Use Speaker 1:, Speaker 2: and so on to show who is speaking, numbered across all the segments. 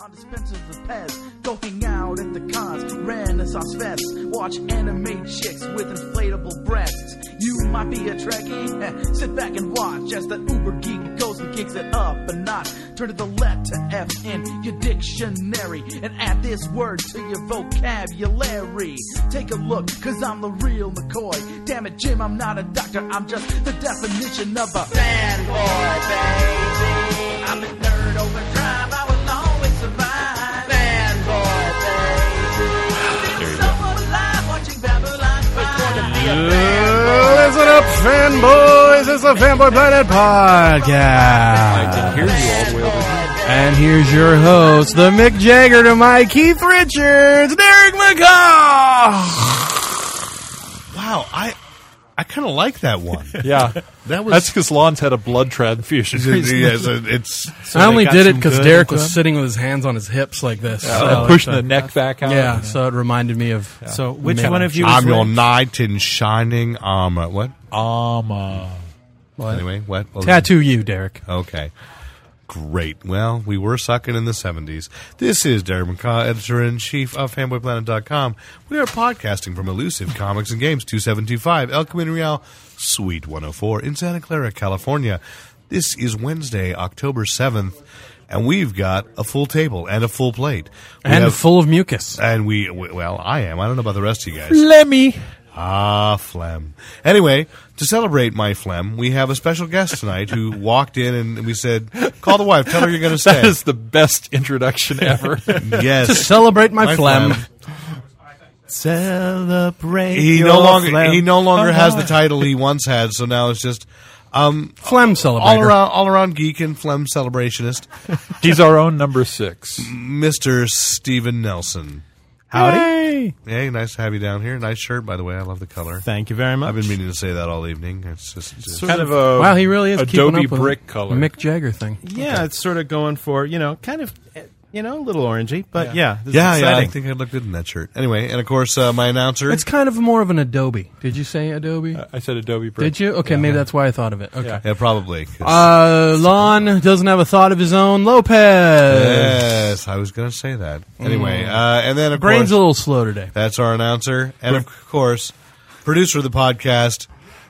Speaker 1: On dispensers with Pez, go hang out at the cons, Renaissance fests, watch anime chicks with inflatable breasts. You might be a Trekkie, eh, sit back and watch as the uber geek goes and kicks it up a notch. Turn to the letter F in your dictionary and add this word to your vocabulary. Take a look, cause I'm the real McCoy. Damn it, Jim, I'm not a doctor, I'm just the definition of a fanboy, baby. I'm a nerd overdrive, I will always survive. Fanboy, baby. So alive watching Babylon 5.
Speaker 2: Listen up, fanboys! It's the Fanboy Planet podcast,
Speaker 3: hear you all the way over
Speaker 2: and here's your host, the Mick Jagger to my Keith Richards, Derek McCall.
Speaker 4: Wow, I I kind of like that one.
Speaker 5: Yeah,
Speaker 4: That
Speaker 5: that's
Speaker 4: was
Speaker 5: because Lon's had a blood transfusion. recently.
Speaker 4: yeah, so it's. so
Speaker 6: I
Speaker 4: they
Speaker 6: only
Speaker 4: got
Speaker 6: did it
Speaker 4: some
Speaker 6: because
Speaker 4: good
Speaker 6: Derek
Speaker 4: into
Speaker 6: was
Speaker 4: it.
Speaker 6: sitting with his hands on his hips like this.
Speaker 5: Uh,
Speaker 6: so
Speaker 5: pushing
Speaker 6: it's,
Speaker 5: the neck back
Speaker 6: uh,
Speaker 5: out.
Speaker 6: Yeah, so it reminded me of.
Speaker 7: So which
Speaker 6: Man,
Speaker 7: one of you?
Speaker 4: I'm
Speaker 7: is
Speaker 4: your
Speaker 7: which?
Speaker 4: knight in shining armor. What?
Speaker 5: Um, uh,
Speaker 4: Anyway, what? what was it?
Speaker 7: tattoo you, Derek.
Speaker 4: Okay. Great. Well, we were sucking in the 70s. This is Derek McCaw, editor in chief of fanboyplanet.com. We are podcasting from Elusive Comics and Games 2725, El Camino Real, Suite 104 in Santa Clara, California. This is Wednesday, October 7th, and we've got a full table and a full plate. We
Speaker 6: And
Speaker 4: have-
Speaker 6: full of mucus.
Speaker 4: And we, well, I am. I don't know about the rest of you guys.
Speaker 5: Lemmy.
Speaker 4: Ah, phlegm. Anyway, to celebrate my phlegm, we have a special guest tonight who walked in and we said, "Call the wife. Tell her you're going to stay."
Speaker 5: That is the best introduction ever.
Speaker 4: yes,
Speaker 6: Celebrate my,
Speaker 4: My
Speaker 6: phlegm.
Speaker 4: phlegm.
Speaker 7: Celebrate.
Speaker 4: he
Speaker 7: your
Speaker 4: no longer
Speaker 7: phlegm.
Speaker 4: he no longer
Speaker 7: Come
Speaker 4: has
Speaker 7: on.
Speaker 4: the title he once had. So now it's just
Speaker 6: Phlegm
Speaker 4: all
Speaker 6: celebrator.
Speaker 4: around all around geek and phlegm celebrationist,
Speaker 5: He's our own number six.
Speaker 6: Mm.
Speaker 4: Mister Steven Nelson.
Speaker 7: Howdy.
Speaker 4: Hey, nice to have you down here. Nice shirt, by the way. I love the color.
Speaker 7: Thank you very much.
Speaker 4: I've been meaning to say that all evening. It's just, just
Speaker 5: Sort of a
Speaker 6: Wow, he really is
Speaker 5: Adobe
Speaker 6: keeping up with
Speaker 5: brick
Speaker 6: the
Speaker 5: color.
Speaker 6: Mick Jagger thing.
Speaker 7: yeah, it's sort of going for you know, kind of, eh, you know, a little orangey, but yeah, this is
Speaker 4: yeah, yeah. I
Speaker 7: exciting.
Speaker 4: think I look good in that shirt. Anyway, and of course, uh, my announcer.
Speaker 6: It's kind of more of an Adobe. Did you say Adobe?
Speaker 5: I said Adobe brick.
Speaker 6: Did you? Okay, maybe that's why I thought of it. Okay.
Speaker 4: yeah, probably. 'cause-
Speaker 6: Uh, Lon doesn't have a thought of his own. Lopez.
Speaker 4: Yes, I was going to say that. Anyway, uh, and then of
Speaker 6: Mm. Brain's a
Speaker 4: course,
Speaker 6: little slow today.
Speaker 4: that's our announcer, and of course, producer of the podcast.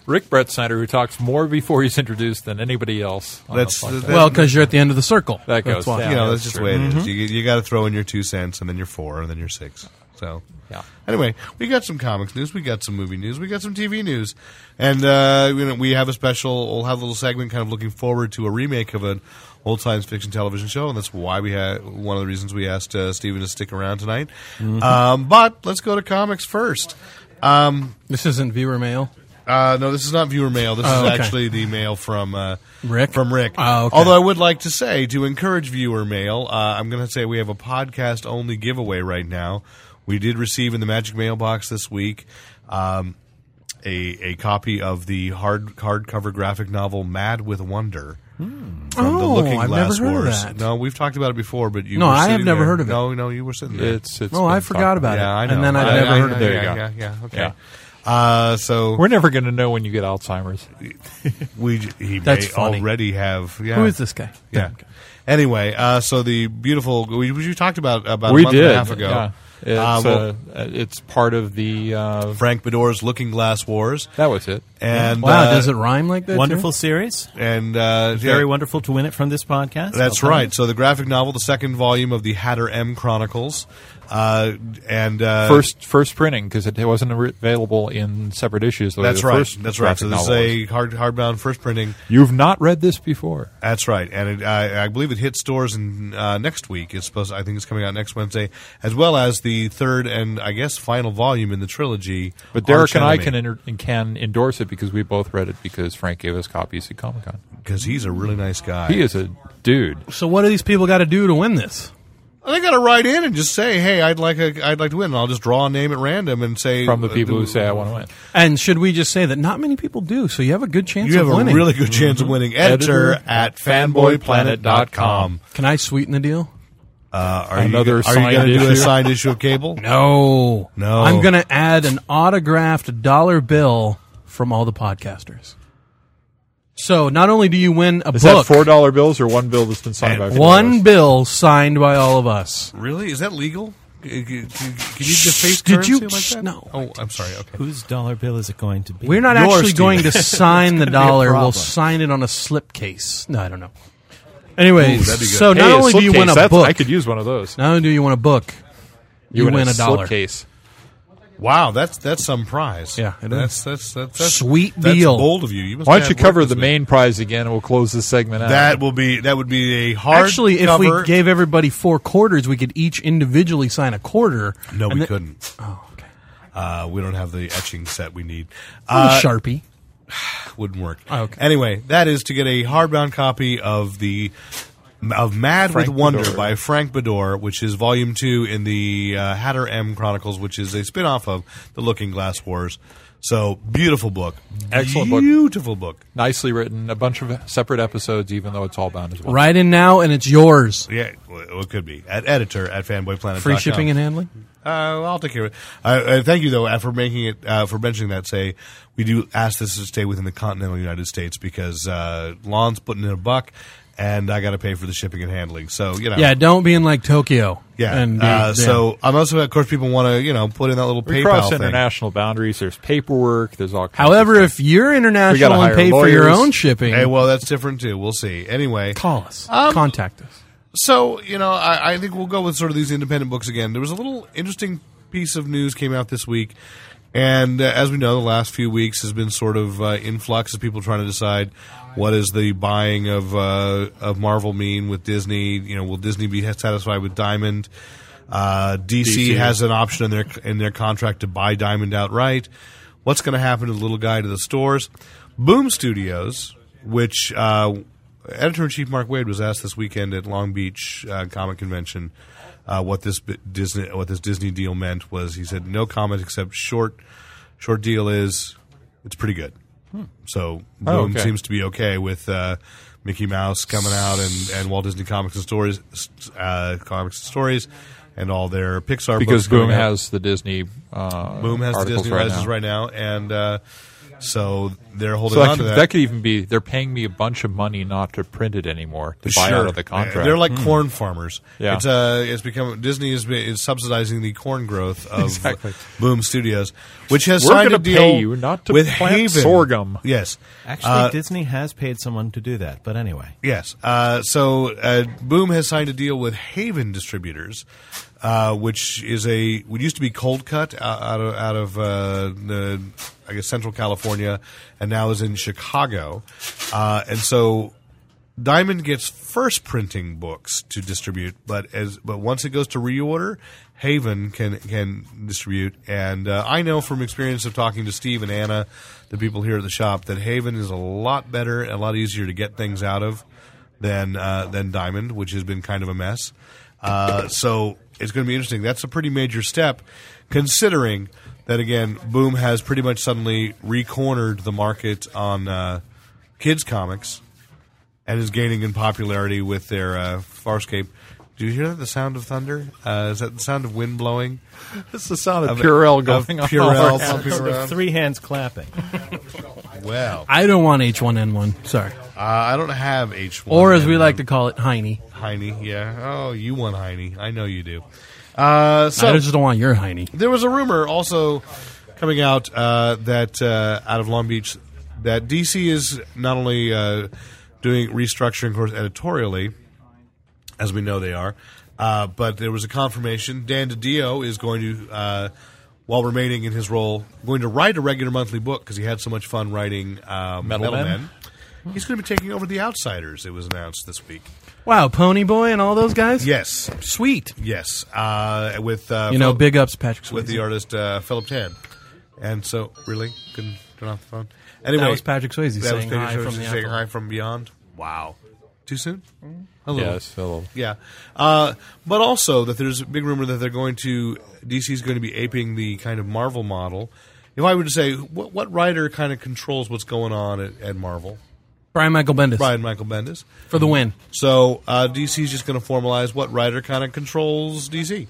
Speaker 5: Rick Brett Snyder, who talks more before he's introduced than anybody else. On
Speaker 4: That's
Speaker 5: the podcast.
Speaker 4: that-
Speaker 6: Well, because you're at the end of the circle.
Speaker 5: That
Speaker 6: That's
Speaker 5: goes
Speaker 6: why.
Speaker 5: down.
Speaker 4: you know that's
Speaker 5: that's
Speaker 4: just the
Speaker 5: true.
Speaker 4: way it
Speaker 6: Mm-hmm.
Speaker 4: is. You, you got to throw in your two cents, and then you're four, and then you're six. So
Speaker 5: Yeah.
Speaker 4: Anyway, we got some comics news, we got some movie news, we got some TV news, and uh, you know, we have a special. We'll have a little segment, kind of looking forward to a remake of an old science fiction television show, and that's why we had one of the reasons we asked uh, Steven to stick around tonight. Um, but let's go to comics first.
Speaker 6: This isn't viewer mail.
Speaker 4: Uh, no, this is not viewer mail. This
Speaker 6: Oh,
Speaker 4: is
Speaker 6: okay.
Speaker 4: actually the mail from uh,
Speaker 6: Rick?
Speaker 4: From Rick.
Speaker 6: Oh, okay.
Speaker 4: Although I would like to say to encourage viewer mail, uh, I'm going to say we have a podcast only giveaway right now. We did receive in the magic mailbox this week um, a a copy of the hard hardcover graphic novel Mad with Wonder. From
Speaker 6: Oh, I've never heard of that.
Speaker 4: No, we've talked about it before, but you
Speaker 6: No,
Speaker 4: were
Speaker 6: I have
Speaker 4: sitting
Speaker 6: never
Speaker 4: there.
Speaker 6: heard of it.
Speaker 4: No, no, you were sitting there.
Speaker 5: It's, it's
Speaker 6: Oh, I
Speaker 5: been
Speaker 6: forgot
Speaker 5: talked
Speaker 6: about
Speaker 4: yeah, I
Speaker 6: it.
Speaker 4: know.
Speaker 6: And then I'd
Speaker 4: I-
Speaker 6: never
Speaker 4: I-
Speaker 6: heard of
Speaker 4: yeah,
Speaker 6: it.
Speaker 5: you go.
Speaker 4: Yeah, yeah, okay.
Speaker 5: Yeah.
Speaker 4: Uh, so
Speaker 5: We're never going to know when you get Alzheimer's.
Speaker 4: we j- he
Speaker 6: That's
Speaker 4: may
Speaker 6: funny.
Speaker 4: already have. Yeah.
Speaker 6: Who is this guy?
Speaker 4: Yeah. Anyway, uh, so the beautiful we, we talked about about a
Speaker 5: we
Speaker 4: month
Speaker 5: did.
Speaker 4: and a half ago.
Speaker 5: Yeah. It's,
Speaker 4: Uh, well,
Speaker 5: uh, it's part of the. Uh,
Speaker 4: Frank Bedore's Looking Glass Wars,
Speaker 5: that was it.
Speaker 4: and
Speaker 6: Wow,
Speaker 4: uh,
Speaker 6: does it rhyme like that?
Speaker 7: Wonderful series.
Speaker 4: and uh,
Speaker 7: Very
Speaker 4: yeah,
Speaker 7: wonderful to win it from this podcast.
Speaker 4: That's
Speaker 7: Well done.
Speaker 4: right. So the graphic novel, the second volume of the Hatter M Chronicles, uh, and uh,
Speaker 5: First, first printing because it wasn't ar- available in separate issues. the way
Speaker 4: That's
Speaker 5: the
Speaker 4: right.
Speaker 5: first
Speaker 4: that's right. So
Speaker 5: graphic
Speaker 4: this is
Speaker 5: novel was.
Speaker 4: a hard hardbound first printing.
Speaker 5: You've not read this before.
Speaker 4: That's right, and it, I, I believe it hits stores in, uh, next week. It's supposed, I think it's coming out next Wednesday, as well as the third and I guess final volume in the trilogy.
Speaker 5: But Derek
Speaker 4: Arch
Speaker 5: and I
Speaker 4: Enemy,
Speaker 5: can inter- and can endorse it because we both read it because Frank gave us copies at Comic Con.
Speaker 4: because he's a really nice guy.
Speaker 5: He is a dude.
Speaker 6: So what do these people got to do to win this?
Speaker 4: They got to write in and just say, "Hey, I'd like a, I'd like to win." And I'll just draw a name at random and say uh,
Speaker 5: From the
Speaker 6: Uh,
Speaker 5: people who say I want to win.
Speaker 6: And should we just say that not many people do, so you have a good chance
Speaker 4: You
Speaker 6: of
Speaker 4: have a
Speaker 6: winning.
Speaker 4: really good chance of winning. Editor,
Speaker 5: Mm-hmm. Editor
Speaker 4: at fanboyplanet.com.
Speaker 6: Can I sweeten the deal?
Speaker 4: Uh, are
Speaker 5: Another
Speaker 4: you, are you
Speaker 5: signed
Speaker 4: going to do a
Speaker 5: issue?
Speaker 4: signed issue of Cable?
Speaker 6: No.
Speaker 4: No.
Speaker 6: I'm going to add an autographed dollar bill from all the podcasters. So not only do you win a
Speaker 5: Is
Speaker 6: book,
Speaker 5: that four dollar bills or one bill that's been signed by
Speaker 4: And
Speaker 5: four
Speaker 6: one
Speaker 5: dollars?
Speaker 6: bill signed by all of us.
Speaker 4: Really? Is that legal? C- c- Can you deface
Speaker 6: did
Speaker 4: currency
Speaker 6: you-
Speaker 4: like
Speaker 6: shh,
Speaker 4: that?
Speaker 6: no.
Speaker 4: Oh, I'm sorry. Okay.
Speaker 3: Whose dollar bill is it going to be?
Speaker 6: We're not
Speaker 4: Yours,
Speaker 6: actually
Speaker 4: Steve.
Speaker 6: going to sign the dollar. We'll
Speaker 3: problem.
Speaker 6: sign it on a slipcase. No, I don't know. Anyways,
Speaker 4: Ooh, that'd be good.
Speaker 6: so
Speaker 5: Hey,
Speaker 6: not
Speaker 5: a
Speaker 6: only do you
Speaker 5: slipcase,
Speaker 6: win a
Speaker 5: that's-
Speaker 6: book,
Speaker 5: I could use one of those.
Speaker 6: not only do you win a book, you, win a, dollar.
Speaker 5: Case.
Speaker 4: Wow, that's that's some prize.
Speaker 6: Yeah, it
Speaker 4: that's, that's that's that's
Speaker 6: Sweet
Speaker 4: that's
Speaker 6: deal.
Speaker 4: Bold of you. you must
Speaker 5: Why don't
Speaker 4: have
Speaker 5: you
Speaker 4: worked
Speaker 5: cover
Speaker 4: this
Speaker 5: the
Speaker 4: week.
Speaker 5: main prize again, and we'll close this segment out.
Speaker 4: That will be that would be a hard.
Speaker 6: Actually, if
Speaker 4: cover.
Speaker 6: we gave everybody four quarters, we could each individually sign a quarter.
Speaker 4: no, we
Speaker 6: and then-
Speaker 4: couldn't. Oh, okay. Uh, we don't have the etching set we need.
Speaker 6: Little
Speaker 4: Uh,
Speaker 6: Sharpie.
Speaker 4: wouldn't work.
Speaker 6: Oh, okay.
Speaker 4: Anyway, that is to get a hardbound copy of the of Mad
Speaker 5: Frank
Speaker 4: with Wonder
Speaker 5: Bador.
Speaker 4: by Frank Bador, which is volume two in the uh, Hatter M Chronicles, which is a spin off of the Looking Glass Wars. So beautiful book,
Speaker 5: Excellent book.
Speaker 4: beautiful book.
Speaker 5: Nicely written, a bunch of separate episodes, even though it's all bound as one.
Speaker 6: Write in now, and it's yours.
Speaker 4: Yeah, well, it could be at editor at fanboyplanet.
Speaker 6: Free shipping and handling.
Speaker 4: Uh, I'll take care of it. Uh, uh, thank you though uh, for making it uh, for mentioning that. Say we do ask this to stay within the continental United States because uh, Lon's putting in a buck, and I got to pay for the shipping and handling. So you know,
Speaker 6: Yeah, don't be in like Tokyo.
Speaker 4: yeah.
Speaker 6: And be-
Speaker 4: uh,
Speaker 6: yeah.
Speaker 4: So I'm also, of course, people want to you know put in that little
Speaker 5: We
Speaker 4: PayPal
Speaker 5: cross
Speaker 4: thing.
Speaker 5: international boundaries. There's paperwork. There's all. Kinds
Speaker 6: however,
Speaker 5: of
Speaker 6: if you're international and
Speaker 5: hire
Speaker 6: pay for your
Speaker 5: lawyers.
Speaker 6: own shipping,
Speaker 4: Hey, well, that's different too. We'll see. Anyway,
Speaker 6: call us, contact us.
Speaker 4: So you know, I, I think we'll go with sort of these independent books again. There was a little interesting piece of news came out this week, and uh, as we know, the last few weeks has been sort of uh, influx of people trying to decide what is the buying of uh, of Marvel mean with Disney. You know, will Disney be satisfied with Diamond? Uh, DC,
Speaker 5: DC.
Speaker 4: has an option in their in their contract to buy Diamond outright. What's going to happen to the little guy to the stores? Boom Studios, which uh, editor in chief Mark Wade was asked this weekend at Long Beach uh, Comic Convention uh, what this bi- Disney what this Disney deal meant was he said no comment except short short deal is it's pretty good. So Boom
Speaker 5: Hmm. Oh, okay.
Speaker 4: seems to be okay with uh, Mickey Mouse coming out and, and Walt Disney Comics and Stories, uh, Comics and Stories, and all their Pixar books
Speaker 5: because Boom
Speaker 4: coming out.
Speaker 5: has the Disney. Uh,
Speaker 4: Boom has the
Speaker 5: articles
Speaker 4: Disney
Speaker 5: right
Speaker 4: rises
Speaker 5: now.
Speaker 4: right now, and uh, so they're holding
Speaker 5: So that
Speaker 4: on to
Speaker 5: could,
Speaker 4: that.
Speaker 5: that could even be they're paying me a bunch of money not to print it anymore to buy out of the contract. Hmm.
Speaker 4: They're like corn farmers.
Speaker 5: Yeah.
Speaker 4: It's uh, it's become Disney is, is subsidizing the corn growth of
Speaker 5: Exactly.
Speaker 4: Boom Studios, which has
Speaker 5: We're
Speaker 4: signed a
Speaker 5: gonna
Speaker 4: deal
Speaker 5: pay you not to
Speaker 4: with
Speaker 5: plant
Speaker 4: Haven.
Speaker 5: sorghum.
Speaker 4: Yes,
Speaker 3: Actually,
Speaker 4: Uh,
Speaker 3: Disney has paid someone to do that, but anyway.
Speaker 4: Yes. Uh, so uh, Boom has signed a deal with Haven Distributors, uh, which is a what used to be Cold Cut uh, out of out of uh, the I guess Central California, and now is in Chicago, uh, and so. Diamond gets first printing books to distribute, but as but once it goes to reorder, Haven can can distribute. And uh, I know from experience of talking to Steve and Anna, the people here at the shop, that Haven is a lot better, and a lot easier to get things out of than uh, than Diamond, which has been kind of a mess. Uh, so it's going to be interesting. That's a pretty major step, considering that again, Boom has pretty much suddenly re-cornered the market on uh, kids comics and is gaining in popularity with their uh, Farscape. Do you hear that? The sound of thunder? Uh, is that the sound of wind blowing?
Speaker 5: That's the sound of
Speaker 4: Of-
Speaker 5: Purell
Speaker 4: of
Speaker 5: going on.
Speaker 4: Purell
Speaker 3: Sort
Speaker 4: pumping
Speaker 3: of
Speaker 4: around?
Speaker 3: three hands clapping.
Speaker 4: Well,
Speaker 6: I don't want H1N1. Sorry,
Speaker 4: uh, I don't have H1.
Speaker 6: or as we like to call it, Heine.
Speaker 4: Heine, yeah. Oh, you want Heine. I know you do. Uh, so,
Speaker 6: I just don't want your Heine.
Speaker 4: There was a rumor also coming out uh, that uh, out of Long Beach that DC is not only uh, doing restructuring, of course, editorially, as we know they are, uh, but there was a confirmation Dan DiDio is going to, uh, while remaining in his role, going to write a regular monthly book because he had so much fun writing uh, Metal,
Speaker 5: Men.
Speaker 4: Men. He's going to be taking over The Outsiders. It was announced this week.
Speaker 6: Wow, Pony Boy and all those guys.
Speaker 4: Yes,
Speaker 6: sweet.
Speaker 4: yes, uh, with uh,
Speaker 6: You know,
Speaker 4: Phil-
Speaker 6: big ups, Patrick.
Speaker 4: with the
Speaker 6: Swayze.
Speaker 4: artist uh, Philip Tan. And so, really, couldn't turn off the phone. Anyway,
Speaker 6: That was Patrick Swayze
Speaker 4: that was
Speaker 6: saying
Speaker 4: Patrick
Speaker 6: hi from
Speaker 4: Swayze
Speaker 6: the
Speaker 4: saying
Speaker 6: Apple. Mm-hmm.
Speaker 4: hi from beyond. Wow, too soon. A little.
Speaker 5: Yes, Phil.
Speaker 4: Yeah, uh, but also that there's a big rumor that they're going to DC is going to be aping the kind of Marvel model. If I were to say, what, what writer kind of controls what's going on at, at Marvel?
Speaker 6: Brian Michael Bendis
Speaker 4: Brian Michael Bendis.
Speaker 6: for the win.
Speaker 4: So uh, DC is just going to formalize what writer kind of controls DC.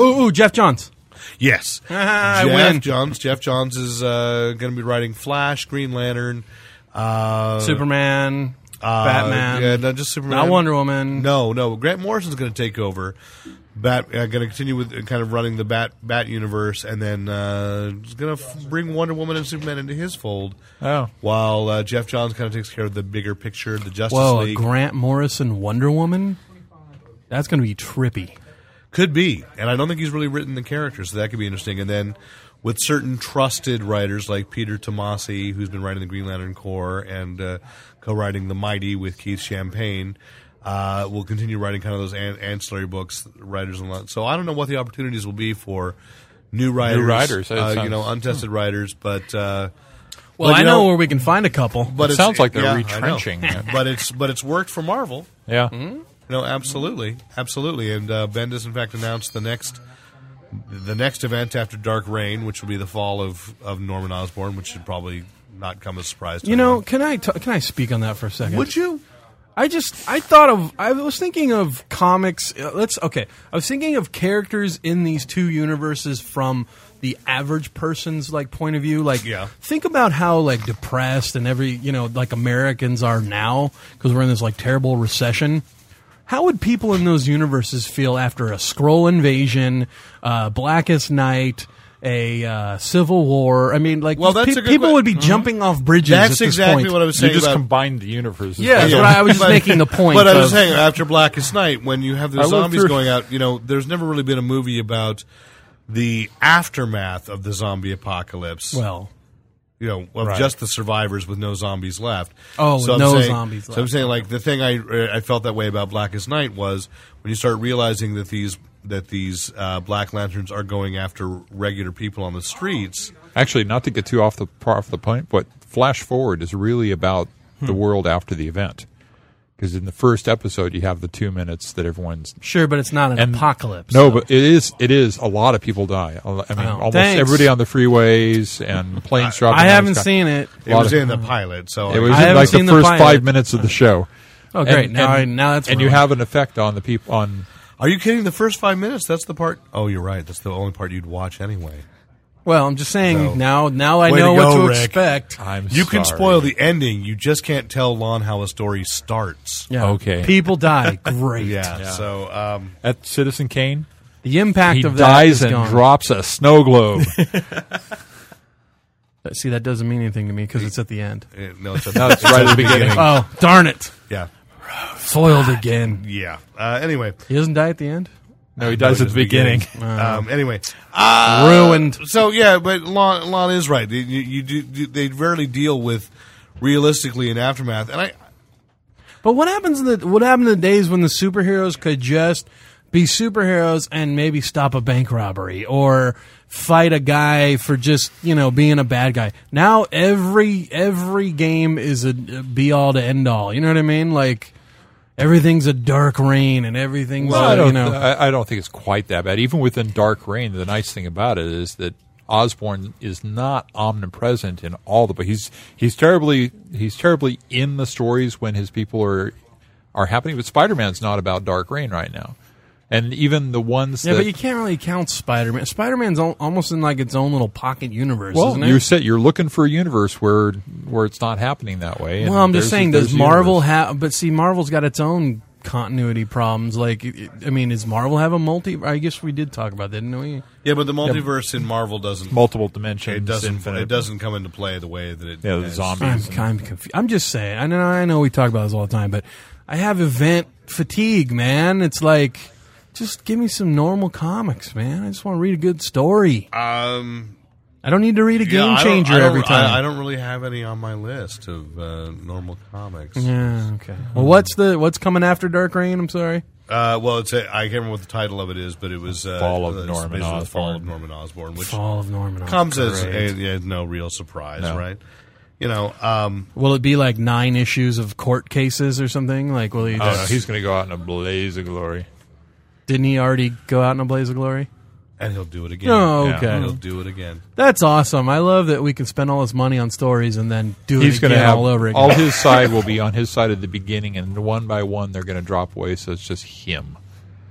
Speaker 6: Ooh, ooh, Jeff Johns.
Speaker 4: Yes,
Speaker 6: Ah, I
Speaker 4: Jeff
Speaker 6: win.
Speaker 4: Johns. Jeff Johns is uh, going to be writing Flash, Green Lantern, Uh,
Speaker 6: Superman,
Speaker 4: uh,
Speaker 6: Batman,
Speaker 4: Yeah, not just Superman.
Speaker 6: not Wonder Woman.
Speaker 4: No, no. Grant Morrison's going to take over. Bat uh, going to continue with uh, kind of running the Bat Bat universe, and then uh, going to f- bring Wonder Woman and Superman into his fold.
Speaker 5: Oh.
Speaker 4: While uh, Jeff Johns kind of takes care of the bigger picture, the Justice
Speaker 6: Whoa, a
Speaker 4: League
Speaker 6: Grant Morrison Wonder Woman? That's going to be trippy.
Speaker 4: could be, and I don't think he's really written the character, so that could be interesting. And then with certain trusted writers like Peter Tomasi, who's been writing the Green Lantern Corps and uh, co-writing The Mighty with Keith Champagne. Uh, will continue writing kind of those an- ancillary books, writers and lot. So I don't know what the opportunities will be for new writers,
Speaker 5: writers, that
Speaker 4: uh, you
Speaker 5: sounds-
Speaker 4: know, untested writers. But uh,
Speaker 6: Well,
Speaker 4: But,
Speaker 6: I
Speaker 4: you
Speaker 6: know,
Speaker 4: know-
Speaker 6: where we can find a couple.
Speaker 4: but
Speaker 5: It
Speaker 4: it's-
Speaker 5: sounds like they're
Speaker 4: yeah, I know.
Speaker 5: retrenching.
Speaker 4: but it's but it's worked for Marvel.
Speaker 5: Yeah.
Speaker 4: No, absolutely, absolutely. And uh, Bendis, in fact, announced the next the next event after Dark Reign, which will be the fall of of Norman Osborn, which should probably not come as a surprise. To
Speaker 6: you know,
Speaker 4: anyone.
Speaker 6: can I t- can I speak on that for a second?
Speaker 4: would you?
Speaker 6: I just I thought of I was thinking of comics. uh, Let's okay. I was thinking of characters in these two universes from the average person's like point of view. Like,
Speaker 4: Yeah.
Speaker 6: think about how like depressed and every you know like Americans are now because we're in this like terrible recession. How would people in those universes feel after a scroll invasion, uh, Blackest Night? A uh, civil war. I mean, like
Speaker 4: Well,
Speaker 6: these
Speaker 4: that's
Speaker 6: pe-
Speaker 4: a good
Speaker 6: people
Speaker 4: que- Mm-hmm.
Speaker 6: would be jumping off bridges. at
Speaker 4: That's
Speaker 6: this
Speaker 4: exactly
Speaker 6: point.
Speaker 4: what I was
Speaker 5: You
Speaker 4: saying.
Speaker 5: just
Speaker 4: about,
Speaker 5: combined the universes.
Speaker 6: Yeah, that's
Speaker 5: together.
Speaker 6: what I was just
Speaker 4: But-
Speaker 6: making the point. uh,
Speaker 4: But I
Speaker 6: of-
Speaker 4: was saying, after Blackest Night, when you have the
Speaker 5: I looked
Speaker 4: zombies
Speaker 5: through-
Speaker 4: going out, you know, there's never really been a movie about the aftermath of the zombie apocalypse.
Speaker 6: well,
Speaker 4: you know, of
Speaker 5: Right.
Speaker 4: just the survivors with no zombies left.
Speaker 6: Oh, with no
Speaker 4: saying,
Speaker 6: zombies
Speaker 4: So I'm
Speaker 6: left.
Speaker 4: saying, like the thing I uh, I felt that way about Blackest Night was when you start realizing that these that these uh, Black Lanterns are going after regular people on the streets.
Speaker 5: Actually, not to get too off the off the point, but flash forward is really about the world after the event. Because in the first episode, you have the two minutes that everyone's
Speaker 6: Sure, but it's not an
Speaker 5: and
Speaker 6: apocalypse.
Speaker 5: No, but it is. It is a lot of people die. A lo- I mean,
Speaker 6: Oh,
Speaker 5: almost
Speaker 6: thanks.
Speaker 5: everybody on the freeways and planes dropping.
Speaker 6: I
Speaker 5: out of
Speaker 6: haven't
Speaker 5: the sky.
Speaker 6: seen it.
Speaker 4: It
Speaker 5: Lot
Speaker 4: was
Speaker 5: of-
Speaker 4: in the pilot, so
Speaker 5: It was
Speaker 6: I
Speaker 5: in,
Speaker 6: haven't
Speaker 5: like the
Speaker 6: seen the
Speaker 5: first
Speaker 6: pilot.
Speaker 5: five minutes of the show.
Speaker 6: Oh, great.
Speaker 5: And-
Speaker 6: now, I,
Speaker 5: and-
Speaker 6: now that's
Speaker 5: and you have an effect on the people on.
Speaker 4: Are you kidding? The first five minutes. That's the part. Oh, you're right. That's the only part you'd watch anyway.
Speaker 6: Well, I'm just saying.
Speaker 4: No.
Speaker 6: Now, now I
Speaker 4: Way
Speaker 6: know
Speaker 4: to
Speaker 6: what
Speaker 4: go,
Speaker 6: to
Speaker 4: Rick.
Speaker 6: expect.
Speaker 5: I'm
Speaker 4: You can
Speaker 5: sorry.
Speaker 4: spoil the ending. You just can't tell Lon how a story starts.
Speaker 6: Yeah.
Speaker 5: Okay.
Speaker 6: People die. Great.
Speaker 4: Yeah. So um,
Speaker 5: at Citizen Kane.
Speaker 6: The impact
Speaker 5: He
Speaker 6: of that
Speaker 5: dies
Speaker 6: is
Speaker 5: and
Speaker 6: gone.
Speaker 5: drops a snow globe.
Speaker 6: See, that doesn't mean anything to me because it's at the end.
Speaker 4: it- no, it's,
Speaker 5: No, it's right at the beginning.
Speaker 6: Oh, darn it!
Speaker 4: Yeah.
Speaker 6: Foiled again.
Speaker 4: Yeah. Uh, anyway.
Speaker 6: He doesn't die at the end.
Speaker 5: no, he dies at the beginning.
Speaker 4: Um, anyway. Uh,
Speaker 6: Ruined.
Speaker 4: So yeah, but Lon, Lon is right. You, you do, do- they rarely deal with realistically an aftermath, and I
Speaker 6: But what happens in the what happened in the days when the superheroes could just be superheroes and maybe stop a bank robbery or fight a guy for just you know being a bad guy? Now every every game is a be all to end all. You know what I mean? Like everything's a dark rain and everything's
Speaker 5: Well,
Speaker 6: a,
Speaker 5: I don't.
Speaker 6: you know.
Speaker 5: I, I don't think it's quite that bad. Even within Dark Reign, the nice thing about it is that Osborne is not omnipresent in all the. But he's he's terribly he's terribly in the stories when his people are are happening. But Spider Man's not about Dark Reign right now, and even the ones
Speaker 6: yeah,
Speaker 5: that
Speaker 6: but you can't really count Spider Man. Spider Man's al- almost in like its own little pocket universe,
Speaker 5: well,
Speaker 6: isn't it?
Speaker 5: you said you're looking for a universe where where it's not happening that way. and
Speaker 6: Well, I'm just
Speaker 5: there's-
Speaker 6: saying,
Speaker 5: there's
Speaker 6: does Marvel
Speaker 5: universe.
Speaker 6: have? But see, Marvel's got its own continuity problems. Like, it- I mean, does Marvel have a multi? I guess we did talk about that, didn't we?
Speaker 4: yeah, but the multiverse in Marvel doesn't
Speaker 5: multiple dimensions?
Speaker 4: it doesn't
Speaker 5: infinite-
Speaker 4: it doesn't come into play the way that it
Speaker 5: Yeah, the
Speaker 4: has.
Speaker 5: zombies.
Speaker 6: I'm kind of confused. I'm just saying. I know. I know we talk about this all the time, but I have event fatigue, man. It's like, just give me some normal comics, man. I just want to read a good story.
Speaker 4: Um,
Speaker 6: I don't need to read a
Speaker 4: yeah,
Speaker 6: game
Speaker 4: I don't-
Speaker 6: changer
Speaker 4: I don't-
Speaker 6: every time.
Speaker 4: I, I don't really have any on my list of uh, normal comics.
Speaker 6: Mm-hmm. yeah. Okay. Well, what's the what's coming after Dark Rain? I'm sorry.
Speaker 4: Uh, well, it's a, I can't remember what the title of it is, but it was uh,
Speaker 5: Fall of
Speaker 4: it's
Speaker 5: Norman
Speaker 4: based on the Fall of
Speaker 5: Osborn.
Speaker 4: Norman Osborn, which
Speaker 6: Fall of Norman. Osborn.
Speaker 4: comes as a, yeah, no real surprise,
Speaker 5: No.
Speaker 4: right? You know, um,
Speaker 6: Will it be like nine issues of court cases or something? Like, will he? Just,
Speaker 5: Oh no, he's going to go out in a blaze of glory.
Speaker 6: Didn't he already go out in a blaze of glory?
Speaker 4: and he'll do it again.
Speaker 6: Oh,
Speaker 4: Yeah,
Speaker 6: okay.
Speaker 4: he'll do it again.
Speaker 6: That's awesome. I love that we can spend all this money on stories and then do
Speaker 5: He's
Speaker 6: it
Speaker 5: going
Speaker 6: again
Speaker 5: to have
Speaker 6: all over again.
Speaker 5: all his side will be on his side at the beginning, and one by one they're going to drop away. So it's just him.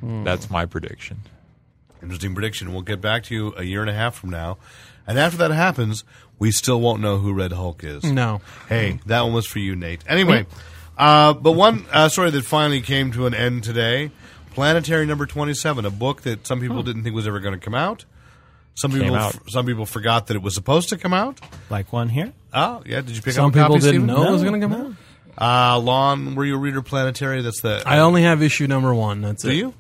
Speaker 5: That's my prediction.
Speaker 4: Interesting prediction. We'll get back to you a year and a half from now. And after that happens, we still won't know who Red Hulk is.
Speaker 6: No.
Speaker 4: Hey, that one was for you, Nate. Anyway, uh, but one uh, story that finally came to an end today Planetary Number 27, a book that some
Speaker 6: Hmm.
Speaker 4: people didn't think was ever going to come out. Some people,
Speaker 5: out.
Speaker 4: some people forgot that it was supposed to come out.
Speaker 3: Like one here?
Speaker 7: Uh,
Speaker 4: Oh, yeah. Did you pick
Speaker 6: Some
Speaker 4: up a copy,
Speaker 6: people didn't
Speaker 4: Stephen?
Speaker 6: know it was
Speaker 3: No,
Speaker 6: going to come out.
Speaker 4: Uh, Lon, were you a reader of Planetary? That's the.
Speaker 6: I only have issue number one. That's
Speaker 4: do
Speaker 6: it.
Speaker 4: you?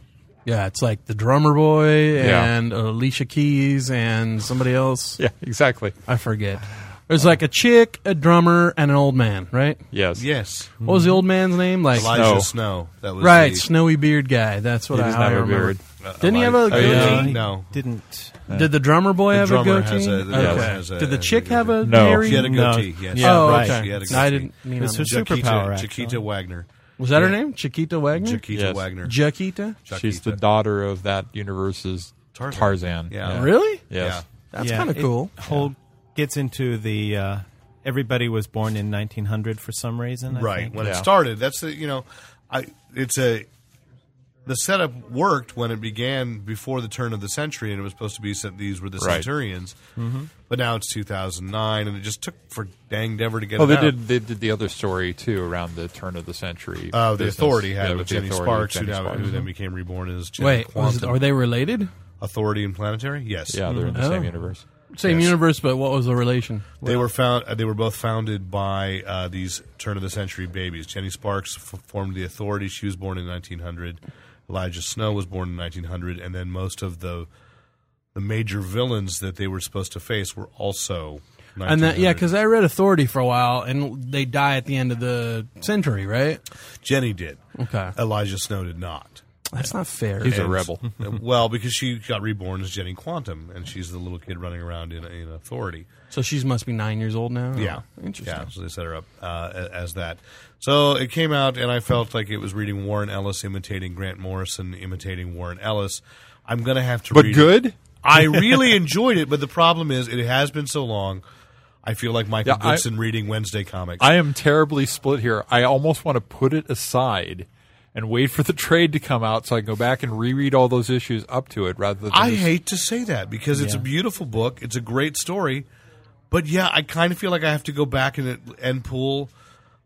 Speaker 6: Yeah, it's like the drummer boy
Speaker 5: Yeah.
Speaker 6: and Alicia Keys and somebody else.
Speaker 5: Yeah, exactly.
Speaker 6: I forget. There's like a chick, a drummer, and an old man, right?
Speaker 5: Yes.
Speaker 4: Yes.
Speaker 6: What was the old man's name? Like
Speaker 4: Elijah
Speaker 5: Snow.
Speaker 4: Snow. That was
Speaker 6: right,
Speaker 4: the- uh,
Speaker 6: snowy beard guy. That's what
Speaker 5: He
Speaker 6: I,
Speaker 5: doesn't
Speaker 6: how I
Speaker 5: have a
Speaker 6: remember.
Speaker 5: beard.
Speaker 6: Didn't he have a
Speaker 4: Elijah-
Speaker 6: goatee?
Speaker 4: Yeah.
Speaker 3: He
Speaker 4: No.
Speaker 3: Didn't.
Speaker 6: Did the drummer boy
Speaker 4: The
Speaker 6: have
Speaker 4: drummer
Speaker 6: a goatee?
Speaker 4: has a- the drummer
Speaker 6: okay.
Speaker 4: has a-
Speaker 6: Did the
Speaker 4: has
Speaker 6: chick
Speaker 4: a
Speaker 6: have a
Speaker 5: No.
Speaker 6: hairy?
Speaker 4: She had a
Speaker 3: No.
Speaker 4: goatee. Yes.
Speaker 3: Yeah,
Speaker 6: oh,
Speaker 3: right.
Speaker 6: okay.
Speaker 4: She had a
Speaker 6: No, I
Speaker 4: goatee.
Speaker 6: didn't mean
Speaker 3: It's
Speaker 6: on
Speaker 3: her
Speaker 6: that.
Speaker 3: superpower,
Speaker 4: Chiquita,
Speaker 3: actually.
Speaker 4: Chiquita Wagner.
Speaker 6: Was that her
Speaker 4: Yeah.
Speaker 6: name? Chiquita Wagner?
Speaker 4: Chiquita
Speaker 5: Yes.
Speaker 4: Wagner.
Speaker 6: Chiquita?
Speaker 5: She's
Speaker 4: Chiquita.
Speaker 5: the daughter of that universe's
Speaker 4: E. Tarzan.
Speaker 5: Tarzan.
Speaker 4: Yeah.
Speaker 6: Really?
Speaker 5: Yes.
Speaker 6: That's
Speaker 3: Yeah,
Speaker 6: kind of
Speaker 3: it
Speaker 6: cool.
Speaker 3: Whole gets into the uh, everybody was born in 1900 for some reason. I
Speaker 4: right
Speaker 3: think.
Speaker 4: when it
Speaker 5: Yeah.
Speaker 4: started that's the you know i it's a the setup worked when it began before the turn of the century and it was supposed to be said these were the
Speaker 5: Right.
Speaker 4: centurions
Speaker 5: Mm-hmm.
Speaker 4: but now it's 2009 and it just took for dang ever to get
Speaker 5: Well,
Speaker 4: it
Speaker 5: Oh, they
Speaker 4: out.
Speaker 5: did. They did the other story too around the turn of the century.
Speaker 4: uh, the
Speaker 5: business.
Speaker 4: authority had
Speaker 5: Yeah,
Speaker 4: it with
Speaker 5: with the
Speaker 4: Jenny
Speaker 5: authority,
Speaker 4: Sparks,
Speaker 5: Jenny
Speaker 4: who, now,
Speaker 5: Sparks. Mm-hmm.
Speaker 4: who then became reborn as Jenny
Speaker 6: Wait, was it,
Speaker 4: Quantum.
Speaker 6: are they related?
Speaker 4: authority and planetary? Yes.
Speaker 5: Yeah, they're in the
Speaker 6: Oh.
Speaker 5: same universe.
Speaker 6: Same
Speaker 4: Yes.
Speaker 6: universe, but what was the relation?
Speaker 4: They were found. Uh, they were both founded by uh, these turn of the century babies. Jenny Sparks f- formed the Authority. She was born in 1900. Elijah Snow was born in 1900, and then most of the the major villains that they were supposed to face were also. 1900.
Speaker 6: And that, yeah, because I read Authority for a while, and they die at the end of the century, right?
Speaker 4: Jenny did.
Speaker 6: Okay.
Speaker 4: Elijah Snow did not.
Speaker 6: That's not fair.
Speaker 5: He's a
Speaker 4: And-
Speaker 5: rebel.
Speaker 4: well, because she got reborn as Jenny Quantum, and she's the little kid running around in, in Authority.
Speaker 6: So she's must be nine years old now.
Speaker 5: Oh,
Speaker 4: Yeah,
Speaker 6: interesting.
Speaker 4: Yeah, so they set her up uh, a- as that. So it came out, and I felt like it was reading Warren Ellis imitating Grant Morrison imitating Warren Ellis. I'm gonna have to,
Speaker 5: But
Speaker 4: read
Speaker 5: good?
Speaker 4: It. I really enjoyed it, but the problem is it has been so long. I feel like Michael
Speaker 5: Yeah, I-
Speaker 4: Goodson reading Wednesday comics.
Speaker 5: I am terribly split here. I almost want to put it aside and wait for the trade to come out so I can go back and reread all those issues up to it rather than
Speaker 4: I
Speaker 5: just-
Speaker 4: hate to say that because it's a beautiful book, it's a great story, but yeah, I kind of feel like I have to go back and and pull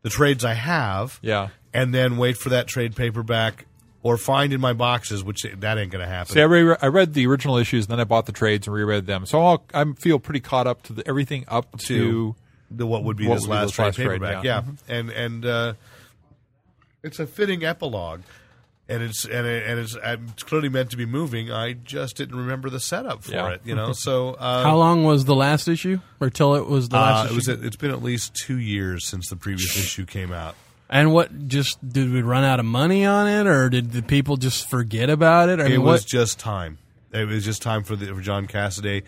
Speaker 4: the trades I have.
Speaker 5: Yeah.
Speaker 4: and then wait for that trade paperback or find in my boxes, which that ain't going to happen.
Speaker 5: See, I, re- I read the original issues, and then I bought the trades and reread them. So I'll, I feel pretty caught up to the, everything up to,
Speaker 4: To- the what would be
Speaker 5: What
Speaker 4: this
Speaker 5: would be
Speaker 4: last
Speaker 5: this
Speaker 4: trade
Speaker 5: last trade,
Speaker 4: paperback.
Speaker 5: yeah. Mm-hmm.
Speaker 4: yeah, and and uh, it's a fitting epilogue, and it's and it, and it's, uh, it's clearly meant to be moving. I just didn't remember the setup for
Speaker 5: Yeah.
Speaker 4: it, you know. So uh,
Speaker 6: How long was the last issue, or till it was the
Speaker 4: uh,
Speaker 6: last
Speaker 4: it was.
Speaker 6: issue?
Speaker 4: It's been at least two years since the previous issue came out.
Speaker 6: and what just did we run out of money on it, or did the people just forget about it? I
Speaker 4: It
Speaker 6: mean,
Speaker 4: was
Speaker 6: what?
Speaker 4: just time. It was just time for the for John Cassaday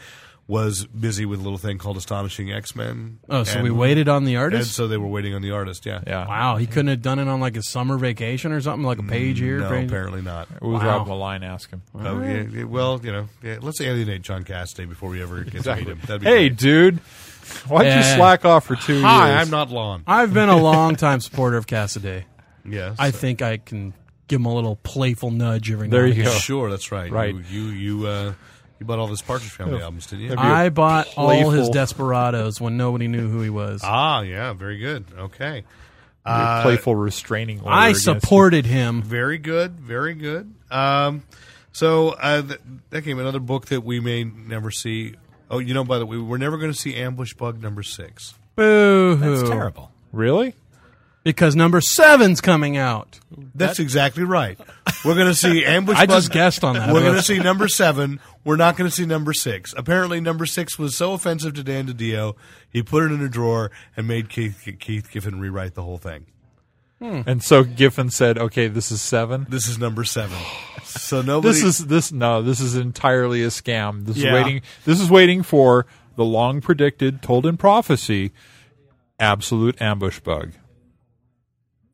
Speaker 4: was busy with a little thing called Astonishing X Men.
Speaker 6: Oh, so we waited on the
Speaker 4: And
Speaker 6: artist.
Speaker 4: so they were waiting on the artist. Yeah.
Speaker 5: yeah.
Speaker 6: wow, he couldn't have done it on like a summer vacation or something, like a page here.
Speaker 4: No,
Speaker 6: page-
Speaker 4: apparently not.
Speaker 5: It was
Speaker 6: Wow.
Speaker 5: Rob Malign. Ask him.
Speaker 4: Oh, yeah, yeah, well, you know, yeah, let's alienate John Cassidy before we ever get to meet him. That'd be
Speaker 5: Hey,
Speaker 4: great.
Speaker 5: dude, why'd
Speaker 6: Yeah.
Speaker 5: you slack off for two
Speaker 4: eh. hi,
Speaker 5: years?
Speaker 4: I'm not Lon.
Speaker 6: I've been a long time supporter of Cassidy.
Speaker 4: Yes,
Speaker 6: I think I can give him a little playful nudge every
Speaker 5: There
Speaker 6: now and
Speaker 5: you
Speaker 6: again.
Speaker 5: go.
Speaker 4: sure, that's right.
Speaker 5: Right.
Speaker 4: You, you, you, uh, you bought all those Partridge
Speaker 6: Oh,
Speaker 4: Family albums, didn't you?
Speaker 5: That'd be-
Speaker 6: I bought all his
Speaker 5: Playful.
Speaker 6: desperados when nobody knew who he was.
Speaker 4: ah, yeah, very good. Okay,
Speaker 5: Your
Speaker 4: uh,
Speaker 5: playful restraining order.
Speaker 6: I
Speaker 5: against-
Speaker 6: supported him.
Speaker 4: very good, very good. Um, so uh, th- that came another book that we may never see. Oh, you know, by the way, we're never going to see Ambush Bug number six.
Speaker 6: Boo
Speaker 3: That's
Speaker 6: hoo.
Speaker 3: terrible.
Speaker 5: Really?
Speaker 6: Because number seven's coming out.
Speaker 4: That's exactly right. We're going to see Ambush.
Speaker 6: I
Speaker 4: Bug-
Speaker 6: just guessed on that.
Speaker 4: We're going to see number seven. We're not going to see number six. Apparently, number six was so offensive to Dan DiDio, he put it in a drawer and made Keith, Keith Giffen rewrite the whole thing. Hmm.
Speaker 5: And so Giffen said, "Okay, this is seven.
Speaker 4: This is number seven. So nobody.
Speaker 5: This is this no. This is entirely a scam. This
Speaker 3: Yeah.
Speaker 5: is waiting. This is waiting for the long predicted, told in prophecy, absolute ambush bug,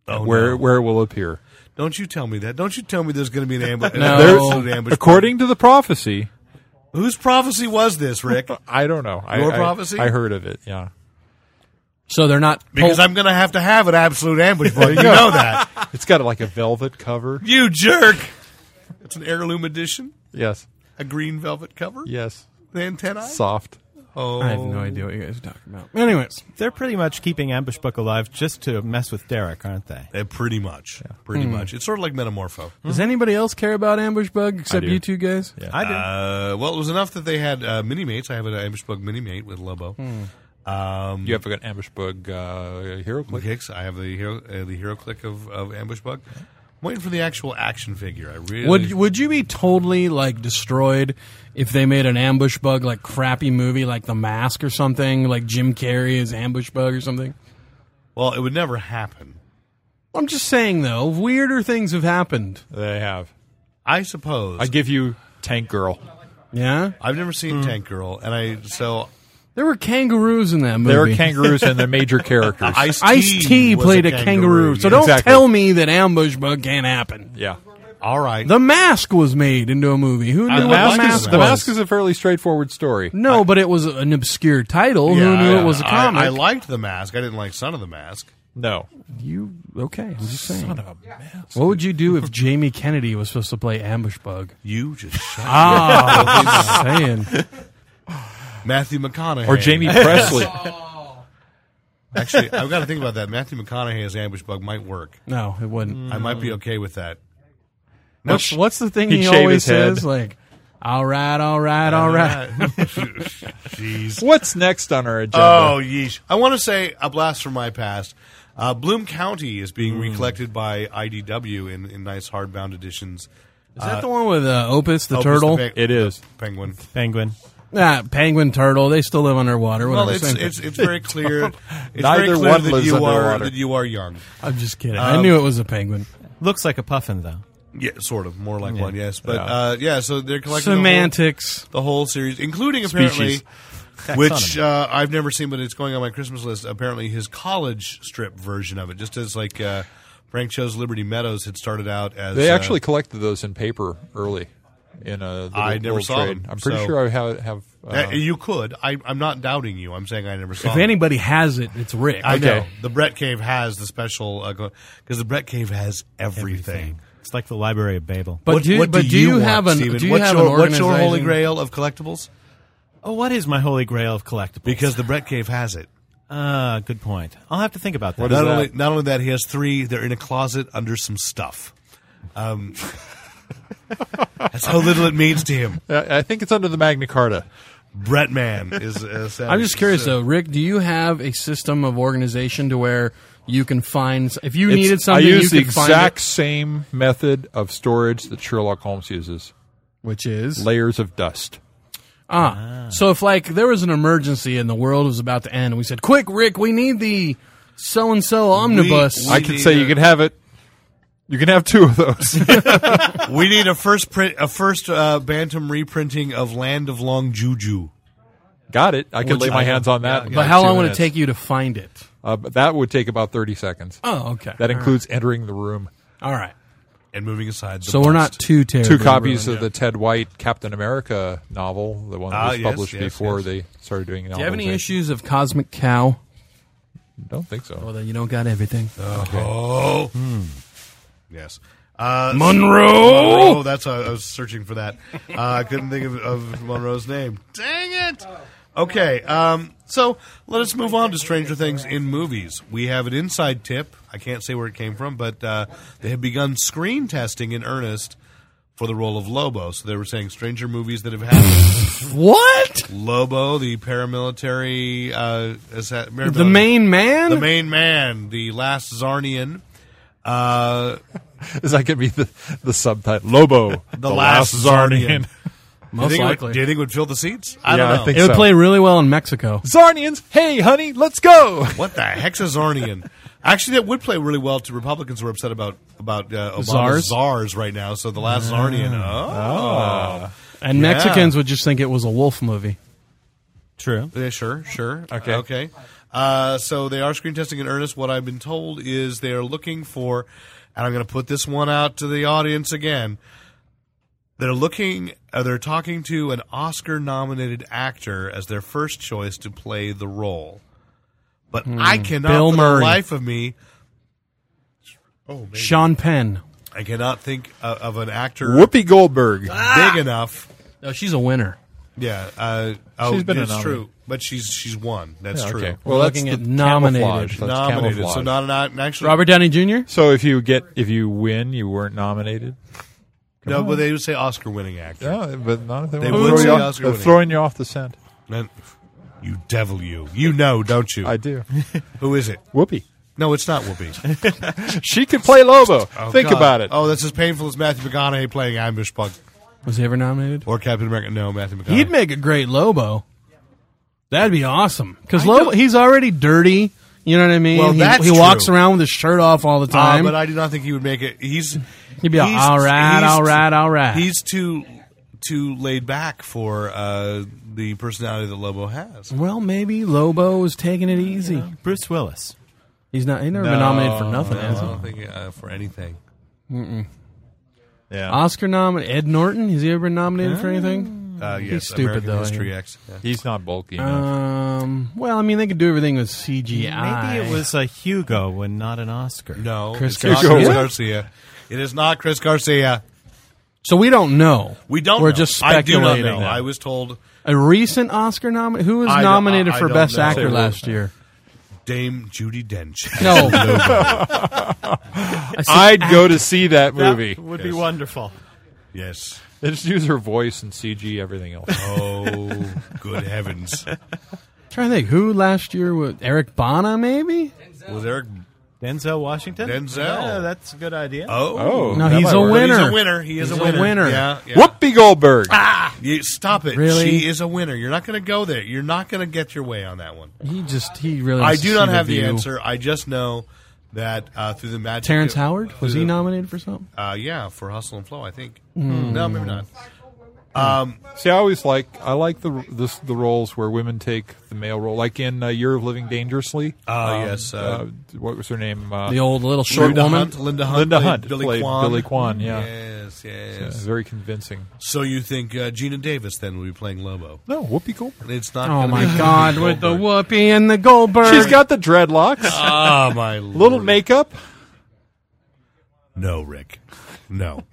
Speaker 4: Oh,
Speaker 5: where
Speaker 4: no.
Speaker 5: where it will appear.
Speaker 4: Don't you tell me that. Don't you tell me there's going to be an ambush.
Speaker 6: No.
Speaker 4: an
Speaker 6: There's-
Speaker 4: absolute ambush.
Speaker 5: According to the prophecy,
Speaker 4: Whose prophecy was this, Rick?
Speaker 5: I don't know. I-
Speaker 4: Your
Speaker 5: I,
Speaker 4: prophecy?
Speaker 5: I heard of it. Yeah.
Speaker 6: so they're not.
Speaker 4: Because
Speaker 6: pol-
Speaker 4: I'm going to have to have an absolute ambush, boy. You know that.
Speaker 5: It's got like a velvet cover.
Speaker 4: You jerk. It's an heirloom edition.
Speaker 5: Yes.
Speaker 4: a green velvet cover?
Speaker 5: Yes.
Speaker 4: The antennae?
Speaker 5: Soft.
Speaker 4: oh.
Speaker 6: I have no idea what you guys are talking about. Anyways,
Speaker 7: They're pretty much keeping Ambush Book alive just to mess with Derek, aren't they?
Speaker 4: Eh, pretty much.
Speaker 6: Hmm.
Speaker 4: Pretty much. It's sort of like Metamorpho.
Speaker 6: does anybody else care about Ambush Bug except
Speaker 5: do.
Speaker 6: you two guys?
Speaker 5: Yeah.
Speaker 7: I do.
Speaker 4: Uh, well, it was enough that they had uh, mini mates. I have an ambush bug mini mate with Lobo.
Speaker 6: Hmm.
Speaker 4: Um,
Speaker 5: You have an ambush bug uh, hero
Speaker 4: Click
Speaker 5: click.
Speaker 4: Hicks. I have the hero, uh, the hero click of, of ambush bug. I'm waiting for the actual action figure. I really
Speaker 6: Would would you be totally like destroyed if they made an ambush bug like crappy movie like The Mask or something like Jim Carrey is ambush bug or something?
Speaker 4: well, it would never happen.
Speaker 6: I'm just saying though, weirder things have happened.
Speaker 5: They have.
Speaker 4: I suppose.
Speaker 5: I give you Tank Girl.
Speaker 6: Yeah,
Speaker 4: I've never seen
Speaker 6: Hmm.
Speaker 4: Tank Girl, and I so
Speaker 6: there were kangaroos in that movie.
Speaker 5: There are kangaroos and they're major characters.
Speaker 4: Ice
Speaker 6: Ice T played a kangaroo, so don't
Speaker 5: Exactly.
Speaker 6: tell me that ambush bug can't happen.
Speaker 5: yeah.
Speaker 4: All right,
Speaker 6: The Mask was made into a movie. Who knew
Speaker 4: The
Speaker 6: what
Speaker 4: Mask
Speaker 6: the
Speaker 4: is-
Speaker 6: mask
Speaker 5: Uh, the
Speaker 6: was?
Speaker 5: mask is a fairly straightforward story.
Speaker 6: no, but it was an obscure title. Who
Speaker 4: Yeah,
Speaker 6: knew
Speaker 4: I-
Speaker 6: it was a
Speaker 4: I-
Speaker 6: comic?
Speaker 4: I, liked the mask. I didn't like Son of the Mask.
Speaker 5: No.
Speaker 6: You okay? I'm just saying. What would you do if Jamie Kennedy was supposed to play Ambush Bug?
Speaker 4: You just shut
Speaker 6: Ah, saying.
Speaker 4: Matthew McConaughey
Speaker 5: Or Jamie Presley.
Speaker 4: Actually, I've got to think about that. Matthew McConaughey as ambush bug might work.
Speaker 6: No, it wouldn't.
Speaker 4: I might be okay with that.
Speaker 6: What's, what's the thing
Speaker 5: He'd
Speaker 6: he
Speaker 5: shave
Speaker 6: always
Speaker 5: his head.
Speaker 6: says? Like, all right, all right,
Speaker 4: Uh,
Speaker 6: all right.
Speaker 4: Jeez.
Speaker 5: What's next on our agenda?
Speaker 4: Oh, yeesh. I want to say a blast from my past. Uh, Bloom County is
Speaker 6: Mm.
Speaker 4: being recollected by IDW in, in nice hardbound editions.
Speaker 6: Is that the one with uh, Opus the
Speaker 4: Opus
Speaker 6: turtle?
Speaker 4: pe-
Speaker 5: It is.
Speaker 4: the penguin.
Speaker 7: Penguin.
Speaker 6: nah, penguin turtle. They still live underwater. Whatever.
Speaker 4: Well, it's
Speaker 6: same
Speaker 4: it's
Speaker 6: thing.
Speaker 4: it's very clear. It's
Speaker 5: Neither
Speaker 4: very clear
Speaker 5: one
Speaker 4: that
Speaker 5: lives
Speaker 4: you are
Speaker 5: underwater.
Speaker 4: that you are young.
Speaker 6: I'm just kidding.
Speaker 4: um,
Speaker 6: I knew it was a penguin.
Speaker 7: Looks like a puffin, though.
Speaker 4: Yeah, sort of, more like one. Yes, but uh, yeah. So they're collecting the whole-
Speaker 6: Semantics.
Speaker 4: the whole series, including apparently, which
Speaker 7: Taxonomy.
Speaker 4: uh, I've never seen, but it's going on my Christmas list. Apparently, his college strip version of it, just as like uh, Frank Cho's Liberty Meadows had started out as.
Speaker 5: They
Speaker 4: uh,
Speaker 5: actually collected those in paper early in a little
Speaker 4: I never
Speaker 5: world
Speaker 4: saw
Speaker 5: trade.
Speaker 4: them,
Speaker 5: I'm pretty
Speaker 4: so-
Speaker 5: sure I have. have uh,
Speaker 4: uh, you could. I, I'm not doubting you. I'm saying I never saw.
Speaker 6: If
Speaker 4: them.
Speaker 6: anybody has it, it's Rick.
Speaker 4: Oh. I know
Speaker 5: Okay.
Speaker 4: the Brett Cave has the special because the Brett Cave has everything.
Speaker 7: It's like the Library of Babel.
Speaker 6: But
Speaker 4: what,
Speaker 6: do,
Speaker 4: what
Speaker 6: but
Speaker 4: do you,
Speaker 6: have
Speaker 4: want,
Speaker 6: an
Speaker 4: Steven?
Speaker 6: do you
Speaker 4: what's,
Speaker 6: have
Speaker 4: your,
Speaker 6: an
Speaker 4: what's your holy
Speaker 6: organization-
Speaker 4: grail of collectibles?
Speaker 7: oh, what is my holy grail of collectibles?
Speaker 4: Because the Brett Cave has it.
Speaker 7: Ah, good point. I'll have to think about that. Uh,
Speaker 5: What is
Speaker 4: Not
Speaker 5: that?
Speaker 4: only not only that, he has three. They're in a closet under some stuff. Um, that's how little it means to him.
Speaker 5: I I think it's under the Magna Carta.
Speaker 4: Brett Man is. Uh, savage.
Speaker 6: I'm just curious though, Rick. Do you have a system of organization to where you can find if you
Speaker 5: It's-
Speaker 6: needed something?
Speaker 5: I use
Speaker 6: you
Speaker 5: the
Speaker 6: could
Speaker 5: exact
Speaker 6: find it,
Speaker 5: same method of storage that Sherlock Holmes uses:
Speaker 6: which is
Speaker 5: layers of dust.
Speaker 6: ah. So if like there was an emergency and the world was about to end, and we said, "Quick, Rick, we need the so and so omnibus."
Speaker 4: We
Speaker 5: I can
Speaker 4: need
Speaker 5: say
Speaker 4: a-
Speaker 5: you can have it. You can have two of those.
Speaker 4: We need a first print, a first uh, Bantam reprinting of Land of Long Juju.
Speaker 5: Got it. I could lay my hands on that. in
Speaker 6: but
Speaker 5: like
Speaker 6: how
Speaker 5: two
Speaker 6: long would it
Speaker 5: minutes.
Speaker 6: take you to find it?
Speaker 5: Uh, but that would take about thirty seconds.
Speaker 6: Oh, okay.
Speaker 5: That includes entering the room.
Speaker 6: all right.
Speaker 4: And moving aside, the
Speaker 6: So we're not
Speaker 4: bust.
Speaker 6: too terribly
Speaker 5: Two copies
Speaker 6: ruined.
Speaker 5: of the Ted White Captain America novel, the one that
Speaker 4: Ah,
Speaker 5: was
Speaker 4: yes,
Speaker 5: published
Speaker 4: yes,
Speaker 5: before
Speaker 4: yes.
Speaker 5: they started doing.
Speaker 6: Do you have any issues of Cosmic Cow?
Speaker 5: Don't think so.
Speaker 6: Well, then you don't got everything.
Speaker 4: Oh, yes. Uh,
Speaker 6: Hmm. Monroe.
Speaker 4: Oh, that's I was searching for that. Uh, I couldn't think of, of Monroe's name. Dang it! Okay, um, so let us move on to Stranger Things in movies. We have an inside tip. I can't say where it came from, but uh, they have begun screen testing in earnest for the role of Lobo. So they were saying Stranger movies that have happened.
Speaker 6: What?
Speaker 4: Lobo, the paramilitary, uh, assa-
Speaker 6: The main man?
Speaker 4: the main man, the last Zarnian. Uh,
Speaker 5: Is that going to be the, the subtitle? Lobo, the,
Speaker 4: last Zarnian.
Speaker 6: Most
Speaker 4: do you think it would-
Speaker 6: likely.
Speaker 4: do you think it would fill the seats? I
Speaker 5: Yeah,
Speaker 4: don't
Speaker 5: I
Speaker 4: know.
Speaker 5: think-
Speaker 6: it would
Speaker 5: so.
Speaker 6: play really well in Mexico.
Speaker 5: Zarnians, hey, honey, let's go.
Speaker 4: what the heck's a Zarnian? Actually, that would play really well to Republicans who are upset about about uh, Obama's
Speaker 6: Czars?
Speaker 4: czars? Ah. right now. So the last Zarnian. Oh,
Speaker 6: And
Speaker 4: Yeah.
Speaker 6: Mexicans would just think it was a wolf movie.
Speaker 7: True.
Speaker 4: Yeah, sure, sure.
Speaker 5: Okay.
Speaker 4: okay. Uh, so they are screen testing in earnest. What I've been told is they are looking for, and I'm going to put this one out to the audience again. They're looking. Uh, they're talking to an Oscar-nominated actor as their first choice to play the role, but
Speaker 5: Hmm.
Speaker 4: I cannot,
Speaker 6: Bill
Speaker 4: for
Speaker 6: Murray.
Speaker 4: the life of me, oh, man,
Speaker 6: Sean Penn.
Speaker 4: I cannot think of, of an actor
Speaker 5: Whoopi Goldberg.
Speaker 4: big enough
Speaker 6: No, she's a winner.
Speaker 4: Yeah, uh, oh,
Speaker 5: She's been a
Speaker 4: it's
Speaker 5: nominee.
Speaker 4: true, but she's she's won. That's
Speaker 5: Yeah,
Speaker 4: true.
Speaker 5: okay.
Speaker 6: We're
Speaker 5: that's
Speaker 6: looking
Speaker 5: the
Speaker 6: at nominated.
Speaker 5: camouflage. That's
Speaker 4: Nominated, so
Speaker 5: camouflage.
Speaker 4: not not actually.
Speaker 6: Robert Downey Jr.
Speaker 5: So if you get if you win, you weren't nominated.
Speaker 4: no, but they would say Oscar-winning actor.
Speaker 5: Yeah, but not if they,
Speaker 4: They
Speaker 5: won.
Speaker 4: would
Speaker 5: Throw
Speaker 4: say
Speaker 5: you off-
Speaker 4: Oscar
Speaker 5: they're
Speaker 4: winning.
Speaker 5: throwing you off the scent.
Speaker 4: Man, you devil, you. You know, don't you?
Speaker 5: I do.
Speaker 4: Who is it?
Speaker 5: Whoopi.
Speaker 4: No, it's not Whoopi.
Speaker 5: She could play Lobo.
Speaker 4: Oh,
Speaker 5: Think
Speaker 4: God.
Speaker 5: about it.
Speaker 4: Oh, that's as painful as Matthew McConaughey playing Ambush Bug
Speaker 6: Was he ever nominated?
Speaker 4: or Captain America. No, Matthew McConaughey.
Speaker 6: He'd make a great Lobo. That'd be awesome because Lobo he's already dirty. You know what I mean?
Speaker 4: Well,
Speaker 6: he,
Speaker 4: that's
Speaker 6: he
Speaker 4: true.
Speaker 6: walks around with his shirt off all the
Speaker 4: Ah,
Speaker 6: time.
Speaker 4: but I do not think he would make it. He's
Speaker 6: He'd be all,
Speaker 4: he's-
Speaker 6: "All right,
Speaker 4: he's-
Speaker 6: all right, all right."
Speaker 4: He's too too laid back for uh, the personality that Lobo has.
Speaker 6: well, maybe Lobo is taking it easy.
Speaker 7: Bruce Willis.
Speaker 6: He's not. He's never been nominated for nothing.
Speaker 4: No,
Speaker 6: has
Speaker 4: I
Speaker 6: he?
Speaker 4: don't think uh, for anything.
Speaker 7: Yeah.
Speaker 6: Oscar nominated. Ed Norton. Has he ever been nominated for anything?
Speaker 4: Uh, yes,
Speaker 6: stupid,
Speaker 4: American
Speaker 6: though,
Speaker 4: History
Speaker 6: yeah.
Speaker 4: X. Yeah.
Speaker 5: He's not bulky enough.
Speaker 6: Um. Well, I mean, they could do everything with CGI.
Speaker 7: Maybe it was a Hugo when not an Oscar.
Speaker 4: No,
Speaker 6: Chris
Speaker 4: it's not
Speaker 6: Garcia?
Speaker 4: Chris Garcia. It is not Chris Garcia.
Speaker 6: So we don't know.
Speaker 4: We don't.
Speaker 6: We're
Speaker 4: know.
Speaker 6: just
Speaker 4: I do
Speaker 6: speculating.
Speaker 4: not know. I was told
Speaker 6: a recent Oscar nominee. Who was
Speaker 4: I don't-
Speaker 6: nominated
Speaker 4: I
Speaker 6: for
Speaker 4: don't
Speaker 6: Best
Speaker 4: know.
Speaker 6: Actor last year?
Speaker 4: Dame Judy Dench.
Speaker 6: No.
Speaker 5: I'd go to see that movie.
Speaker 7: would
Speaker 4: Yes.
Speaker 7: be wonderful.
Speaker 4: yes.
Speaker 5: They just use her voice and CG everything else.
Speaker 4: Oh, good heavens!
Speaker 6: trying to think. Who last year was Eric Bana? Maybe.
Speaker 4: Was Eric?
Speaker 7: Denzel Washington?
Speaker 4: Denzel.
Speaker 7: Yeah, that's a good idea.
Speaker 4: Oh,
Speaker 5: Oh,
Speaker 6: No,
Speaker 5: that
Speaker 6: he's
Speaker 5: might
Speaker 6: a
Speaker 5: work.
Speaker 4: He's
Speaker 6: winner.
Speaker 4: a winner. He is
Speaker 6: He's
Speaker 4: a
Speaker 6: a
Speaker 4: winner.
Speaker 6: winner.
Speaker 4: Yeah, yeah.
Speaker 5: Whoopi Goldberg.
Speaker 6: Ah.
Speaker 4: You- stop it.
Speaker 6: Really?
Speaker 4: She is a winner. You're not going to go there. You're not going to get your way on that one.
Speaker 6: He just he really.
Speaker 4: I
Speaker 6: wants to
Speaker 4: do not
Speaker 6: see
Speaker 4: have the
Speaker 6: view.
Speaker 4: answer. I just know that uh, through the magic.
Speaker 6: Terrence
Speaker 4: of-
Speaker 6: Howard was
Speaker 4: through
Speaker 6: he
Speaker 4: the-
Speaker 6: nominated for something?
Speaker 4: Uh, yeah, for Hustle and Flow, I think.
Speaker 6: Hmm.
Speaker 4: No, maybe not. Um,
Speaker 5: See, I always like I like the this, the roles where women take the male role, like in uh, Year of Living Dangerously.
Speaker 4: Ah, yes, uh,
Speaker 5: what was her name?
Speaker 4: Oh.
Speaker 5: Uh,
Speaker 6: The old little short
Speaker 4: Linda
Speaker 6: woman.
Speaker 4: Hunt, Linda Hunt.
Speaker 5: Linda
Speaker 4: played
Speaker 5: Hunt
Speaker 4: Billy
Speaker 5: played
Speaker 4: Kwan.
Speaker 5: Billy Kwan, yeah.
Speaker 4: Yes, yes.
Speaker 5: Very convincing.
Speaker 4: So you think uh, Gina Davis then will be playing Lobo?
Speaker 5: No, Whoopi Goldberg.
Speaker 4: It's not.
Speaker 6: Oh
Speaker 4: gonna
Speaker 6: my
Speaker 4: be
Speaker 6: God!
Speaker 4: Whoopi
Speaker 6: With the
Speaker 4: Goldberg.
Speaker 6: Whoopi and the Goldberg.
Speaker 5: She's got the dreadlocks,
Speaker 4: Ah, my
Speaker 5: little
Speaker 4: lord.
Speaker 5: makeup.
Speaker 4: No, Rick. No.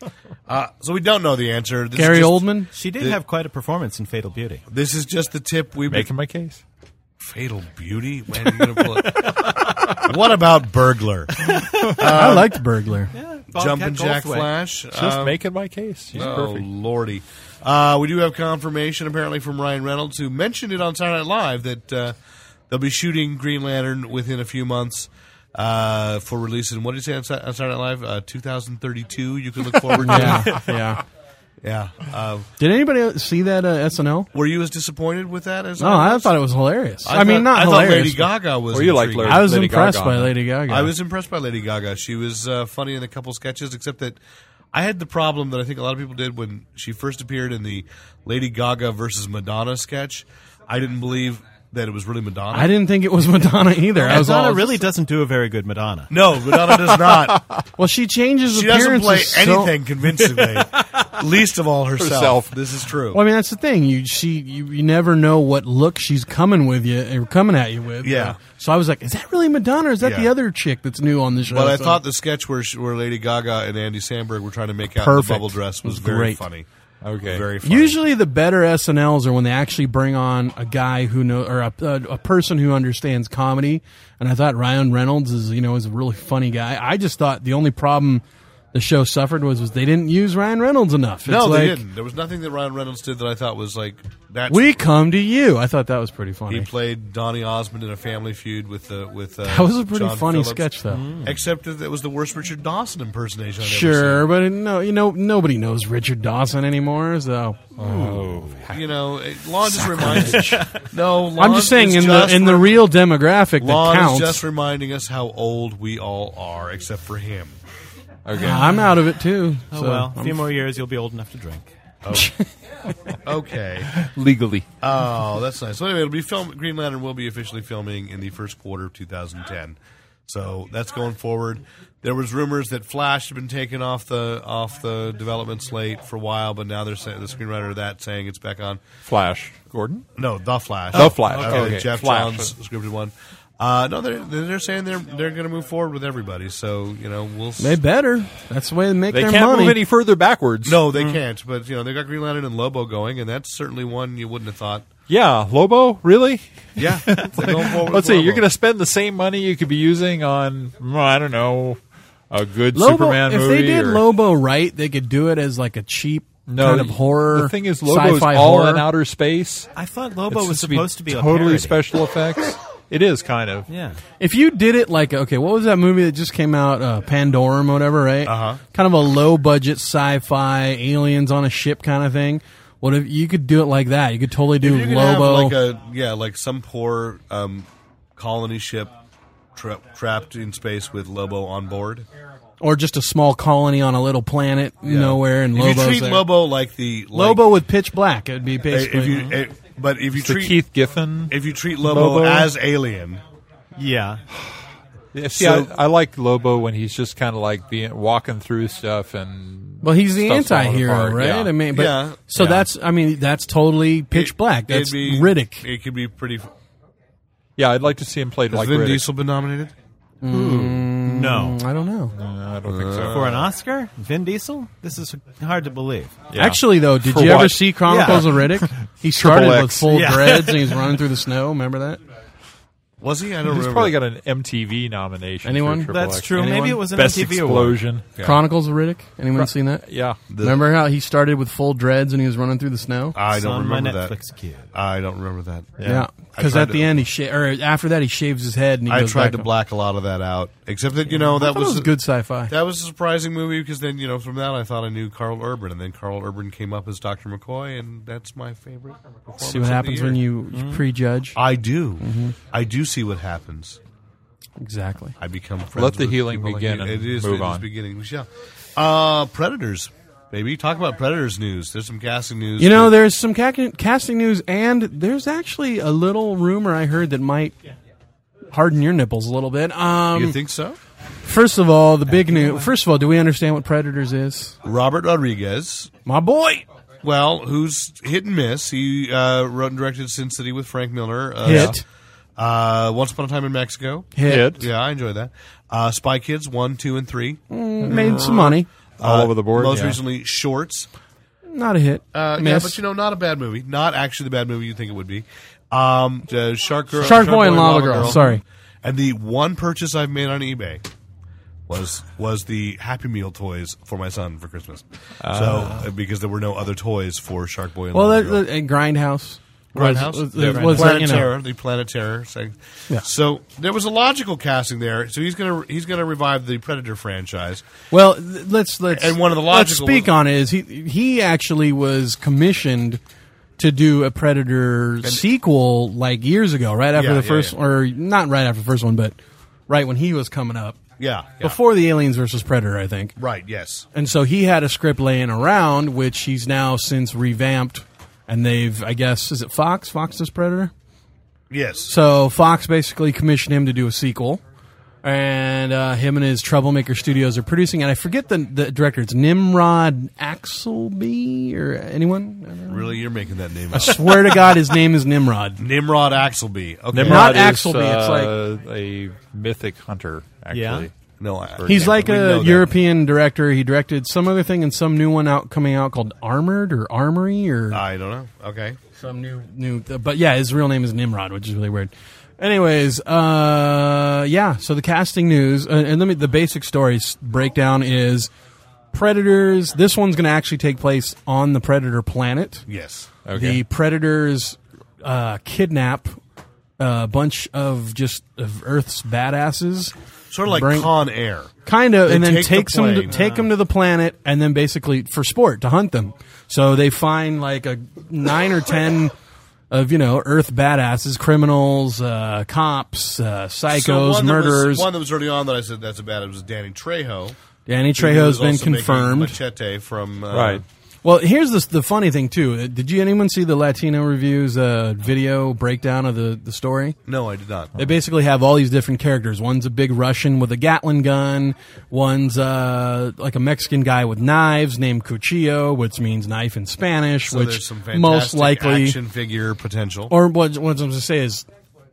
Speaker 4: uh, so we don't know the answer. This is
Speaker 6: Gary
Speaker 4: just-
Speaker 6: Oldman.
Speaker 7: She did have quite a performance in Fatal Beauty.
Speaker 4: This is just the tip. We make
Speaker 5: Making my case.
Speaker 4: Fatal Beauty. When are you gonna pull it? what about Burglar?
Speaker 6: I liked Burglar.
Speaker 4: Jumping Jack Flash.
Speaker 5: Uh, Just
Speaker 4: Um,
Speaker 5: making my case. She's
Speaker 4: Oh
Speaker 5: perfect.
Speaker 4: lordy! Uh, we do have confirmation apparently from Ryan Reynolds, who mentioned it on Saturday Night Live that uh, they'll be shooting Green Lantern within a few months uh, for release in what did you say on Sa- on Saturday Night Live? Uh, 2032. You can look forward to.
Speaker 6: Yeah, yeah.
Speaker 4: Yeah. Uh,
Speaker 6: Did anybody else see that uh, SNL?
Speaker 4: were you as disappointed with that as?
Speaker 6: No, Oh, I thought it was hilarious. I, mean,
Speaker 4: thought-
Speaker 6: not
Speaker 4: I thought
Speaker 6: hilarious.
Speaker 4: Lady Gaga was.
Speaker 5: Or you like
Speaker 4: intriguing.
Speaker 5: Lady-
Speaker 6: I was
Speaker 5: Lady
Speaker 6: impressed
Speaker 5: Gaga.
Speaker 6: by Lady Gaga.
Speaker 4: I was impressed by Lady Gaga. She was uh, funny in a couple sketches, except that I had the problem that I think a lot of people did when she first appeared in the Lady Gaga versus Madonna sketch. I didn't believe that it was really Madonna.
Speaker 6: I didn't think it was Madonna either. I was
Speaker 7: Madonna
Speaker 6: all,
Speaker 7: really doesn't do a very good Madonna.
Speaker 4: no, Madonna does not.
Speaker 6: Well, she changes
Speaker 4: She doesn't
Speaker 6: appearances.
Speaker 4: play
Speaker 6: so-
Speaker 4: anything convincingly, least of all herself.
Speaker 5: Herself.
Speaker 4: This is true.
Speaker 6: Well, I mean, that's the thing. You she you, you never know what look she's coming with you or coming at you with. Uh,
Speaker 4: Yeah.
Speaker 6: So I was like, is that really Madonna? or Is that
Speaker 4: Yeah.
Speaker 6: the other chick that's new on the show?
Speaker 4: But I
Speaker 6: So-
Speaker 4: thought the sketch where she, where Lady Gaga and Andy Samberg were trying to make out in the
Speaker 6: Perfect.
Speaker 4: bubble dress was,
Speaker 6: It was
Speaker 4: very
Speaker 6: great.
Speaker 4: funny.
Speaker 5: Okay.
Speaker 4: Very funny.
Speaker 6: Usually, the better SNLs are when they actually bring on a guy who know or a, a, a person who understands comedy. And I thought Ryan Reynolds is you know is a really funny guy. I just thought the only problem the show suffered was was they didn't use Ryan Reynolds enough.
Speaker 4: no,
Speaker 6: It's
Speaker 4: they
Speaker 6: like,
Speaker 4: didn't. There was nothing that Ryan Reynolds did that I thought was like that's
Speaker 6: We come to you. I thought that was pretty funny.
Speaker 4: He played Donny Osmond in a Family Feud with the with. Uh,
Speaker 6: that was a pretty
Speaker 4: John
Speaker 6: funny
Speaker 4: Phillips. Mm.
Speaker 6: sketch, though.
Speaker 4: Except that it was the worst Richard Dawson impersonation. I've
Speaker 6: Sure, but no, you know, nobody knows Richard Dawson anymore. So
Speaker 4: ever seen. you know, it- Lon just reminds. no, Lon
Speaker 6: I'm just saying,
Speaker 4: is
Speaker 6: in
Speaker 4: just
Speaker 6: the in the
Speaker 4: re-
Speaker 6: real demographic
Speaker 4: Lon
Speaker 6: that counts,
Speaker 4: is just reminding us how old we all are, except for him.
Speaker 5: Okay.
Speaker 6: I'm out of it too.
Speaker 7: Oh,
Speaker 6: so Um,
Speaker 7: well. A
Speaker 6: I'm
Speaker 7: few more years, you'll be old enough to drink.
Speaker 4: Okay.
Speaker 5: Legally.
Speaker 4: Oh, that's nice. So anyway, it'll be film. Green Lantern will be officially filming in the first quarter of 2010. So that's going forward. There was rumors that Flash had been taken off the off the development slate for a while, but now they're saying the screenwriter of that saying it's back on.
Speaker 5: Flash. Gordon.
Speaker 4: No, the Flash.
Speaker 5: The Flash.
Speaker 4: Okay,
Speaker 5: Okay.
Speaker 4: Jeff
Speaker 5: Flash.
Speaker 4: Johns scripted one. Uh, no, they're they're saying they're they're going to move forward with everybody. So you know we'll. s-
Speaker 6: They better. That's the way they make
Speaker 5: They
Speaker 6: their
Speaker 5: can't
Speaker 6: money.
Speaker 5: move any further backwards.
Speaker 4: no, they can't. But you know they got Green Lantern and Lobo going, and that's certainly one you wouldn't have thought.
Speaker 5: Yeah, Lobo, really?
Speaker 4: Yeah, they're going forward with
Speaker 5: Let's see. You're
Speaker 4: Lobo.
Speaker 5: going to spend the same money you could be using on mm, I don't know a good
Speaker 6: Lobo,
Speaker 5: Superman
Speaker 6: if
Speaker 5: movie.
Speaker 6: they did
Speaker 5: or-
Speaker 6: Lobo right, they could do it as like a cheap
Speaker 5: no,
Speaker 6: kind of horror.
Speaker 5: The thing is, Lobo is
Speaker 6: sci-fi
Speaker 5: all
Speaker 6: horror.
Speaker 5: in outer space.
Speaker 7: I thought Lobo
Speaker 5: It's
Speaker 7: was supposed to be, a
Speaker 5: totally
Speaker 7: parody.
Speaker 5: special effects. It is kind of.
Speaker 7: Yeah,
Speaker 6: If you did it like okay, what was that movie that just came out? Uh, Pandorum, whatever, right?
Speaker 4: Uh-huh.
Speaker 6: Kind of a low budget sci-fi aliens on a ship kind of thing. What if you could do it like that? You could totally do
Speaker 4: If you could have,
Speaker 6: Lobo.
Speaker 4: like a yeah, like some poor um, colony ship tra- trapped in space with Lobo on board.
Speaker 6: or just a small colony on a little planet nowhere, and
Speaker 4: If
Speaker 6: Lobo's
Speaker 4: you treat
Speaker 6: there.
Speaker 4: Lobo like the like-
Speaker 6: Lobo with pitch black. It'd be
Speaker 4: eh,
Speaker 6: basically.
Speaker 4: if you eh, but if you
Speaker 5: The
Speaker 4: treat
Speaker 5: Keith Giffen.
Speaker 4: if you treat Lobo,
Speaker 5: Lobo.
Speaker 4: as alien,
Speaker 7: yeah.
Speaker 5: Yeah, see,
Speaker 4: So-
Speaker 5: I, I like Lobo when he's just kind of like being walking through stuff and.
Speaker 6: well, he's the
Speaker 5: Stuff's falling
Speaker 6: anti-hero,
Speaker 5: apart,
Speaker 6: right?
Speaker 5: yeah.
Speaker 6: I mean, but
Speaker 4: Yeah,
Speaker 6: so
Speaker 4: yeah.
Speaker 6: that's I mean that's totally pitch
Speaker 4: it-
Speaker 6: black. That's
Speaker 4: it'd be-
Speaker 6: Riddick.
Speaker 4: It could be pretty. Has
Speaker 5: Yeah, I'd like to see him played like
Speaker 4: Vin
Speaker 5: Riddick.
Speaker 4: Diesel been nominated?
Speaker 7: No,
Speaker 6: I don't know.
Speaker 5: No, I don't think
Speaker 6: Uh,
Speaker 5: so.
Speaker 7: for an Oscar, Vin Diesel. This is hard to believe.
Speaker 5: Yeah.
Speaker 6: Actually, though, did
Speaker 5: For
Speaker 6: you ever
Speaker 5: what?
Speaker 6: see Chronicles of Riddick? He started
Speaker 5: Triple
Speaker 6: with
Speaker 5: X.
Speaker 6: full
Speaker 7: Yeah.
Speaker 6: dreads and he's running through the snow. Remember that?
Speaker 4: Was he? I don't
Speaker 5: he's
Speaker 4: remember.
Speaker 5: probably got an MTV nomination. for
Speaker 6: Anyone?
Speaker 5: Triple
Speaker 7: That's
Speaker 5: X.
Speaker 7: true.
Speaker 6: Anyone?
Speaker 7: Maybe it was an
Speaker 5: Best
Speaker 7: MTV award.
Speaker 5: explosion.
Speaker 6: Chronicles of Riddick. Anyone seen that?
Speaker 5: Yeah.
Speaker 6: Remember how he started with full dreads and he was running through the snow?
Speaker 4: I
Speaker 7: It's
Speaker 4: don't
Speaker 7: on my
Speaker 4: remember that.
Speaker 7: Netflix queue.
Speaker 4: I don't remember that.
Speaker 6: Yeah,
Speaker 4: Uh, I
Speaker 6: because
Speaker 4: tried
Speaker 6: at the
Speaker 4: to-
Speaker 6: end he sha- or after that he shaves his head and he
Speaker 4: I
Speaker 6: goes
Speaker 4: tried
Speaker 6: back
Speaker 4: to
Speaker 6: on-
Speaker 4: black a lot of that out, except that you know
Speaker 6: I
Speaker 4: that
Speaker 6: thought it
Speaker 4: was,
Speaker 6: was good sci-fi.
Speaker 4: That was a surprising movie because then you know from that I thought I knew Carl Urban, and then Carl Urban came up as Dr. McCoy, and that's my favorite. Performance
Speaker 6: See what happens when you Mm-hmm. you prejudge.
Speaker 4: I do, I do see what happens.
Speaker 6: Exactly.
Speaker 4: I become friends.
Speaker 5: Let the
Speaker 4: with
Speaker 5: healing
Speaker 4: people like
Speaker 5: begin
Speaker 4: you.
Speaker 5: and
Speaker 4: it is,
Speaker 5: move
Speaker 4: it is
Speaker 5: on.
Speaker 4: beginning. We shall. Uh, Predators, baby. Talk about Predators news. There's some casting news.
Speaker 6: You know,
Speaker 4: that
Speaker 6: there's some cac- casting news, and there's actually a little rumor I heard that might harden your nipples a little bit. Um,
Speaker 4: you think so?
Speaker 6: First of all, the big news. First of all, do we understand what Predators is?
Speaker 4: Robert Rodriguez,
Speaker 6: My boy.
Speaker 4: Well, who's hit and miss? He uh, wrote and directed Sin City with Frank Miller. Uh,
Speaker 6: Hit.
Speaker 4: Uh, Once Upon a Time in Mexico.
Speaker 6: Hit.
Speaker 4: Yeah, I enjoyed that. Uh, Spy Kids one, two, and three.
Speaker 6: Mm. Mm-hmm. Made some money.
Speaker 5: All
Speaker 4: Uh,
Speaker 5: over the board.
Speaker 4: Most
Speaker 5: yeah.
Speaker 4: recently, Shorts.
Speaker 6: Not a hit.
Speaker 4: Uh, yeah,
Speaker 6: Miss.
Speaker 4: but you know, not a bad movie. Not actually the bad movie you think it would be. Um, uh, Shark Girl,
Speaker 6: Shark Boy and Lava Girl, sorry.
Speaker 4: And the one purchase I've made on eBay was was the Happy Meal toys for my son for Christmas. so uh, because there were no other toys for Shark Boy and
Speaker 6: Ah. well,
Speaker 4: Lava
Speaker 6: that,
Speaker 4: Girl.
Speaker 6: that, and Grindhouse.
Speaker 4: Grindhouse,
Speaker 6: Was, was,
Speaker 4: Yeah,
Speaker 6: was that,
Speaker 4: Planet
Speaker 6: you know,
Speaker 4: Terror, the Planet Terror. Thing.
Speaker 6: Yeah.
Speaker 4: So there was a logical casting there. So he's gonna he's gonna revive the Predator franchise.
Speaker 6: Well, th- let's let's
Speaker 4: And one of the
Speaker 6: let's
Speaker 4: logical
Speaker 6: speak
Speaker 4: ones-
Speaker 6: on it is he he actually was commissioned to do a Predator sequel like years ago, right after
Speaker 4: Yeah,
Speaker 6: the
Speaker 4: yeah,
Speaker 6: first,
Speaker 4: yeah.
Speaker 6: or not right after the first one, but right when he was coming up
Speaker 4: Yeah. yeah.
Speaker 6: before the Aliens versus Predator, I think.
Speaker 4: Right. Yes.
Speaker 6: And so he had a script laying around, which he's now since revamped, and they've I guess is it Fox? Fox is Predator.
Speaker 4: Yes.
Speaker 6: So Fox basically commissioned him to do a sequel, and uh, him and his Troublemaker Studios are producing. And I forget the, the director. It's Nimrod Axelby or anyone. I don't know.
Speaker 4: really, you're making that name
Speaker 6: I
Speaker 4: up.
Speaker 6: swear to God, his name is Nimrod.
Speaker 4: Nimrod Axelby. Okay.
Speaker 6: Not
Speaker 5: Nimrod is,
Speaker 6: Axelby, it's
Speaker 5: uh, a mythic hunter. Actually,
Speaker 7: Yeah.
Speaker 4: No, I,
Speaker 6: He's like
Speaker 4: we
Speaker 6: a
Speaker 4: know that.
Speaker 6: European director. He directed some other thing and some new one out coming out called Armored or Armory or
Speaker 4: I don't know. Okay.
Speaker 6: some new new. But yeah, his real name is Nimrod, which is really weird. Anyways, uh, yeah. So the casting news uh, and let me the basic story s- breakdown is Predators. This one's going to actually take place on the Predator planet.
Speaker 4: Yes.
Speaker 6: The Predators uh, kidnap a bunch of just of Earth's badasses,
Speaker 4: Sort of like
Speaker 6: Bring-
Speaker 4: Con Air.
Speaker 6: kind of,
Speaker 4: They
Speaker 6: and then
Speaker 4: take the
Speaker 6: take them to,
Speaker 4: plane.
Speaker 6: take them to the planet, and then basically for sport to hunt them. So they find like a nine or ten of you know Earth badasses, criminals, uh, cops, uh, psychos,
Speaker 4: So one that was-
Speaker 6: murderers.
Speaker 4: one that was early on that I said that's a bad. It was Danny Trejo.
Speaker 6: Danny
Speaker 4: Who
Speaker 6: Trejo's
Speaker 4: was
Speaker 6: been
Speaker 4: also making
Speaker 6: confirmed.
Speaker 4: Machete from uh,
Speaker 5: Right.
Speaker 6: Well, here's the the funny thing too. Uh, Did you anyone see the Latino reviews uh, video breakdown of the the story?
Speaker 4: No, I did not.
Speaker 6: They basically have all these different characters. One's a big Russian with a Gatlin gun. One's uh, like a Mexican guy with knives named Cuchillo, which means knife in Spanish,
Speaker 4: So
Speaker 6: which
Speaker 4: there's some fantastic
Speaker 6: most likely,
Speaker 4: action figure potential.
Speaker 6: or what, what I'm going to say is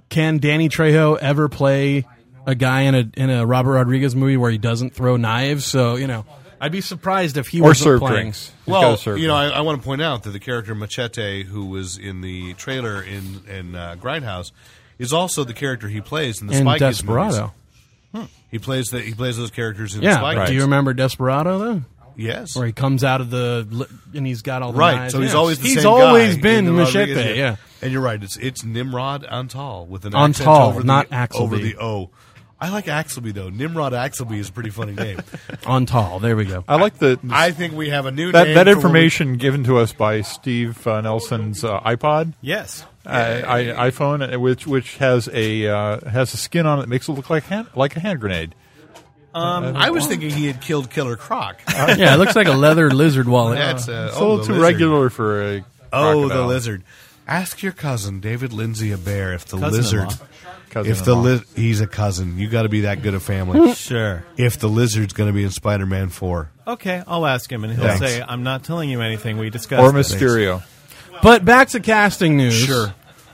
Speaker 6: Can Danny Trejo ever play a guy in a in a Robert Rodriguez movie where he doesn't throw knives? So you know, I'd be surprised if he
Speaker 5: or
Speaker 6: wasn't
Speaker 5: serve
Speaker 6: playing.
Speaker 5: drinks. He's gotta
Speaker 4: Well,
Speaker 5: serve
Speaker 4: you know,
Speaker 5: drinks.
Speaker 4: I, I want to point out that the character Machete, who was in the trailer in in uh, Grindhouse, is also the character he plays in the
Speaker 6: in
Speaker 4: Spy Kids movies.
Speaker 6: Desperado.
Speaker 4: He plays the he plays those characters in the
Speaker 6: Yeah,
Speaker 4: Spy
Speaker 6: but
Speaker 4: Kids.
Speaker 6: do you remember Desperado though?
Speaker 4: Yes.
Speaker 6: Where he comes out of the li- and he's got all the
Speaker 4: Right,
Speaker 6: knives.
Speaker 4: so he's
Speaker 6: Yeah.
Speaker 4: always the
Speaker 6: he's
Speaker 4: same
Speaker 6: always
Speaker 4: guy in
Speaker 6: been
Speaker 4: the
Speaker 6: machete.
Speaker 4: Rodriguez-
Speaker 6: Yeah,
Speaker 4: and you're right. It's it's Nimrod Antal with an
Speaker 6: Antal,
Speaker 4: accent over the,
Speaker 6: not Axelby.
Speaker 4: over the O. I like Axelby though. Nimrod Axelby is a pretty funny name.
Speaker 6: on tall. There we go.
Speaker 5: I like the
Speaker 4: I think we have a new
Speaker 5: that
Speaker 4: name
Speaker 5: that
Speaker 4: for when
Speaker 5: information given to us by Steve uh, Nelson's uh, iPod.
Speaker 7: Yes.
Speaker 5: uh, I, iPhone, uh, which which has a uh, has a skin on it that makes it look like hand, like a hand grenade.
Speaker 4: we- I was thinking he had killed Killer Croc.
Speaker 6: yeah, it looks like a leather lizard wallet.
Speaker 4: That's uh,
Speaker 5: It's a
Speaker 4: oh,
Speaker 5: little
Speaker 4: the
Speaker 5: too
Speaker 4: lizard.
Speaker 5: regular for a
Speaker 4: Oh, the
Speaker 5: crocodile.
Speaker 4: lizard. Ask your cousin David Lindsay a bear if the
Speaker 7: Cousin-in-law.
Speaker 4: lizard, if the
Speaker 5: Cousin-in-law.
Speaker 4: li- he's a cousin, you got to be that good a family.
Speaker 7: Sure.
Speaker 4: if the lizard's going to be in Spider-Man Four,
Speaker 7: Okay, I'll ask him, and he'll
Speaker 4: Thanks.
Speaker 7: say, "I'm not telling you anything. We discussed."
Speaker 5: or
Speaker 7: it."
Speaker 5: Mysterio.
Speaker 6: But back to casting news. Sure.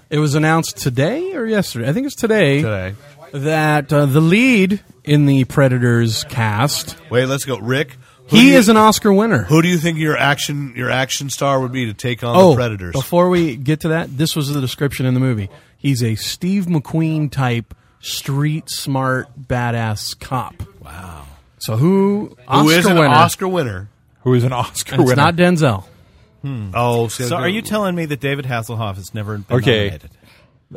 Speaker 6: It was announced today or yesterday. I think it's today,
Speaker 4: today.
Speaker 6: that uh, the lead in the Predators cast,
Speaker 4: Wait, let's go, Rick. who do
Speaker 6: he
Speaker 4: you-
Speaker 6: is an Oscar winner.
Speaker 4: Who do you think your action your action star would be to take on
Speaker 6: Oh,
Speaker 4: the Predators?
Speaker 6: Before we get to that, this was the description in the movie. He's a Steve McQueen type, street smart, badass cop. Wow. So who?
Speaker 4: Who
Speaker 6: Oscar
Speaker 4: is an
Speaker 6: winner.
Speaker 4: Oscar winner?
Speaker 5: Who is an Oscar
Speaker 6: And it's
Speaker 5: winner?
Speaker 6: not Denzel.
Speaker 4: Oh, so,
Speaker 7: So, are you telling me that David Hasselhoff has never been
Speaker 5: Okay.
Speaker 7: nominated?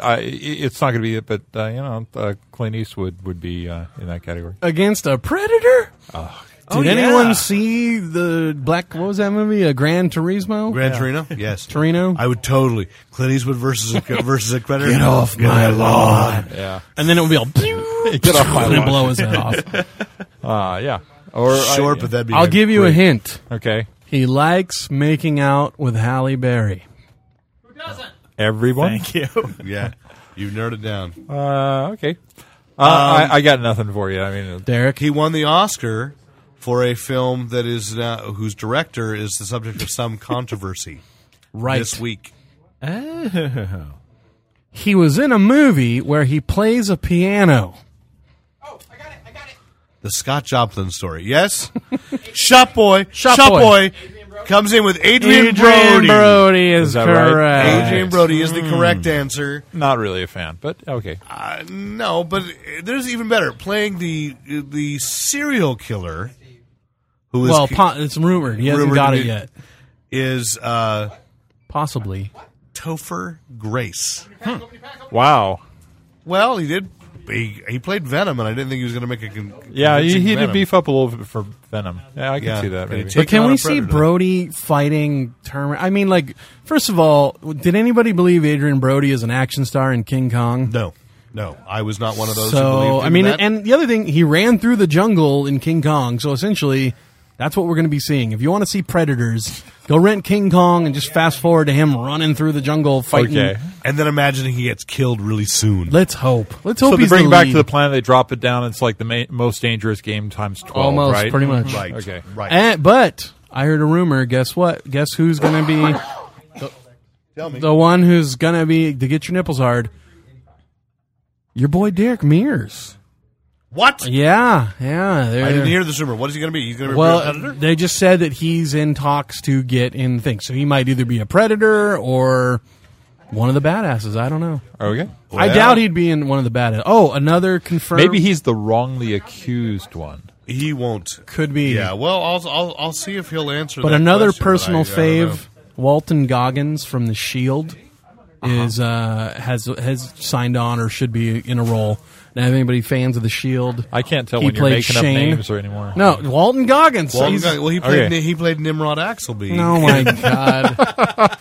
Speaker 5: I- i- it's not going to be it, but uh, you know, uh, Clint Eastwood would be uh, in that category.
Speaker 6: Against a Predator? Did
Speaker 7: Oh, yeah.
Speaker 6: anyone see the black? What was that movie? A Gran Turismo.
Speaker 4: Gran Torino? Yes,
Speaker 6: Torino?
Speaker 4: I would totally Clint Eastwood versus a, versus a Predator.
Speaker 6: Get off my lawn.
Speaker 5: Yeah,
Speaker 6: And then it'll be all get
Speaker 5: Get off my
Speaker 6: and
Speaker 5: lawn.
Speaker 6: blow his head off.
Speaker 5: uh, yeah. Or I-
Speaker 4: Sure, but that'd be.
Speaker 6: I'll give you a hint.
Speaker 5: okay.
Speaker 6: He likes making out with Halle Berry.
Speaker 5: Everyone.
Speaker 7: Thank you.
Speaker 4: Yeah, you nerded down.
Speaker 5: Uh, okay. Uh, I, I got nothing for you. I mean,
Speaker 6: Derek,
Speaker 4: He won the Oscar for a film that is now, whose director is the subject of some controversy
Speaker 6: right?
Speaker 4: this week.
Speaker 6: He was in a movie where he plays a piano.
Speaker 4: The Scott Joplin story. Yes, Shop Boy.
Speaker 6: Shop Boy.
Speaker 4: Boy. Comes in with Adrian,
Speaker 6: Adrian Brody Mm. is,
Speaker 5: Is that right?
Speaker 6: correct.
Speaker 4: Adrian Brody is the correct answer.
Speaker 5: not really a fan, but okay.
Speaker 4: Uh, no, but uh, there's even better. Playing the the serial killer, who is
Speaker 6: Well, po- it's rumored. He hasn't
Speaker 4: Rumored
Speaker 6: got
Speaker 4: to
Speaker 6: it
Speaker 4: be-
Speaker 6: yet.
Speaker 4: is uh,
Speaker 6: Possibly.
Speaker 4: Topher Grace.
Speaker 5: Wow.
Speaker 4: Well, he did. He, he played Venom, and I didn't think he was going to make a. Con-
Speaker 5: Yeah, he,
Speaker 4: convincing
Speaker 5: he did
Speaker 4: Venom.
Speaker 5: beef up a little bit for Venom. Yeah, I can
Speaker 4: Yeah.
Speaker 5: see that.
Speaker 4: Did he
Speaker 5: Maybe.
Speaker 4: take
Speaker 6: but can
Speaker 4: on
Speaker 6: we
Speaker 4: a
Speaker 6: see
Speaker 4: predator.
Speaker 6: Brody fighting Term? I mean, like, first of all, did anybody believe Adrian Brody is an action star in King Kong?
Speaker 4: No, no, I was not one of those. who
Speaker 6: So
Speaker 4: believed
Speaker 6: I
Speaker 4: in
Speaker 6: mean,
Speaker 4: that.
Speaker 6: and the other thing, he ran through the jungle in King Kong. So essentially, that's what we're going to be seeing. If you want to see predators, go rent King Kong and just fast forward to him running through the jungle fighting.
Speaker 5: okay.
Speaker 4: and then imagining he gets killed really soon.
Speaker 6: Let's hope. Let's hope
Speaker 5: So they
Speaker 6: he's
Speaker 5: bring
Speaker 6: the
Speaker 5: it back
Speaker 6: lead.
Speaker 5: to the planet. They drop it down. It's like the ma- most dangerous game times twelve.
Speaker 6: almost
Speaker 5: right?
Speaker 6: pretty much.
Speaker 4: right,
Speaker 5: Okay.
Speaker 4: right.
Speaker 6: And, but I heard a rumor. Guess what? Guess who's going to be
Speaker 4: Tell me,
Speaker 6: the one who's going to be to get your nipples hard? Your boy Derek Mears.
Speaker 4: what?
Speaker 6: Yeah, yeah.
Speaker 4: I
Speaker 6: they're-
Speaker 4: didn't hear this rumor. What is he going to be? He's going to be a
Speaker 6: Well, uh,
Speaker 4: predator.
Speaker 6: they just said that he's in talks to get in things. So he might either be a predator or one of the badasses. I don't know.
Speaker 5: Okay.
Speaker 6: I
Speaker 4: Well-
Speaker 6: doubt he'd be in one of the badasses. Oh, another confirmed.
Speaker 5: Maybe he's the wrongly accused one.
Speaker 4: He won't.
Speaker 6: could be.
Speaker 4: Yeah. Well, I'll I'll, I'll see if he'll answer.
Speaker 6: But
Speaker 4: that
Speaker 6: another
Speaker 4: question, but
Speaker 6: personal
Speaker 4: I- I don't know. Uh-huh.
Speaker 6: fave, Walton Goggins from The Shield, is uh, has has signed on or should be in a role. Now, have anybody fans of The Shield?
Speaker 5: I can't tell
Speaker 6: He
Speaker 5: when you're
Speaker 6: played
Speaker 5: making
Speaker 6: Shane.
Speaker 5: up names or anymore.
Speaker 6: No, Walton Goggins.
Speaker 4: Well,
Speaker 6: He's-
Speaker 4: well, he played
Speaker 5: Okay.
Speaker 4: he played Nimrod Axelby.
Speaker 6: Oh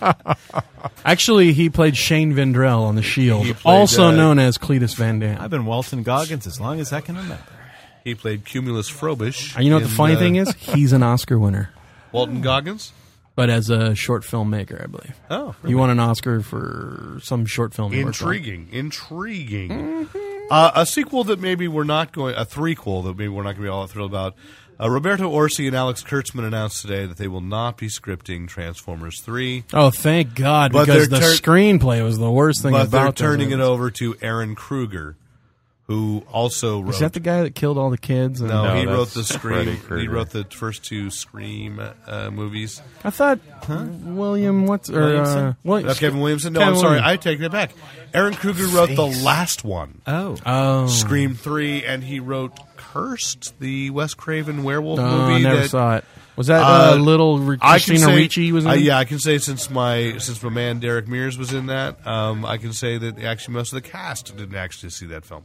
Speaker 6: my god! Actually, he played Shane Vendrell on The Shield,
Speaker 4: He played,
Speaker 6: also
Speaker 4: uh,
Speaker 6: known as Cletus Van
Speaker 7: I've
Speaker 6: Damme.
Speaker 7: been Walton Goggins as long as I can remember.
Speaker 4: He played Cumulus Frobish.
Speaker 6: And you know what the
Speaker 4: in,
Speaker 6: funny
Speaker 4: uh,
Speaker 6: thing is? He's an Oscar winner,
Speaker 4: Walton Goggins.
Speaker 6: but as a short filmmaker, I believe.
Speaker 4: Oh,
Speaker 6: He won an Oscar for some short film. he worked on.
Speaker 4: intriguing,
Speaker 6: Mm-hmm.
Speaker 4: intriguing. Uh, a sequel that maybe we're not going, a threequel that maybe we're not going to be all that thrilled about. Uh, Roberto Orsi and Alex Kurtzman announced today that they will not be scripting Transformers 3,
Speaker 6: Oh, thank God,
Speaker 4: But
Speaker 6: because the
Speaker 4: they're tur-
Speaker 6: screenplay was the worst thing
Speaker 4: but
Speaker 6: about
Speaker 4: they're
Speaker 6: this.
Speaker 4: turning it over to Aaron Kruger, who also wrote.
Speaker 6: Is that the guy that killed all the kids? And
Speaker 4: no,
Speaker 5: No,
Speaker 4: he
Speaker 5: that's
Speaker 4: wrote the
Speaker 5: Freddy
Speaker 4: Scream. He
Speaker 5: Krueger.
Speaker 4: wrote the first two Scream uh, movies.
Speaker 6: I thought William, what's or uh, William,
Speaker 4: That's Kevin Williamson. No,
Speaker 6: Kevin
Speaker 4: I'm sorry,
Speaker 6: Williams.
Speaker 4: I take that back. Aaron Kruger wrote the last one,
Speaker 3: Oh,
Speaker 6: Oh,
Speaker 4: Scream Three, and he wrote Cursed, the Wes Craven werewolf
Speaker 6: no, I
Speaker 4: movie.
Speaker 6: never
Speaker 4: that,
Speaker 6: saw it. Was that
Speaker 4: Uh,
Speaker 6: uh, little Re-
Speaker 4: I can
Speaker 6: Christina
Speaker 4: say-
Speaker 6: Ricci was in?
Speaker 4: uh,
Speaker 6: it?
Speaker 4: yeah, I can say since my since my man Derek Mears was in that, um, I can say that actually most of the cast didn't actually see that film.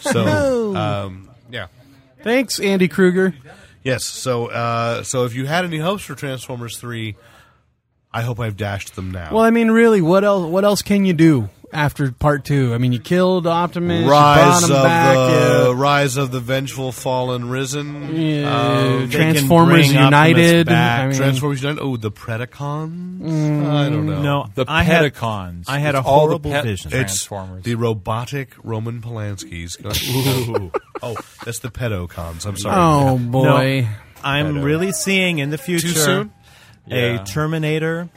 Speaker 4: So, um, yeah,
Speaker 6: Thanks, Andy Kruger.
Speaker 4: yes. So, uh, so if you had any hopes for Transformers three, I hope I've dashed them now.
Speaker 6: Well, I mean, really, what else? What else can you do after part two? I mean, you killed Optimus, you
Speaker 4: Rise
Speaker 6: brought
Speaker 4: of
Speaker 6: him back.
Speaker 4: the
Speaker 6: uh,
Speaker 4: Rise of the Vengeful Fallen Risen.
Speaker 6: uh,
Speaker 4: Um,
Speaker 7: they can
Speaker 6: Transformers
Speaker 7: bring Optimus
Speaker 6: United.
Speaker 7: back.
Speaker 6: I mean,
Speaker 4: Transformers United. Oh, the Predacons. I don't know.
Speaker 7: Mm, No,
Speaker 5: Oh. The
Speaker 7: I had,
Speaker 5: Pedicons.
Speaker 7: I had a
Speaker 5: It's all the
Speaker 7: horrible
Speaker 5: pet-
Speaker 7: vision.
Speaker 5: it-
Speaker 4: it's
Speaker 5: Transformers.
Speaker 4: the robotic Roman Polanski's. Ooh. oh, that's the Pedocons. I'm sorry.
Speaker 6: oh
Speaker 7: No,
Speaker 6: boy,
Speaker 7: I'm really seeing in the future
Speaker 4: soon?
Speaker 7: a
Speaker 5: Yeah.
Speaker 7: Terminator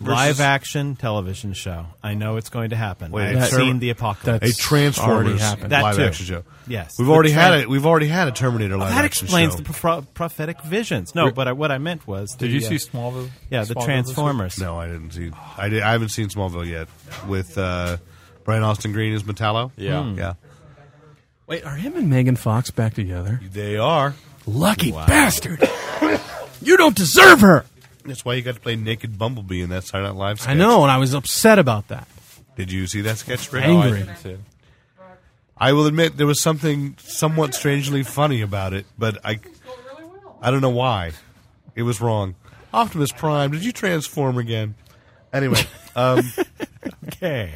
Speaker 7: live action television show. I know it's going to happen. I've
Speaker 6: that-
Speaker 7: seen the apocalypse.
Speaker 4: A Transformers
Speaker 6: already happened.
Speaker 7: That
Speaker 4: live
Speaker 7: too.
Speaker 4: action show.
Speaker 7: Yes.
Speaker 4: we've
Speaker 7: The
Speaker 4: already
Speaker 7: Tran-
Speaker 4: had it. We've already had a Terminator live
Speaker 7: that
Speaker 4: action
Speaker 7: explains
Speaker 4: show.
Speaker 7: the pro- prophetic visions. No, but I, what I meant was,
Speaker 5: Did you
Speaker 7: the, uh,
Speaker 5: see Smallville?
Speaker 7: Yeah, the
Speaker 5: Smallville this week?
Speaker 7: Transformers.
Speaker 4: no, I didn't see. I did, I haven't seen Smallville yet with uh, Brian Austin Green as Metallo.
Speaker 5: Yeah.
Speaker 6: Hmm.
Speaker 4: yeah,
Speaker 6: wait, are him and Megan Fox back together?
Speaker 4: they are.
Speaker 6: Lucky bastard! you don't deserve her.
Speaker 4: That's why you got to play Naked Bumblebee in that Saturday Night Live. Sketch.
Speaker 6: I know, and I was upset about that.
Speaker 4: Did you see that sketch, Rick?
Speaker 5: Oh, I
Speaker 6: Angry.
Speaker 5: didn't see it.
Speaker 4: I will admit there was something somewhat strangely funny about it, but I, I don't know why. It was wrong. Optimus Prime, did you transform again? Anyway, um,
Speaker 7: Okay.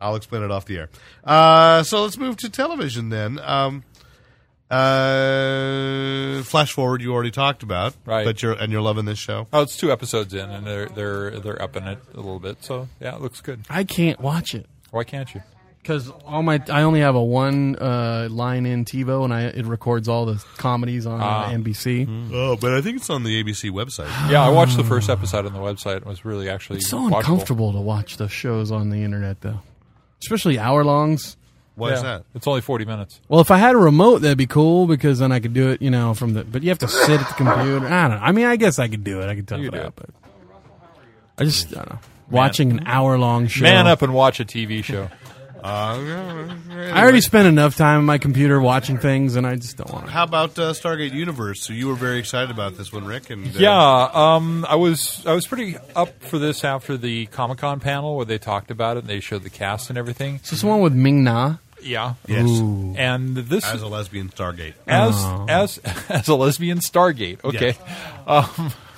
Speaker 4: I'll explain it off the air. Uh, so let's move to television then. Um, uh, flash forward, you already talked about,
Speaker 5: Right.
Speaker 4: But you're and you're loving this show.
Speaker 5: Oh, it's two episodes in, and they're they're they're upping it a little bit. So yeah, it looks good.
Speaker 6: I can't watch it.
Speaker 5: Why can't you?
Speaker 6: Because all my I only have a one uh, line in TiVo and I it records all the comedies on uh, NBC.
Speaker 4: Oh, but I think it's on the ABC website.
Speaker 5: Yeah, I watched the first episode on the website. It was really actually
Speaker 6: It's so
Speaker 5: watchable.
Speaker 6: uncomfortable to watch the shows on the internet though, especially hour longs.
Speaker 4: Why is
Speaker 5: Yeah.
Speaker 4: that?
Speaker 5: It's only forty minutes.
Speaker 6: Well, if I had a remote, that'd be cool because then I could do it, you know, from the. But you have to sit at the computer. I don't know. I mean, I guess I could do it. I could tough
Speaker 5: You
Speaker 6: it
Speaker 5: could do
Speaker 6: out, but I just I don't know. Watching an hour long show.
Speaker 5: Man up and watch a TV show.
Speaker 4: Uh,
Speaker 6: I already spent enough time on my computer watching things, and I just don't want to.
Speaker 4: How about uh, Stargate Universe? So you were very excited about this one, Rick. And uh,
Speaker 5: Yeah, um, I was I was pretty up for this after the Comic Con panel where they talked about it and they showed the cast and everything.
Speaker 6: Is this the one with Ming Na?
Speaker 5: Yeah,
Speaker 4: yes,
Speaker 5: and this
Speaker 4: as a lesbian Stargate.
Speaker 5: as
Speaker 6: Oh.
Speaker 5: as as a lesbian Stargate. Okay,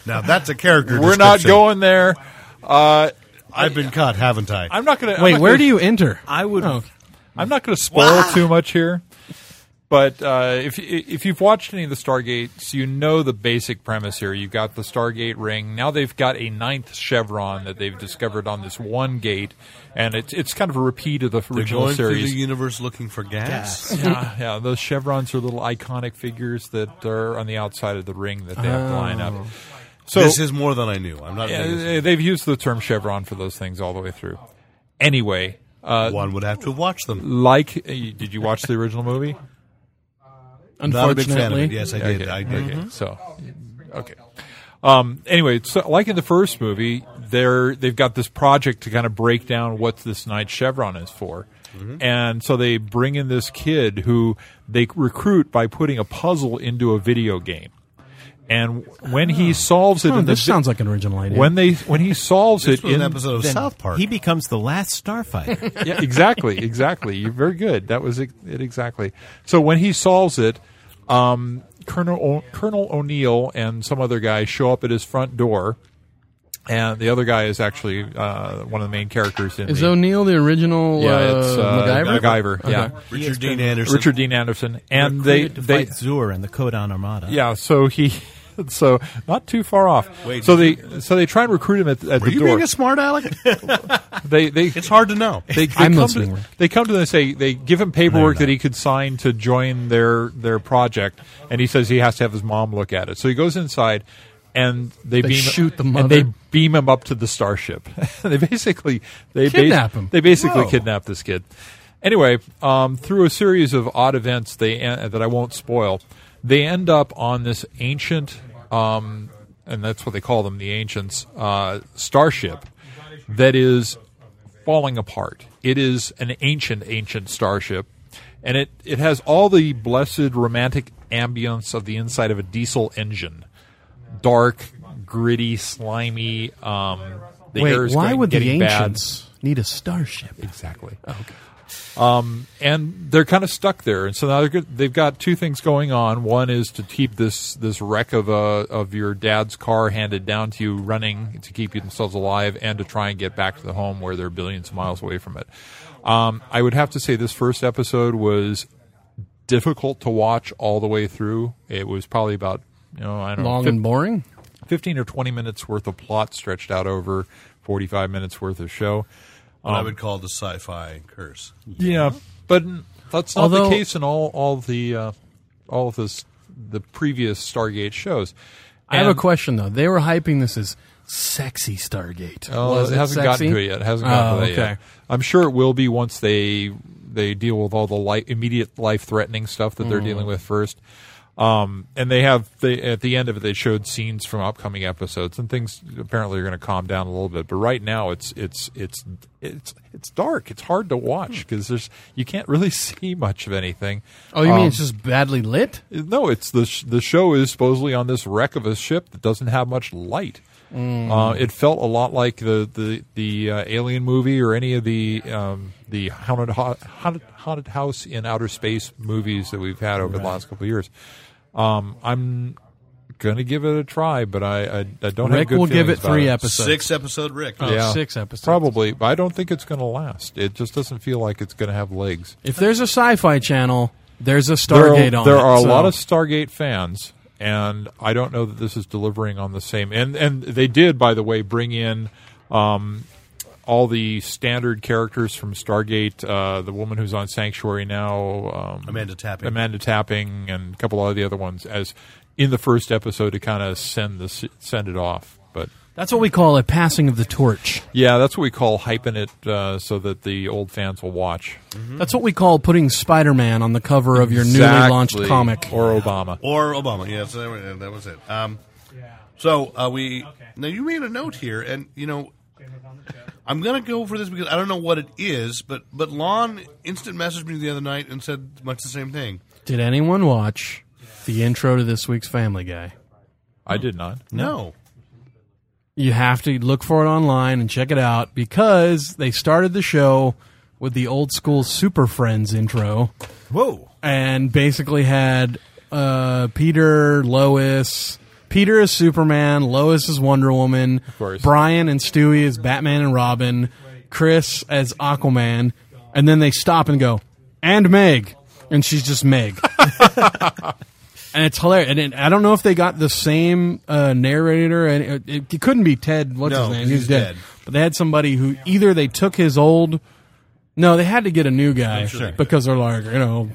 Speaker 4: Now that's a character.
Speaker 5: we're not
Speaker 4: description.
Speaker 5: going there. Uh,
Speaker 4: I've been caught, haven't I?
Speaker 5: I'm not gonna I'm
Speaker 6: Wait,
Speaker 5: not
Speaker 6: where
Speaker 5: gonna-
Speaker 6: do you enter?
Speaker 7: I would.
Speaker 6: Oh,
Speaker 5: I'm not going to spoil too much here, but uh, if if you've watched any of the Stargates, you know the basic premise here. You've got the Stargate ring. Now they've got a ninth chevron that they've discovered on this one gate, and it's it's kind of a repeat of the
Speaker 4: We're
Speaker 5: original
Speaker 4: going through
Speaker 5: series.
Speaker 4: the universe looking for gas.
Speaker 5: yeah, yeah, those chevrons are little iconic figures that are on the outside of the ring that they have to line
Speaker 6: Oh.
Speaker 5: up. So
Speaker 4: this is more than I knew. I'm not.
Speaker 5: yeah,
Speaker 4: making this-
Speaker 5: they- they've used the term chevron for those things all the way through. Anyway, uh,
Speaker 4: One would have to watch them.
Speaker 5: like, uh, did you watch the original movie?
Speaker 4: Not a big
Speaker 6: unfortunately,
Speaker 4: fan of it. Yes, I did.
Speaker 5: Okay.
Speaker 4: I did.
Speaker 6: Mm-hmm.
Speaker 5: Okay. So, okay. Um, anyway, so like in the first movie, they're they've got this project to kind of break down what this night chevron is for,
Speaker 6: Mm-hmm.
Speaker 5: and so they bring in this kid who they recruit by putting a puzzle into a video game, and when he solves it,
Speaker 6: Oh,
Speaker 5: in the
Speaker 6: this
Speaker 5: vi-
Speaker 6: sounds like an original idea.
Speaker 5: when they when he solves
Speaker 4: This
Speaker 5: it
Speaker 4: was
Speaker 5: in
Speaker 4: an episode of
Speaker 7: then
Speaker 4: South Park.
Speaker 7: He becomes the last starfighter.
Speaker 5: yeah, exactly, exactly. You're very good. That was it it exactly. So when he solves it, um, Colonel o- Colonel O'Neill and some other guy show up at his front door, and the other guy is actually uh, one of the main characters in
Speaker 6: is
Speaker 5: the.
Speaker 6: O'Neill the original
Speaker 5: yeah,
Speaker 6: uh,
Speaker 5: it's uh,
Speaker 6: MacGyver?
Speaker 5: MacGyver. Yeah,
Speaker 4: Richard Dean Anderson.
Speaker 5: Richard Dean Anderson, and they
Speaker 7: Recruited to
Speaker 5: they
Speaker 7: fight Zur and the Codon Armada.
Speaker 5: yeah. So he so not too far off.
Speaker 4: Wait,
Speaker 5: so they so they try and recruit him at, at
Speaker 4: Were
Speaker 5: the
Speaker 4: you
Speaker 5: door.
Speaker 4: being a smart aleck?
Speaker 5: they they
Speaker 4: It's hard to know.
Speaker 5: they, they
Speaker 6: I'm
Speaker 5: come
Speaker 6: listening,
Speaker 5: To,
Speaker 6: Rick.
Speaker 5: they come to them and say they give him paperwork that he could sign to join their their project, and he says he has to have his mom look at it. So he goes inside, and they,
Speaker 6: They
Speaker 5: beam
Speaker 6: shoot the
Speaker 5: and they
Speaker 6: mother.
Speaker 5: beam him up to the starship. they basically they bas-
Speaker 6: Kidnap him.
Speaker 5: They basically
Speaker 6: Whoa.
Speaker 5: kidnap this kid. Anyway, um, through a series of odd events, they en- that I won't spoil, they end up on this ancient, um, and that's what they call them, the ancients uh, starship that is falling apart. It is an ancient, ancient starship, and it, it has all the blessed romantic ambience of the inside of a diesel engine. Dark, gritty, slimy. Um, the air
Speaker 6: Wait,
Speaker 5: is
Speaker 6: why
Speaker 5: going-
Speaker 6: would the
Speaker 5: getting bad.
Speaker 6: ancients need a starship?
Speaker 5: Exactly. okay. Um, and they're kind of stuck there, and so now they're good, they've got two things going on. One is to keep this this wreck of a of your dad's car handed down to you, running to keep themselves alive, and to try and get back to the home where they're billions of miles away from it. Um, I would have to say this first episode was difficult to watch all the way through. It was probably about you know I don't know
Speaker 6: Long
Speaker 5: fif-
Speaker 6: and boring.
Speaker 5: 15 or 20 minutes worth of plot stretched out over 45 minutes worth of show.
Speaker 4: What I would call the sci-fi curse.
Speaker 5: Yeah, but that's not
Speaker 6: Although-
Speaker 5: the case in all all the uh, all of this the previous Stargate shows.
Speaker 6: I have a
Speaker 5: And-
Speaker 6: question though. They were hyping this as sexy Stargate.
Speaker 5: Oh,
Speaker 6: Was
Speaker 5: it hasn't gotten
Speaker 6: sexy?
Speaker 5: to it yet. It hasn't gotten
Speaker 6: Oh,
Speaker 5: to that
Speaker 6: okay.
Speaker 5: yet. I'm sure it will be once they they deal with all the li immediate life threatening stuff that
Speaker 6: Mm.
Speaker 5: they're dealing with first. Um, and they have they, at the end of it, they showed scenes from upcoming episodes, and things apparently are going to calm down a little bit. But right now, it's it's it's it's it's dark. It's hard to watch
Speaker 6: Hmm.
Speaker 5: because there's you can't really see much of anything.
Speaker 6: Oh, you mean
Speaker 5: Um,
Speaker 6: it's just badly lit?
Speaker 5: No, it's the sh- the show is supposedly on this wreck of a ship that doesn't have much light.
Speaker 6: Mm.
Speaker 5: Uh, it felt a lot like the the the uh, Alien movie or any of the um, the haunted, ho- haunted haunted house in outer space movies that we've had over the last couple of years. Um, I'm gonna give it a try, but I I, I don't have
Speaker 6: Rick
Speaker 5: good
Speaker 6: will give
Speaker 5: feelings
Speaker 6: it
Speaker 5: about
Speaker 6: three episodes.
Speaker 4: Six episode Rick.
Speaker 5: Yeah,
Speaker 6: six episodes.
Speaker 5: probably, but I don't think it's gonna last. It just doesn't feel like it's gonna have legs.
Speaker 6: If there's a sci-fi channel, there's a
Speaker 5: there
Speaker 6: Stargate
Speaker 5: are,
Speaker 6: on.
Speaker 5: there
Speaker 6: it,
Speaker 5: are a
Speaker 6: so-
Speaker 5: lot of Stargate fans, and I don't know that this is delivering on the same. And and they did, by the way, bring in um, all the standard characters from Stargate. Uh, the woman who's on Sanctuary now, um,
Speaker 4: Amanda Tapping.
Speaker 5: Amanda Tapping, and a couple of the other ones as in the first episode to kind of send the send it off, but.
Speaker 6: That's what we call a passing of the torch.
Speaker 5: Yeah, that's what we call hyping it uh, so that the old fans will watch.
Speaker 6: That's what we call putting Spider-Man on the cover of your newly launched
Speaker 5: Mm-hmm. Exactly.
Speaker 6: comic.
Speaker 5: Or Obama.
Speaker 4: Or Obama. Yeah, so that was- that was it. Um, so uh, we now you made a note here, and you know, I'm gonna go for this because I don't know what it is, but but Lon instant messaged me the other night and said much the same thing.
Speaker 6: Did anyone watch the intro to this week's Family Guy?
Speaker 5: I did not.
Speaker 4: No,
Speaker 6: You have to look for it online and check it out because they started the show with the old school Super Friends intro
Speaker 7: Whoa.
Speaker 6: and basically had uh, Peter, Lois. Peter is Superman, Lois is Wonder Woman,
Speaker 5: course.
Speaker 6: Brian and Stewie is Batman and Robin, Chris as Aquaman, and then they stop and go, and Meg. And she's just Meg. and it's hilarious. And it, I don't know if they got the same uh, narrator, and it, it, couldn't be Ted. What's
Speaker 4: No,
Speaker 6: his name?
Speaker 4: 'cause
Speaker 6: He's
Speaker 4: he's dead.
Speaker 6: But they had somebody who either they took his old. No, they had to get a new
Speaker 4: Oh,
Speaker 6: guy because they're like you know.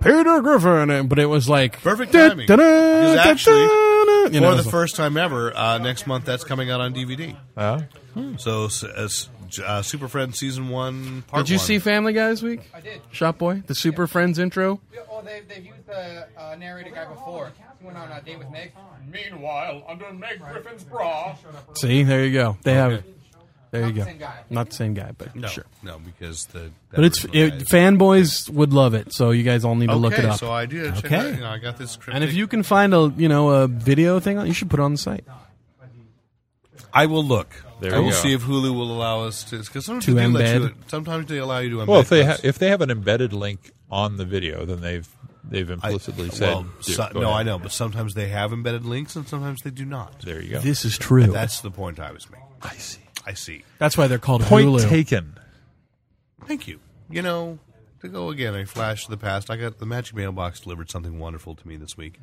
Speaker 6: Peter Griffin, and- but it was like
Speaker 4: Perfect timing.
Speaker 6: Da-da-da,
Speaker 4: Because actually,
Speaker 6: da-da-da, you know, it
Speaker 4: for the
Speaker 6: was like-
Speaker 4: first time ever, uh, next month that's coming out on DVD.
Speaker 5: Huh?
Speaker 6: Uh, hmm.
Speaker 4: So s- uh, s- j- uh, Super Friends season one part.
Speaker 6: Did you
Speaker 4: one.
Speaker 6: see Family Guy this week?
Speaker 8: I did.
Speaker 6: Shop Boy, the Super Friends intro.
Speaker 8: Oh, they've, they've used the uh, narrator guy before. He went on a date with Meg. Meanwhile, under Meg Griffin's bra.
Speaker 6: See, there you go. They have it. There you
Speaker 8: Not the
Speaker 6: go.
Speaker 8: same guy.
Speaker 6: Not the same guy, but
Speaker 4: No,
Speaker 6: sure.
Speaker 4: no, because the that
Speaker 6: But it's
Speaker 4: original guy
Speaker 6: it,
Speaker 4: is-
Speaker 6: fanboys would love it, so you guys all need to
Speaker 4: okay,
Speaker 6: look it up.
Speaker 4: So I did. Check
Speaker 6: Okay.
Speaker 4: out, you know, I got this. Cryptic,
Speaker 6: And if you can find a you know a video thing, you should put it on the site.
Speaker 4: I will look.
Speaker 5: There
Speaker 4: I
Speaker 5: you
Speaker 4: will
Speaker 5: go.
Speaker 4: see if Hulu will allow us to. Because sometimes
Speaker 6: To
Speaker 4: they do let you.
Speaker 6: embed.
Speaker 4: Sometimes they allow you to embed.
Speaker 5: Well, if they ha-
Speaker 4: clips.
Speaker 5: if they have an embedded link on the video, then they've they've
Speaker 4: I-
Speaker 5: implicitly said.
Speaker 4: well,
Speaker 5: "Do-
Speaker 4: so-
Speaker 5: go
Speaker 4: no,
Speaker 5: ahead."
Speaker 4: I know, but sometimes they have embedded links and sometimes they do not.
Speaker 5: There you go.
Speaker 6: This is true. That's,
Speaker 4: That's the point I was making. I see. I see.
Speaker 6: why they're called
Speaker 5: Point
Speaker 6: Hulu.
Speaker 5: taken.
Speaker 4: Thank you. You know, to go again, a flash of the past. I got the magic mailbox delivered something wonderful to me this week.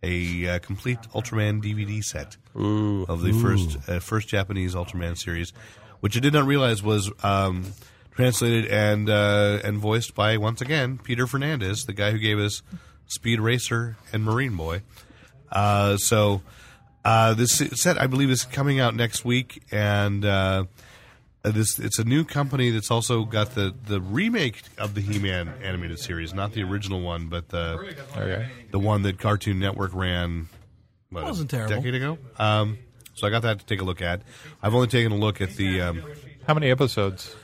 Speaker 4: a uh, complete Ultraman DVD set of the first uh, first Japanese Ultraman series, which I did not realize was um, translated and uh, and voiced by once again Peter Fernandez, the guy who gave us Speed Racer and Marine Boy. Uh, so uh, this set, I believe, is coming out next week, and uh, this it's a new company that's also got the the remake of the He-Man animated series, not the original one, but the
Speaker 5: Okay.
Speaker 4: the one that Cartoon Network ran. What,
Speaker 6: Wasn't
Speaker 4: a
Speaker 6: terrible.
Speaker 4: Decade ago. Um, so I got that to take a look at. I've only taken a look at the um,
Speaker 5: How many episodes?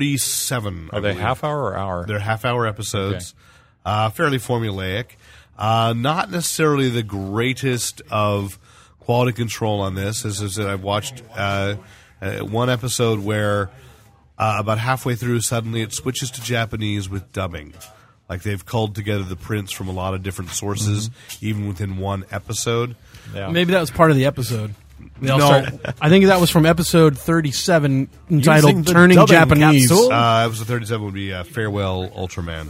Speaker 4: 37. I
Speaker 5: Are they
Speaker 4: believe.
Speaker 5: half hour or hour?
Speaker 4: They're half hour episodes, uh, fairly formulaic. Uh, not necessarily the greatest of quality control on this. As I said, I've watched uh, uh, one episode where uh, about halfway through, suddenly it switches to Japanese with dubbing. Like they've culled together the prints from a lot of different sources, even within one episode.
Speaker 5: Yeah.
Speaker 6: Maybe that was part of the episode. They all
Speaker 4: No.
Speaker 6: start- I think that was from episode 37
Speaker 2: Using
Speaker 6: entitled
Speaker 2: the
Speaker 6: Turning
Speaker 2: dubbing
Speaker 6: Japanese.
Speaker 2: capsule?
Speaker 4: Uh, episode 37 would be uh, Farewell Ultraman.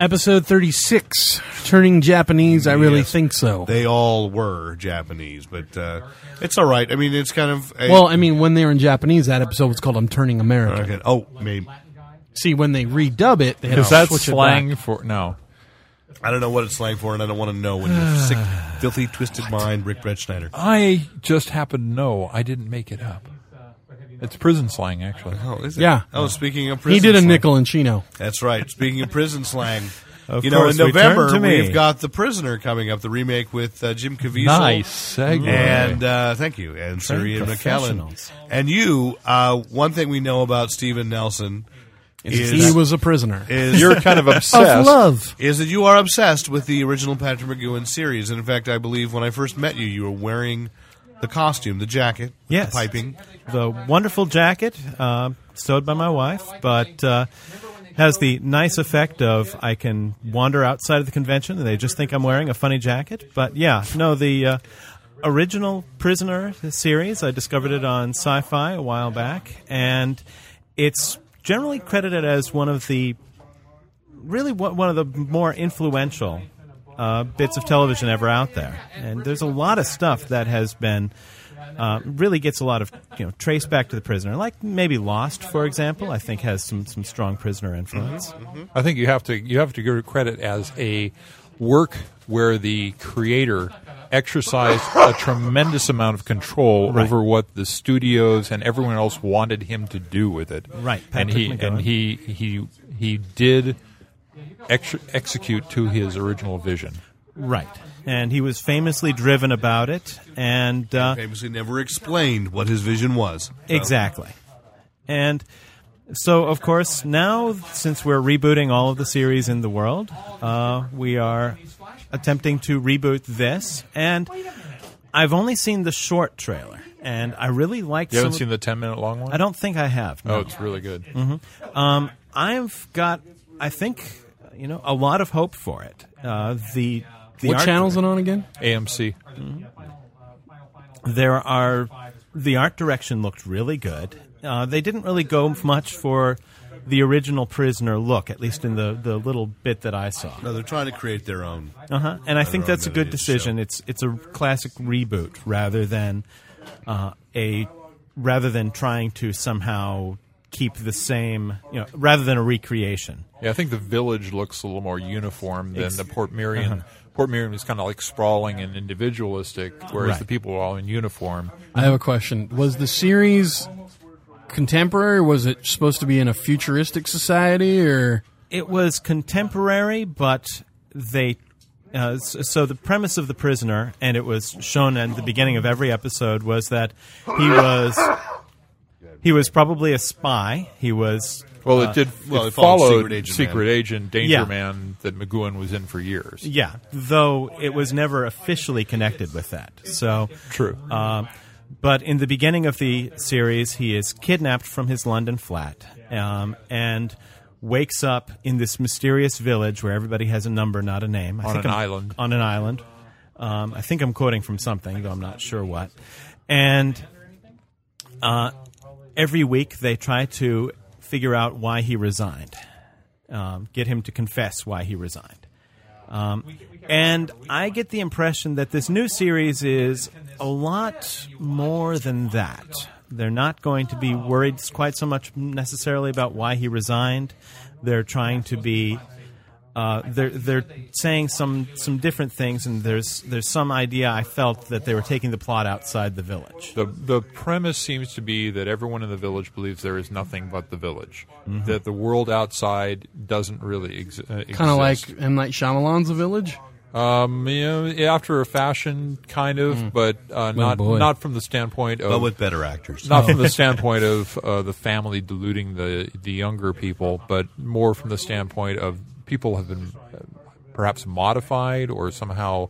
Speaker 6: Episode 36 Turning Japanese. I really
Speaker 4: Yes.
Speaker 6: think so.
Speaker 4: They all were Japanese, but uh, it's all right. I mean, it's kind of. A,
Speaker 6: well, I mean, when they were in Japanese, that episode was called I'm Turning American.
Speaker 4: Okay. Oh, maybe
Speaker 6: See, when they redub it, they had
Speaker 5: Is
Speaker 6: to
Speaker 5: that
Speaker 6: switch it
Speaker 5: slang
Speaker 6: back.
Speaker 5: for no?
Speaker 4: I don't know what it's slang for, and I don't want to know. When your sick, filthy, twisted mind, Rick Brett Schneider.
Speaker 5: I just happen to know. I didn't make it up. It's prison slang, actually.
Speaker 4: Oh, is it?
Speaker 6: Yeah.
Speaker 4: Oh, speaking of prison,
Speaker 6: He did a
Speaker 4: slang.
Speaker 6: nickel and chino.
Speaker 4: That's right. Speaking of prison slang,
Speaker 7: Of
Speaker 4: you know, in
Speaker 7: course, return
Speaker 4: November
Speaker 7: to me.
Speaker 4: we've got the prisoner coming up, the remake with uh, Jim Caviezel.
Speaker 5: Nice segue.
Speaker 4: And uh, thank you, and Saria McCallan,
Speaker 6: professionals.
Speaker 4: and you. Uh, one thing we know about Steven Nelson is
Speaker 6: he was a prisoner.
Speaker 4: is
Speaker 5: You're kind of obsessed.
Speaker 6: Of love.
Speaker 4: is that you are obsessed with the original Patrick McGowan series. And in fact, I believe when I first met you, you were wearing the costume, the jacket, with
Speaker 7: Yes.
Speaker 4: the piping.
Speaker 7: the wonderful jacket uh, sewed by my wife, but uh, has the nice effect of I can wander outside of the convention and they just think I'm wearing a funny jacket. But yeah, no, the uh, original Prisoner series, I discovered it on sci fi a while back, and it's generally credited as one of the really one one of the more influential uh, bits of television ever out there. And there's a lot of stuff that has been uh, really gets a lot of you know trace back to the prisoner, like maybe Lost, for example. I think has some some strong prisoner influence.
Speaker 5: I think you have to you have to give it credit as a work where the creator exercised a tremendous amount of control
Speaker 7: Right.
Speaker 5: over what the studios and everyone else wanted him to do with it.
Speaker 7: Right,
Speaker 5: and
Speaker 7: Patrick
Speaker 5: he and
Speaker 7: McGowan.
Speaker 5: he he he did ex- execute to his original vision.
Speaker 7: Right. And he was famously driven about it, and uh,
Speaker 4: Famously, never explained what his vision was. So-
Speaker 7: Exactly. And so, of course, now since we're rebooting all of the series in the world, uh, we are attempting to reboot this. And I've only seen the short trailer, and I really liked.
Speaker 5: You haven't
Speaker 7: some-
Speaker 5: seen the ten minute long one?
Speaker 7: I don't think I have.
Speaker 5: Oh,
Speaker 7: No.
Speaker 5: it's really good.
Speaker 7: Um, I've got, I think, you know, a lot of hope for it. Uh, the the
Speaker 6: What
Speaker 7: art-
Speaker 6: channel's it on again?
Speaker 5: AMC.
Speaker 7: there are the art direction looked really good. Uh, they didn't really go much for the original prisoner look, at least in the, the little bit that I saw.
Speaker 4: No, they're trying to create their own.
Speaker 7: Uh-huh. And Uh-huh. I think
Speaker 4: Their own
Speaker 7: that's a good
Speaker 4: mini
Speaker 7: decision. It's it's a classic reboot rather than uh, a rather than trying to somehow keep the same, you know, rather than a recreation.
Speaker 5: Yeah, I think the village looks a little more uniform than the Port Miriam. Port Miriam is kind of like sprawling and individualistic, whereas
Speaker 7: Right.
Speaker 5: the people are all in uniform.
Speaker 6: I have a question. Was the series contemporary? Was it supposed to be in a futuristic society or
Speaker 7: It was contemporary, but they. Uh, s- so the premise of the prisoner, and it was shown at the beginning of every episode, was that he was he was probably a spy. He was
Speaker 5: Well, it did.
Speaker 4: well,
Speaker 5: it,
Speaker 4: it followed
Speaker 5: followed
Speaker 4: Secret
Speaker 5: Secret
Speaker 4: Agent
Speaker 5: Agent,
Speaker 4: Man.
Speaker 5: Danger
Speaker 7: Yeah.
Speaker 5: Man that McGowan was in for years.
Speaker 7: yeah, though it was never officially connected with that. So
Speaker 5: True.
Speaker 7: Um, but in the beginning of the series, he is kidnapped from his London flat um, and wakes up in this mysterious village where everybody has a number, not a name. I
Speaker 5: On
Speaker 7: think
Speaker 5: an
Speaker 7: I'm-
Speaker 5: island.
Speaker 7: On an island. Um, I think I'm quoting from something, though I'm not sure what. And uh, every week they try to figure out why he resigned, um, get him to confess why he resigned. Um, and I get the impression that this new series is a lot more than that. They're not going to be worried quite so much necessarily about why he resigned. They're trying to be uh, they're they're saying some some different things, and there's there's some idea I felt that they were taking the plot outside the village.
Speaker 5: The the premise seems to be that everyone in the village believes there is nothing but the village, that the world outside doesn't really ex- uh, exist.
Speaker 6: Kind of like M Night Shyamalan's The Village.
Speaker 5: um, you know, after a fashion, kind of, but uh, not
Speaker 6: boy.
Speaker 5: not from the standpoint of
Speaker 4: but with better actors.
Speaker 5: Uh-huh. not from the standpoint of uh, the family diluting the the younger people, but more from the standpoint of people have been uh, perhaps modified or somehow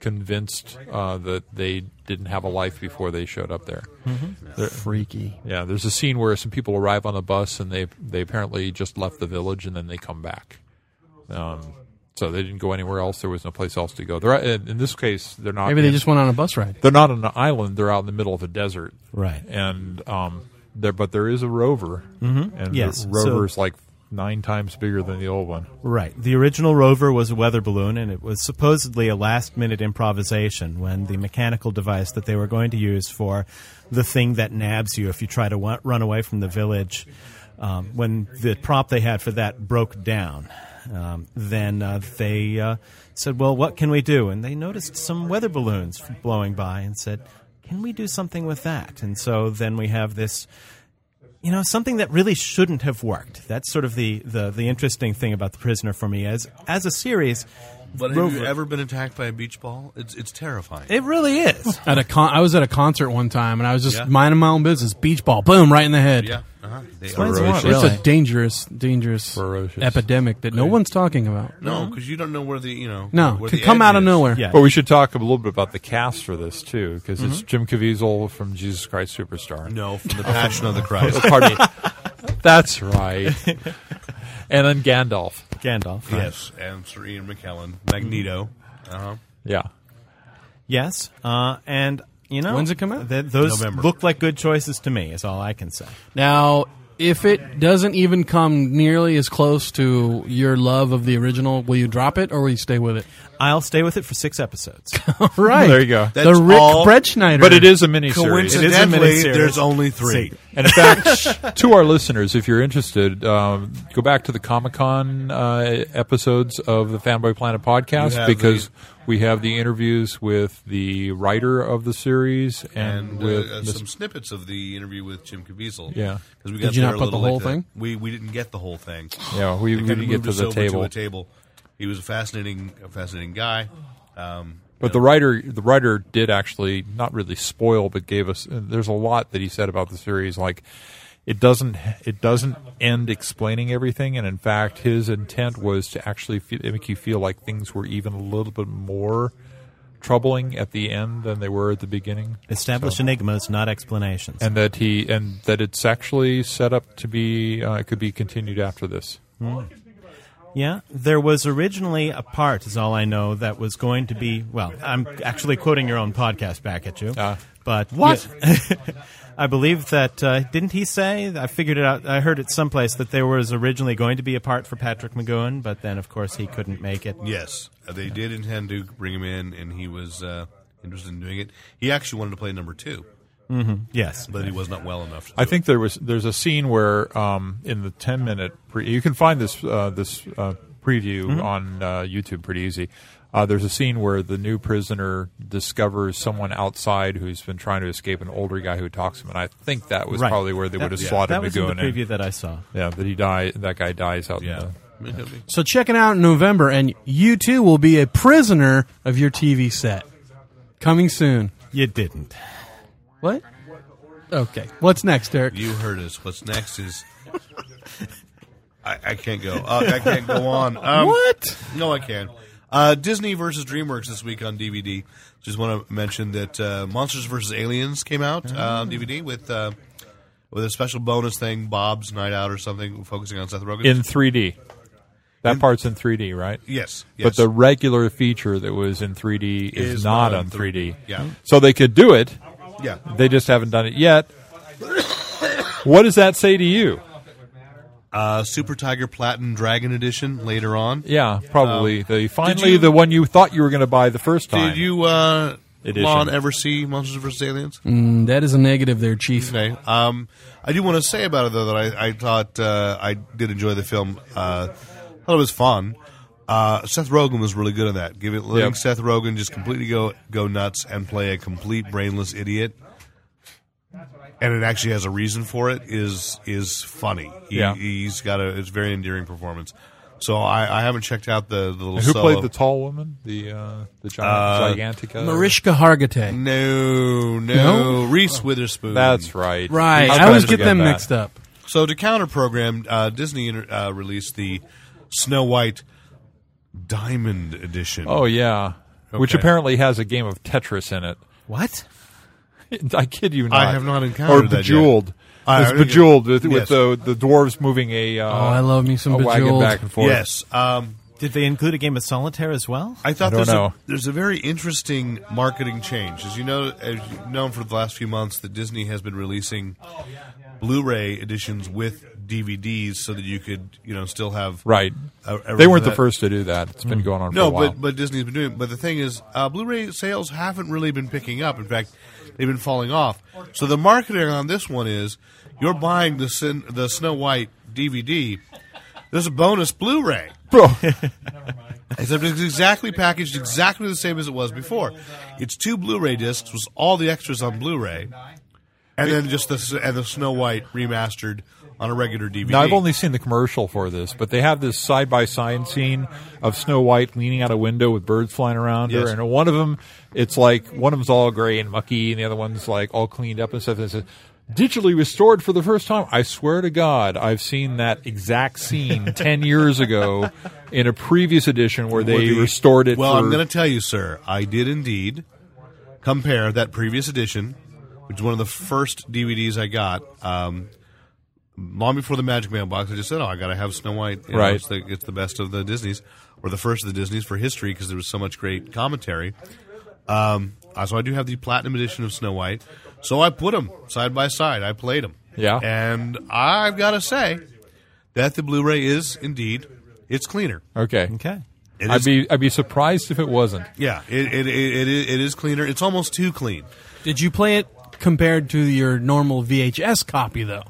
Speaker 5: convinced uh, that they didn't have a life before they showed up there.
Speaker 6: Freaky.
Speaker 5: Yeah, there's a scene where some people arrive on the bus and they they apparently just left the village and then they come back. Um, so they didn't go anywhere else. There was no place else to go. They're in in this case they're not.
Speaker 6: Maybe they
Speaker 5: in-
Speaker 6: just went on a bus ride.
Speaker 5: they're not on an island. They're out in the middle of a desert.
Speaker 6: Right.
Speaker 5: And um, there, but there is a rover. Mm-hmm. And
Speaker 7: Yes,
Speaker 5: the rover's like nine times bigger than the old one.
Speaker 7: Right. The original rover was a weather balloon, and it was supposedly a last minute improvisation when the mechanical device that they were going to use for the thing that nabs you if you try to wa- run away from the village, um, when the prop they had for that broke down. Um, then uh, they uh, said, Well, what can we do? And they noticed some weather balloons blowing by and said, Can we do something with that? And so then we have this you know something that really shouldn't have worked that's sort of the the, the interesting thing about the prisoner for me as as a series
Speaker 4: But have
Speaker 7: Rover-
Speaker 4: you ever been attacked by a beach ball? It's it's terrifying.
Speaker 7: it really is
Speaker 6: At a con- I was at a concert one time, and I was just
Speaker 4: Yeah.
Speaker 6: minding my own business. Beach ball, boom, right in the head.
Speaker 4: yeah, uh-huh. They
Speaker 7: Explains a lot,
Speaker 6: It's
Speaker 7: really.
Speaker 6: a dangerous, dangerous
Speaker 5: Ferocious.
Speaker 6: epidemic that no one's talking about.
Speaker 4: no, because you don't know where the you know.
Speaker 6: No,
Speaker 4: where
Speaker 6: could
Speaker 4: the
Speaker 6: come
Speaker 4: edge
Speaker 6: out of
Speaker 4: is.
Speaker 6: nowhere.
Speaker 7: Yeah.
Speaker 5: But we should talk a little bit about the cast for this too, because it's Jim Caviezel from Jesus Christ Superstar.
Speaker 4: No, from the Passion of the
Speaker 5: Oh,
Speaker 4: Christ.
Speaker 5: pardon me. That's right. And then Gandalf.
Speaker 7: gandalf right?
Speaker 4: yes, and Sir Ian McKellen, Magneto. Uh-huh.
Speaker 5: Yeah.
Speaker 7: yes uh, and you know
Speaker 6: When's it come out?
Speaker 7: th- those
Speaker 4: November.
Speaker 7: look like good choices to me is all i can say
Speaker 6: Now, if it doesn't even come nearly as close to your love of the original, will you drop it or will you stay with it?
Speaker 7: i'll stay with it for six episodes
Speaker 6: right.
Speaker 5: There you go.
Speaker 4: That's
Speaker 6: the Rick
Speaker 4: all-
Speaker 6: Bretschneider.
Speaker 5: But it is a miniseries.
Speaker 4: Coincidentally,
Speaker 7: miniseries.
Speaker 4: there's only three.
Speaker 5: And in fact, to our listeners, if you're interested, um, go back to the Comic Con uh, episodes of the Fanboy Planet
Speaker 4: You
Speaker 5: podcast
Speaker 4: have
Speaker 5: because
Speaker 4: the-
Speaker 5: we have the interviews with the writer of the series and,
Speaker 4: And uh,
Speaker 5: with
Speaker 4: uh,
Speaker 5: Miss-
Speaker 4: some snippets of the interview with Jim Caviezel.
Speaker 5: Yeah.
Speaker 4: because we got
Speaker 6: Did you
Speaker 4: there
Speaker 6: not
Speaker 4: a
Speaker 6: put the
Speaker 4: little late
Speaker 6: whole
Speaker 4: to that.
Speaker 6: thing?
Speaker 4: We we didn't get the whole thing.
Speaker 5: yeah, we,
Speaker 4: They
Speaker 5: we
Speaker 4: kinda
Speaker 5: didn't
Speaker 4: moved
Speaker 5: get to
Speaker 4: us
Speaker 5: the
Speaker 4: over
Speaker 5: table.
Speaker 4: a table. He was a fascinating, a fascinating guy. Um,
Speaker 5: but the writer, the writer did actually not really spoil, but gave us. There's a lot that he said about the series, like. It doesn't. It doesn't end explaining everything, and in fact, his intent was to actually fe make you feel like things were even a little bit more troubling at the end than they were at the beginning.
Speaker 7: establish enigmas not explanations
Speaker 5: and that he and that it's actually set up to be uh, it could be continued after this.
Speaker 7: Yeah, there was originally a part, is all I know, that was going to be. Well, I'm actually quoting your own podcast back at you.
Speaker 5: Ah.
Speaker 7: but what? I believe that uh, didn't he say? I figured it out. I heard it someplace that there was originally going to be a part for Patrick McGowan, but then of course he couldn't make it.
Speaker 4: yes, uh, they did intend to bring him in, and he was uh, interested in doing it. He actually wanted to play number two,
Speaker 7: Yes,
Speaker 4: but he was not well enough. To do
Speaker 5: I think there was there's a scene where um, in the ten minute pre- you can find this uh, this uh, preview on uh, YouTube pretty easy. Uh, there's a scene where the new prisoner discovers someone outside who's been trying to escape an older guy who talks to him, and I think that was
Speaker 7: Right.
Speaker 5: probably where they
Speaker 7: That-
Speaker 5: would have
Speaker 7: yeah,
Speaker 5: slotted
Speaker 7: That was in the
Speaker 5: Magoon in.
Speaker 7: preview that I saw.
Speaker 5: Yeah, that he die that guy dies out. in
Speaker 4: it. yeah.
Speaker 5: the-
Speaker 4: I mean, it'll be-
Speaker 6: So check it out in November, and you too will be a prisoner of your TV set. Coming soon.
Speaker 7: You didn't.
Speaker 6: What? Okay. What's next, Derek?
Speaker 4: You heard us. What's next is. I, I can't go. Uh, I can't go on. Um,
Speaker 6: What?
Speaker 4: No, I can. Uh, Disney versus DreamWorks this week on DVD. Just want to mention that uh, Monsters versus Aliens came out uh,
Speaker 5: Mm.
Speaker 4: on DVD with uh, with a special bonus thing, Bob's Night Out or something, focusing on Seth Rogen.
Speaker 5: in 3D. That part's in 3D, right?
Speaker 4: yes, yes,
Speaker 5: But the regular feature that was in 3D is,
Speaker 4: Is
Speaker 5: not
Speaker 4: not
Speaker 5: on
Speaker 4: in
Speaker 5: 3D.
Speaker 4: yeah,
Speaker 5: So they could do it.
Speaker 4: yeah.
Speaker 5: They just haven't done it yet. what does that say to you?
Speaker 4: uh, Super Tiger Platinum Dragon Edition later on.
Speaker 5: Yeah, probably the finally
Speaker 4: Um, you-
Speaker 5: the one you thought you were going to buy the first time.
Speaker 4: Did you, uh,
Speaker 5: Edition.
Speaker 4: Lon, ever see Monsters vs. Aliens?
Speaker 6: Mm, that is a negative there, Chief.
Speaker 4: Okay. Um, I do want to say about it though that I, I thought uh, I did enjoy the film. Uh, I thought it was fun. Uh, Seth Rogen was really good at that. Give it letting
Speaker 5: Yep.
Speaker 4: Seth Rogen just completely go go nuts and play a complete brainless idiot. And it actually has a reason for it. Is is funny. He,
Speaker 5: Yeah.
Speaker 4: he's got a it's a very endearing performance. So I, I haven't checked out the, the little
Speaker 5: Who
Speaker 4: solo.
Speaker 5: played the tall woman? The uh, the uh, giant, Gigantica.
Speaker 6: Mariska Hargitay.
Speaker 4: no, no Reese Witherspoon.
Speaker 5: That's right.
Speaker 6: Right.
Speaker 5: How
Speaker 6: I
Speaker 5: could
Speaker 6: always
Speaker 5: forget
Speaker 6: get them
Speaker 5: that?
Speaker 6: mixed up.
Speaker 4: So to counter program, uh, Disney uh, released the Snow White Diamond Edition.
Speaker 5: Oh yeah, which
Speaker 4: Okay.
Speaker 5: apparently has a game of Tetris in it.
Speaker 7: What?
Speaker 5: I kid you not.
Speaker 4: I have not encountered
Speaker 5: or
Speaker 4: that
Speaker 5: bejeweled.
Speaker 4: I-
Speaker 5: It's bejeweled with,
Speaker 4: Yes.
Speaker 5: with the the dwarves moving a. Uh, oh,
Speaker 6: I love me some
Speaker 5: a wagon
Speaker 6: Bejeweled.
Speaker 5: back and forth.
Speaker 4: yes. Um,
Speaker 7: Did they include a game of solitaire as well?
Speaker 4: I thought
Speaker 5: I don't
Speaker 4: there's a,
Speaker 5: know.
Speaker 4: there's a very interesting marketing change. As you know, as you've known for the last few months, that Disney has been releasing Blu-ray editions with DVDs, so that you could you know still have
Speaker 5: Right.
Speaker 4: a- a-
Speaker 5: They weren't the
Speaker 4: that-
Speaker 5: first to do that. It's been going on
Speaker 4: No,
Speaker 5: for a while.
Speaker 4: but but Disney's been doing. it. But the thing is, uh, Blu-ray sales haven't really been picking up. In fact, they've been falling off. So the marketing on this one is, you're buying the Sin, the Snow White DVD. There's a bonus Blu-ray.
Speaker 5: Bro,
Speaker 4: Except it's exactly packaged exactly the same as it was before. It's two Blu-ray discs with all the extras on Blu-ray, and then just the s- and the Snow White remastered on a regular DVD.
Speaker 5: now I've only seen the commercial for this, but they have this side by side scene of Snow White leaning out a window with birds flying around
Speaker 4: Yes.
Speaker 5: her, and one of them, it's like one of them's all gray and mucky, and the other one's like all cleaned up and stuff. And it says, digitally restored for the first time. I swear to God, I've seen that exact scene ten years ago in a previous edition where they
Speaker 4: Well, the-
Speaker 5: restored it.
Speaker 4: Well,
Speaker 5: for,
Speaker 4: I'm going to tell you, sir, I did indeed compare that previous edition, which is one of the first DVDs I got, um, long before the Magic Man box. I just said, "Oh, I got to have Snow White." You know,
Speaker 5: Right.
Speaker 4: it's the, it's the best of the Disney's or the first of the Disney's for history because there was so much great commentary. Um, uh, so I do have the platinum edition of Snow White. So I put them side by side. I played them.
Speaker 5: Yeah.
Speaker 4: and I've got to say that the Blu-ray is indeed it's cleaner.
Speaker 5: Okay.
Speaker 7: Okay.
Speaker 4: It
Speaker 5: I'd
Speaker 4: is
Speaker 5: be I'd be surprised if it wasn't.
Speaker 4: yeah, it it, it, it, is, it is cleaner. It's almost too clean.
Speaker 6: Did you play it compared to your normal VHS copy though?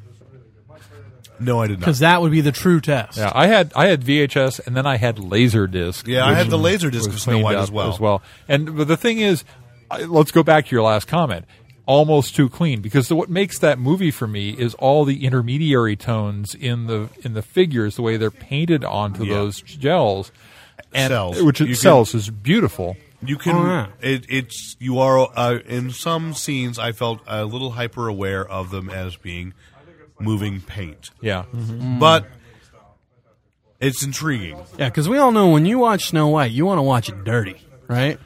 Speaker 4: No, I did not.
Speaker 6: Because that would be the true test.
Speaker 5: Yeah, I had I had VHS and then I had Laserdisc.
Speaker 4: Yeah, I
Speaker 5: which
Speaker 4: had the
Speaker 5: was
Speaker 4: Laserdisc of Snow
Speaker 5: cleaned
Speaker 4: White
Speaker 5: up
Speaker 4: as well.
Speaker 5: As well, and but the thing is, I- let's go back to your last comment. Almost too clean because the, what makes that movie for me is all the intermediary tones in the in the figures, the way they're painted onto
Speaker 4: Yeah.
Speaker 5: those gels, and
Speaker 4: Cells.
Speaker 5: which
Speaker 4: You can-
Speaker 5: it cells is beautiful.
Speaker 4: You can
Speaker 6: Oh, yeah.
Speaker 4: it, it's you are uh, in some scenes. I felt a little hyper aware of them as being moving paint,
Speaker 5: Yeah,
Speaker 6: Mm.
Speaker 4: but it's intriguing.
Speaker 6: Yeah, because we all know when you watch Snow White, you want to watch it dirty, right?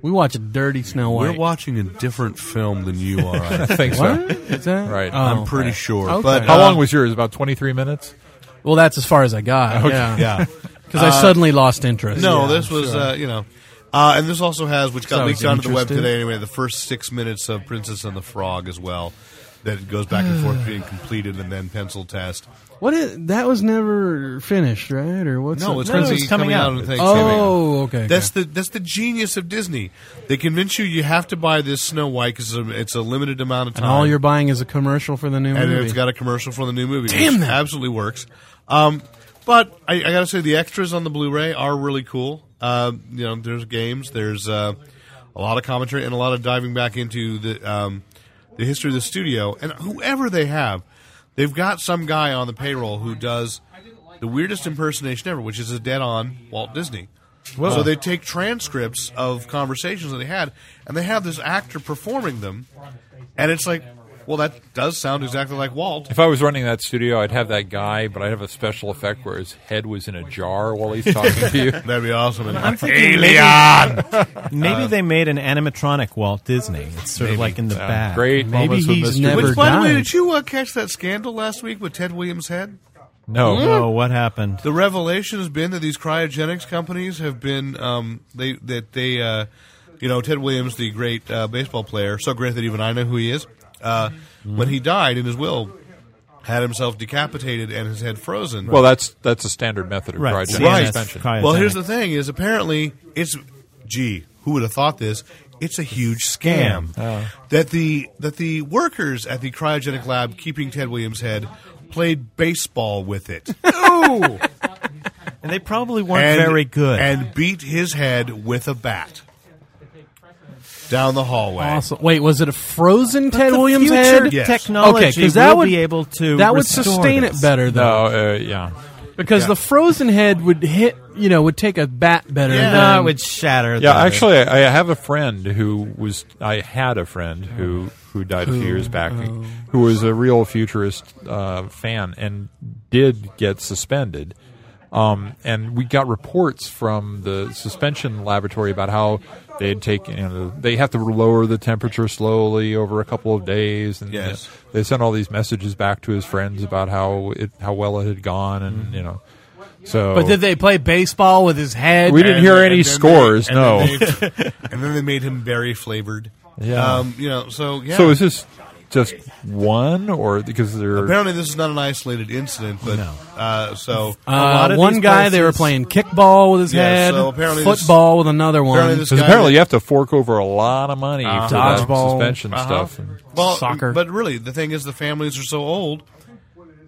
Speaker 6: We watch a dirty Snow White.
Speaker 4: We're watching a different film than you are. I
Speaker 5: I
Speaker 4: think.
Speaker 5: think
Speaker 6: What?
Speaker 5: so.
Speaker 6: Is that-
Speaker 5: Right.
Speaker 6: Oh,
Speaker 4: I'm pretty sure, but
Speaker 6: Okay.
Speaker 5: How
Speaker 4: uh,
Speaker 5: long was yours? About twenty three minutes.
Speaker 6: well, that's as far as I got. Yeah.
Speaker 4: yeah. Uh,
Speaker 6: Because I suddenly lost interest.
Speaker 4: No,
Speaker 6: Yeah.
Speaker 4: this was uh, you know, uh, and this also has which
Speaker 6: So I
Speaker 4: got leaked
Speaker 6: was
Speaker 4: onto the web
Speaker 6: interested.
Speaker 4: today anyway. The first six minutes of Princess and the Frog as well, that goes back and forth being completed and then pencil test.
Speaker 6: What is, that was never finished, right? Or what's
Speaker 4: No,
Speaker 6: it-
Speaker 4: it's
Speaker 7: No,
Speaker 4: gonna
Speaker 7: it's
Speaker 4: be
Speaker 7: coming
Speaker 4: coming out
Speaker 7: out.
Speaker 4: on Thanksgiving.
Speaker 6: Oh, okay.
Speaker 4: That's the that's the genius of Disney. They convince you you have to buy this Snow White because it's a limited amount of time.
Speaker 6: and all you're buying is a commercial for the new
Speaker 4: and
Speaker 6: movie.
Speaker 4: it's got a commercial for the new movie.
Speaker 6: Damn
Speaker 4: which
Speaker 6: that.
Speaker 4: Absolutely works. Um, but I, I got to say, the extras on the Blu-ray are really cool. Um, you know, there's games, there's uh, a lot of commentary, and a lot of diving back into the um, the history of the studio and whoever they have. They've got some guy on the payroll who does the weirdest impersonation ever, which is a dead-on Walt Disney. So they take transcripts of conversations that they had, and they have this actor performing them, and it's like, well, that does sound exactly like Walt.
Speaker 5: If I was running that studio, I'd have that guy, but I'd have a special effect where his head was in a jar while he's talking to you.
Speaker 4: That'd be awesome. And I'm
Speaker 7: Alien! Maybe
Speaker 5: Uh,
Speaker 7: they made an animatronic Walt Disney. It's sort of like in the back.
Speaker 5: Great
Speaker 6: Maybe
Speaker 5: moments with
Speaker 6: he's
Speaker 5: Mr.
Speaker 6: never-
Speaker 4: Which, by the way,
Speaker 6: died.
Speaker 4: did you uh, catch that scandal last week with Ted Williams' head?
Speaker 5: No.
Speaker 7: Oh, what happened?
Speaker 4: The revelation has been that these cryogenics companies have been um, they that they uh, you know Ted Williams, the great uh, baseball player, so great that even I know who he is. Uh, When he died in his will, had himself decapitated and his head frozen.
Speaker 5: Well, that's that's a standard method of
Speaker 7: Right.
Speaker 5: cryogenic
Speaker 4: Right.
Speaker 5: suspension.
Speaker 4: Well, here's the thing: is apparently it's gee, who would have thought this? It's a huge scam that the that the workers at the cryogenic lab keeping Ted Williams' head played baseball with it
Speaker 7: and they probably weren't very good.
Speaker 4: and beat his head with a bat down the hallway.
Speaker 6: Awesome. Wait, was it a frozen Ted
Speaker 7: the
Speaker 6: Williams
Speaker 7: future
Speaker 6: head?
Speaker 4: Yes.
Speaker 7: technology
Speaker 6: okay, that
Speaker 7: will
Speaker 6: would
Speaker 7: be able to
Speaker 6: that would
Speaker 7: restore
Speaker 6: sustain
Speaker 7: this.
Speaker 6: it better though,
Speaker 5: No, uh, yeah.
Speaker 6: because
Speaker 4: Yeah.
Speaker 6: the frozen head would hit. You know, would take a bat better.
Speaker 4: Yeah.
Speaker 6: than,
Speaker 7: No, it would shatter.
Speaker 5: Yeah,
Speaker 7: the-
Speaker 5: actually, I I have a friend who was. I had a friend
Speaker 4: Oh.
Speaker 5: who who died a few years back, who was a real futurist uh, fan and did get suspended. Um, and we got reports from the suspension laboratory about how they had taken. You know, they have to lower the temperature slowly over a couple of days, and
Speaker 4: Yes.
Speaker 5: they sent all these messages back to his friends about how it how well it had gone, and
Speaker 4: Mm.
Speaker 5: you know. So,
Speaker 6: But did they play baseball with his head?
Speaker 5: we didn't
Speaker 4: And-
Speaker 5: hear
Speaker 4: and
Speaker 5: any
Speaker 4: then they-
Speaker 5: scores.
Speaker 4: and
Speaker 5: no,
Speaker 4: then they- and then they made him berry flavored.
Speaker 5: Yeah.
Speaker 4: um, you know. So yeah.
Speaker 5: So is this just one, or because they're
Speaker 4: Apparently, this is not an isolated incident, but uh, so
Speaker 6: Uh,
Speaker 7: lot of
Speaker 6: one
Speaker 7: these
Speaker 6: guy they were
Speaker 7: places-
Speaker 6: playing kickball with his
Speaker 4: Yeah,
Speaker 6: head,
Speaker 4: so apparently this-
Speaker 6: football with another one.
Speaker 4: apparently this
Speaker 5: because
Speaker 4: guy-
Speaker 5: apparently you have to fork over a lot of money for that
Speaker 6: Dodgeball.
Speaker 5: suspension stuff.
Speaker 4: well,
Speaker 6: Soccer.
Speaker 4: But really, the thing is, the families are so old.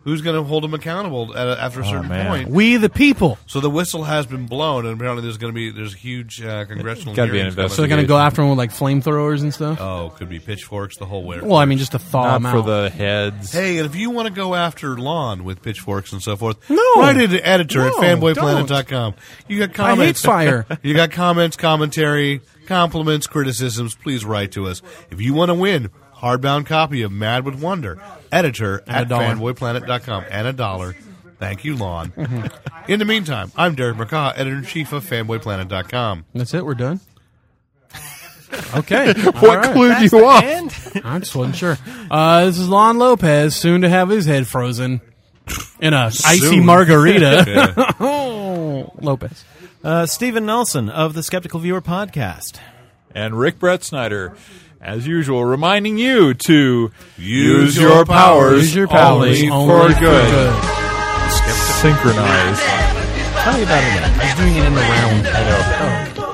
Speaker 4: Who's going to hold them accountable at a, after a certain
Speaker 5: Oh, man.
Speaker 4: point?
Speaker 6: we the people.
Speaker 4: So the whistle has been blown, and apparently there's going to be there's a huge uh, congressional.
Speaker 5: Gotta be an
Speaker 4: hearings coming.
Speaker 5: investi-
Speaker 6: So they're going to go after him with like flamethrowers and stuff.
Speaker 4: Oh, could be pitchforks the whole way.
Speaker 6: well, I mean, just to thaw
Speaker 5: Not
Speaker 6: him
Speaker 5: for
Speaker 6: Oh, out.
Speaker 5: the heads.
Speaker 4: Hey, and if you want to go after Lon with pitchforks and so forth,
Speaker 6: No.
Speaker 4: write it to editor at
Speaker 6: No,
Speaker 4: fanboyplanet.com. You got
Speaker 6: I hate
Speaker 4: comments.
Speaker 6: fire.
Speaker 4: you got comments, commentary, compliments, criticisms. Please write to us. If you want to win, hardbound copy of Mad with Wonder, editor at
Speaker 6: dollar.
Speaker 4: fanboyplanet.com, and a dollar. Thank you, Lon. In the meantime, I'm Derek McCaw, editor in chief of fanboyplanet.com.
Speaker 6: That's it. We're done. Okay. All
Speaker 5: what
Speaker 6: right.
Speaker 5: clued you off?
Speaker 6: I just wasn't sure. Uh, this is Lon Lopez, soon to have his head frozen in a icy
Speaker 4: Soon.
Speaker 6: margarita. oh, Lopez.
Speaker 7: uh, Stephen Nelson of the Skeptical Viewer podcast.
Speaker 5: And Rick Brett Snyder, as usual, reminding you to
Speaker 4: Use your powers
Speaker 6: Use your powers
Speaker 5: only,
Speaker 6: only
Speaker 5: for
Speaker 6: for
Speaker 5: good.
Speaker 6: good.
Speaker 5: Synchronize.
Speaker 7: Tell me about it. I was doing it in the round.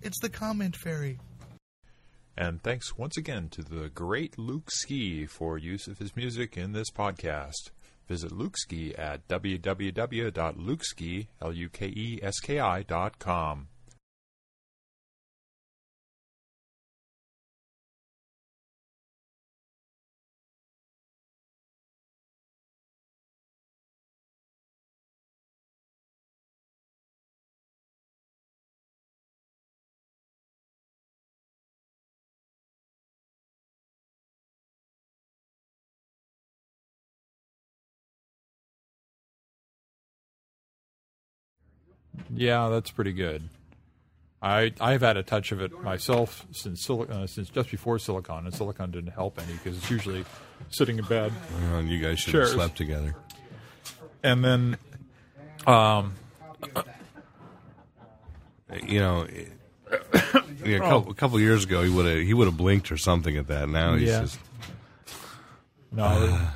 Speaker 1: It's the comment fairy.
Speaker 5: And thanks once again to the great Luke Ski for use of his music in this podcast. Visit Luke Ski at www.lukeski, E L-U-K-E-S-K-I dot com. Yeah, that's pretty good. I I've had a touch of it myself since Sil- uh, since just before Silicon, and Silicon didn't help any because it's usually sitting in bed.
Speaker 4: you guys should
Speaker 5: have Cheers. slept
Speaker 4: together.
Speaker 5: And then
Speaker 4: you know, it- yeah, a couple, a couple years ago he would have he would have blinked or something at that. Now he's
Speaker 5: Yeah.
Speaker 4: just
Speaker 5: no,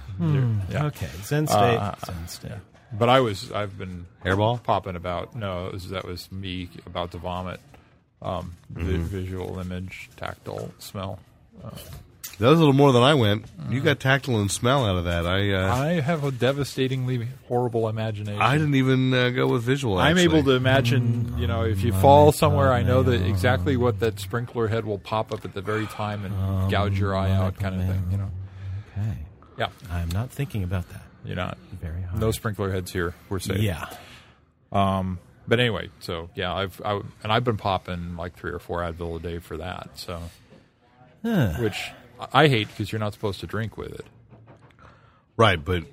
Speaker 5: yeah.
Speaker 7: Okay, Zen State. Zen State.
Speaker 5: But I was I've been
Speaker 4: Hairball?
Speaker 5: popping about. No, it was, that was me about to vomit. Um, vi-
Speaker 4: Mm-hmm.
Speaker 5: visual image, tactile, smell.
Speaker 4: that was a little more than I went. You got tactile and smell out of that. I uh,
Speaker 5: I have a devastatingly horrible imagination.
Speaker 4: I, didn't even uh, go with visual.
Speaker 5: I'm
Speaker 4: actually. Mm.
Speaker 5: able to imagine, you know, if you fall somewhere, I know that exactly what that sprinkler head will pop up at the very time and gouge your eye
Speaker 4: Um,
Speaker 5: out, kind of thing. You know,
Speaker 7: Okay,
Speaker 5: yeah,
Speaker 7: I'm not thinking about that.
Speaker 5: you're not
Speaker 7: Very hard.
Speaker 5: no sprinkler heads here. We're safe.
Speaker 7: Yeah.
Speaker 5: But anyway, so yeah, I've I, and I've been popping like three or four Advil a day for that. So, which I I hate because you're not supposed to drink with it.
Speaker 4: right, but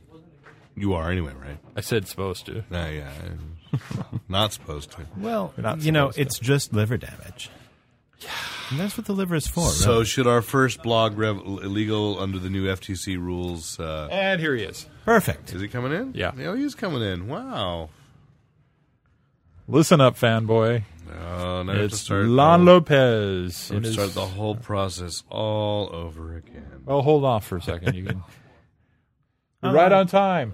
Speaker 4: you are anyway, right?
Speaker 5: I said supposed to.
Speaker 4: Uh, yeah, I'm not supposed to.
Speaker 7: Well,
Speaker 5: You're not
Speaker 7: you know,
Speaker 5: supposed to.
Speaker 7: it's just liver damage. Yeah. And that's what the liver is for.
Speaker 4: So should our first blog rev- illegal under the new FTC rules? Uh,
Speaker 5: And here he is.
Speaker 7: right? Perfect.
Speaker 4: is he coming in?
Speaker 5: Yeah.
Speaker 4: Oh, he's coming in. Wow.
Speaker 5: Listen up, fanboy.
Speaker 4: No, Oh, now we have to
Speaker 5: It's
Speaker 4: start.
Speaker 5: Lon
Speaker 4: the,
Speaker 5: Lopez.
Speaker 4: we have
Speaker 5: It
Speaker 4: to
Speaker 5: is-
Speaker 4: start the whole process all over again.
Speaker 5: Well, oh, hold off for a second. You can.
Speaker 4: Uh-huh.
Speaker 5: You're right on time.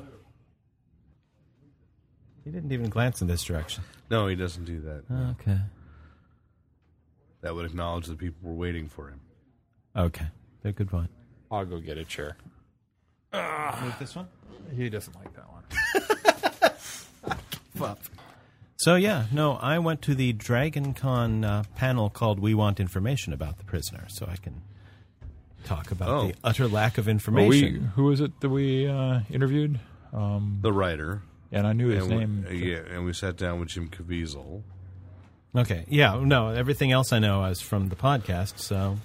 Speaker 7: He didn't even glance in this direction.
Speaker 4: No, he doesn't do that.
Speaker 7: Okay.
Speaker 4: That would acknowledge that people were waiting for him.
Speaker 7: Okay. They're good one.
Speaker 5: I'll go get a chair.
Speaker 7: this one.
Speaker 5: He doesn't like that one.
Speaker 7: So yeah, no, I went to the Dragon Con uh, panel called "We Want Information About the Prisoner," so I can talk about
Speaker 4: Oh.
Speaker 7: the utter lack of
Speaker 5: Well, we,
Speaker 7: information.
Speaker 5: who is it that we uh, interviewed? Um,
Speaker 4: The writer.
Speaker 5: and I knew his
Speaker 4: And we,
Speaker 5: name.
Speaker 4: uh, yeah, and we sat down with Jim Caviezel.
Speaker 7: okay, yeah, no, everything else I know is from the podcast, so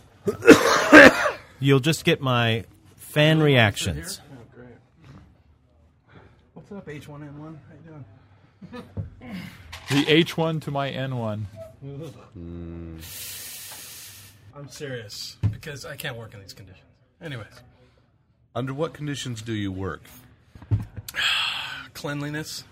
Speaker 7: you'll just get my fan reactions.
Speaker 1: What's up, H1N1? How you doing?
Speaker 5: The H1 to my N1.
Speaker 6: I'm serious because I can't work in these conditions. Anyways,
Speaker 4: Under what conditions do you work?
Speaker 6: cleanliness.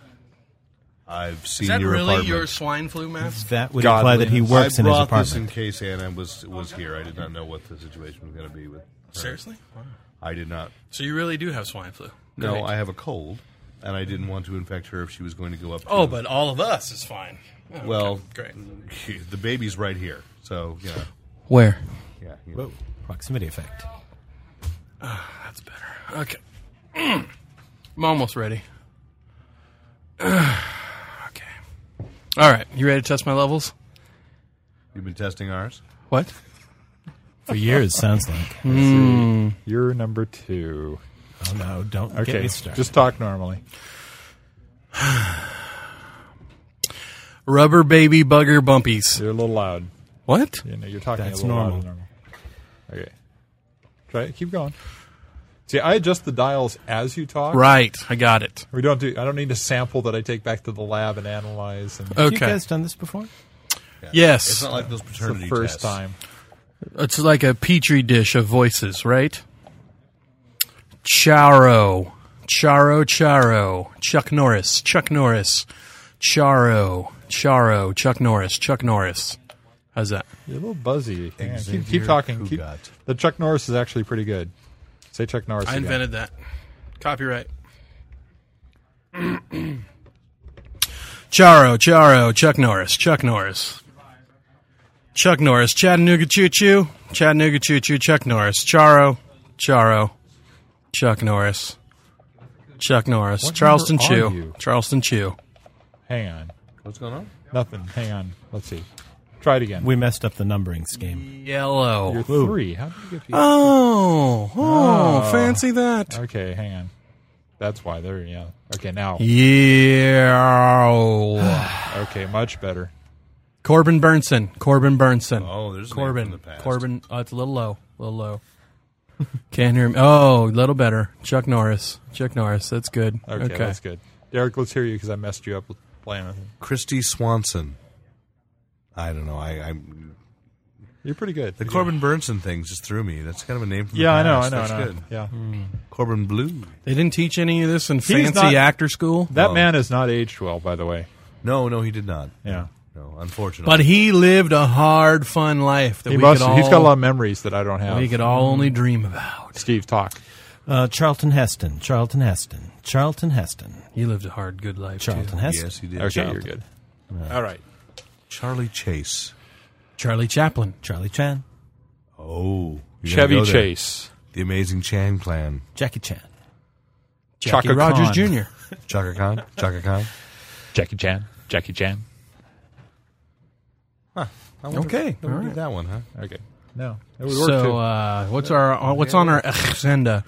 Speaker 4: I've seen
Speaker 6: Is that
Speaker 4: your
Speaker 6: really
Speaker 4: apartment.
Speaker 6: your swine flu mask?
Speaker 7: That would imply that he
Speaker 5: Godliness.
Speaker 7: works
Speaker 4: I
Speaker 7: in his
Speaker 4: brought this in
Speaker 7: apartment.
Speaker 4: case Anna was was here. I did not know what the situation was going to be with. her.
Speaker 6: Seriously? Wow.
Speaker 4: I did not.
Speaker 6: So you really do have swine flu?
Speaker 4: No,
Speaker 6: Great.
Speaker 4: I have a cold, and I didn't want to infect her if she was going to go up. To,
Speaker 6: Oh, but all of us is fine. Oh, okay.
Speaker 4: well,
Speaker 6: great.
Speaker 4: The baby's right here, so you know,
Speaker 6: Where?
Speaker 4: yeah. you know.
Speaker 7: Whoa, proximity effect.
Speaker 6: That's better. Okay. I'm almost ready. okay. All right. You ready to test my levels?
Speaker 4: You've been testing ours.
Speaker 6: What?
Speaker 7: For years, sounds like.
Speaker 5: You're number two.
Speaker 7: Oh no, don't get
Speaker 5: Okay,
Speaker 7: me started.
Speaker 5: just talk normally.
Speaker 6: Rubber baby bugger bumpies.
Speaker 5: You're a little loud.
Speaker 6: What?
Speaker 5: You know, you're talking
Speaker 7: That's
Speaker 5: a little
Speaker 7: normal.
Speaker 5: louder than normal. Okay. Try it. Keep going. See, I adjust the dials as you talk.
Speaker 6: Right. I got it.
Speaker 5: We don't do. I don't need a sample that I take back to the lab and analyze. And
Speaker 7: Have you
Speaker 6: Okay.
Speaker 7: guys done this before?
Speaker 4: It's
Speaker 6: Yes.
Speaker 4: not like those
Speaker 5: it's
Speaker 4: paternity
Speaker 5: the first
Speaker 4: tests.
Speaker 5: time.
Speaker 6: It's like a petri dish of voices, right? Charo. Charo, Charo. Chuck Norris. Chuck Norris. Charo. Charo. Chuck Norris. Chuck Norris. How's that?
Speaker 5: You're a little buzzy. Yeah,
Speaker 4: Xavier
Speaker 5: keep, keep talking. Keep,
Speaker 4: Cugat.
Speaker 5: the Chuck Norris is actually pretty good. Say Chuck Norris.
Speaker 6: I
Speaker 5: again.
Speaker 6: invented that. Copyright. Charo, Charo, Chuck Norris, Chuck Norris. Chuck Norris, Chattanooga Choo Choo, Chattanooga Choo Choo, Chuck Norris, Charo, Charo, Chuck Norris, Chuck Norris,
Speaker 5: What
Speaker 6: Charleston
Speaker 5: number are
Speaker 6: Chew,
Speaker 5: you?
Speaker 6: Charleston Chew.
Speaker 5: Hang on.
Speaker 4: What's going on?
Speaker 5: Nothing. Hang on. Let's see. Try it again.
Speaker 7: We messed up the numbering scheme.
Speaker 5: You're
Speaker 6: Yellow.
Speaker 5: three. How did you get
Speaker 6: Ah.
Speaker 5: the?
Speaker 6: Oh, oh,
Speaker 5: Ah.
Speaker 6: fancy that.
Speaker 5: Okay, hang on. That's why they're yeah. Okay, now
Speaker 6: Yeah.
Speaker 5: okay, much better.
Speaker 6: Corbin Burnson, Corbin Burnson.
Speaker 4: Oh, there's a name
Speaker 6: Corbin.
Speaker 4: from the past.
Speaker 6: Corbin. Oh, it's a little low. A little low. Can't hear me. Oh, a little better. Chuck Norris. Chuck Norris. That's good.
Speaker 5: Okay,
Speaker 6: Okay.
Speaker 5: that's good. Derek, let's hear you because I messed you up with playing with him.
Speaker 4: Christy Swanson. I don't know. I, I'm
Speaker 5: You're pretty good.
Speaker 4: the Corbin Burnson thing just threw me. That's kind of a name from
Speaker 5: Yeah, I
Speaker 4: the
Speaker 5: know, I
Speaker 4: past.
Speaker 5: know, I
Speaker 4: That's
Speaker 5: know.
Speaker 4: good.
Speaker 5: Yeah,
Speaker 4: Corbin Blue.
Speaker 6: They didn't teach any of this in
Speaker 5: He's
Speaker 6: fancy
Speaker 5: not-
Speaker 6: actor school,
Speaker 5: that
Speaker 4: Well-
Speaker 5: man has not aged well, by the way.
Speaker 4: No, no, he did not.
Speaker 5: Yeah,
Speaker 4: No, unfortunately.
Speaker 6: but he lived a hard, fun life that
Speaker 5: he
Speaker 6: we
Speaker 5: must.
Speaker 6: could all,
Speaker 5: he's got a lot of memories that I don't have.
Speaker 6: we could all only dream about.
Speaker 5: Steve, talk.
Speaker 7: Uh, Charlton Heston, Charlton Heston, Charlton Heston,
Speaker 6: He lived a hard, good life
Speaker 7: Charlton
Speaker 6: too.
Speaker 7: Heston.
Speaker 4: yes, he did.
Speaker 5: Okay,
Speaker 4: Charlie-
Speaker 5: you're good. All right.
Speaker 4: Charlie Chase.
Speaker 6: Charlie Chaplin.
Speaker 7: Charlie Chan,
Speaker 4: Oh, you're gonna
Speaker 5: Chevy
Speaker 4: go there.
Speaker 5: Chase.
Speaker 4: the Amazing Chan Clan,
Speaker 7: Jackie Chan.
Speaker 6: Jackie
Speaker 5: Chaka
Speaker 6: Rogers
Speaker 5: Khan.
Speaker 6: Jr.
Speaker 4: Chaka Khan, Chaka Khan.
Speaker 5: Jackie Chan. Jackie Chan.
Speaker 4: I wonder-
Speaker 6: Okay,
Speaker 4: nobody
Speaker 6: all
Speaker 4: did
Speaker 6: right.
Speaker 4: that one, huh?
Speaker 5: Okay. No, it would work too.
Speaker 6: So, uh, what's our what's on our agenda?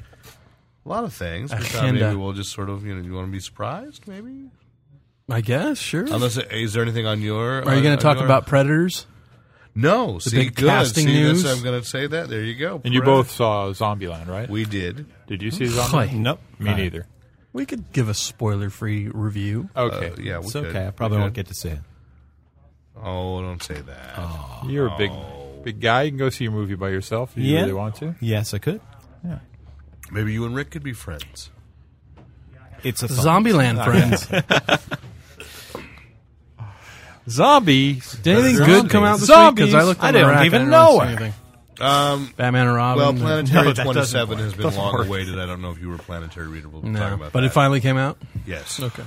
Speaker 4: A lot of things. We thought
Speaker 6: Agenda.
Speaker 4: maybe we'll just sort of, you know, you want to be surprised, maybe.
Speaker 6: I guess sure.
Speaker 4: Unless, uh, is there anything on your?
Speaker 6: Are you going to talk about predators?
Speaker 4: no? See,
Speaker 6: big
Speaker 4: good.
Speaker 6: casting
Speaker 4: see, that's-
Speaker 6: news?
Speaker 4: I'm going to say that. There you go.
Speaker 5: and you
Speaker 4: Brett.
Speaker 5: both saw Zombieland, right?
Speaker 4: We did.
Speaker 5: Did you see Zombieland?
Speaker 6: Hi.
Speaker 7: Nope.
Speaker 5: Me neither.
Speaker 6: We could give a spoiler-free review.
Speaker 5: Okay.
Speaker 4: Uh, yeah, we
Speaker 7: It's
Speaker 4: could.
Speaker 7: okay. I
Speaker 4: We
Speaker 7: probably won't
Speaker 4: could.
Speaker 7: get to see it.
Speaker 4: Oh, don't say that.
Speaker 5: You're a big big guy. You can go see your movie by yourself if you
Speaker 7: Yeah.
Speaker 5: really want to.
Speaker 7: Yes, I could.
Speaker 4: Maybe you and Rick could be friends.
Speaker 7: It's a thought. Uh,
Speaker 6: Zombieland friends.
Speaker 5: Zombies.
Speaker 6: Did anything
Speaker 5: Zombies.
Speaker 6: good come out this
Speaker 5: Zombies.
Speaker 6: week? Because I looked.
Speaker 7: I
Speaker 6: on the
Speaker 7: didn't
Speaker 6: rack and
Speaker 7: even
Speaker 6: didn't
Speaker 7: know
Speaker 6: really see
Speaker 7: it.
Speaker 6: anything.
Speaker 4: Um,
Speaker 6: Batman and Robin.
Speaker 4: well, Planetary
Speaker 7: No, that doesn't
Speaker 4: 27 has been long awaited. I don't know if you were Planetary Reader. We'll
Speaker 6: no,
Speaker 4: talk about
Speaker 6: but
Speaker 4: that.
Speaker 6: it finally came out.
Speaker 4: Yes.
Speaker 6: Okay.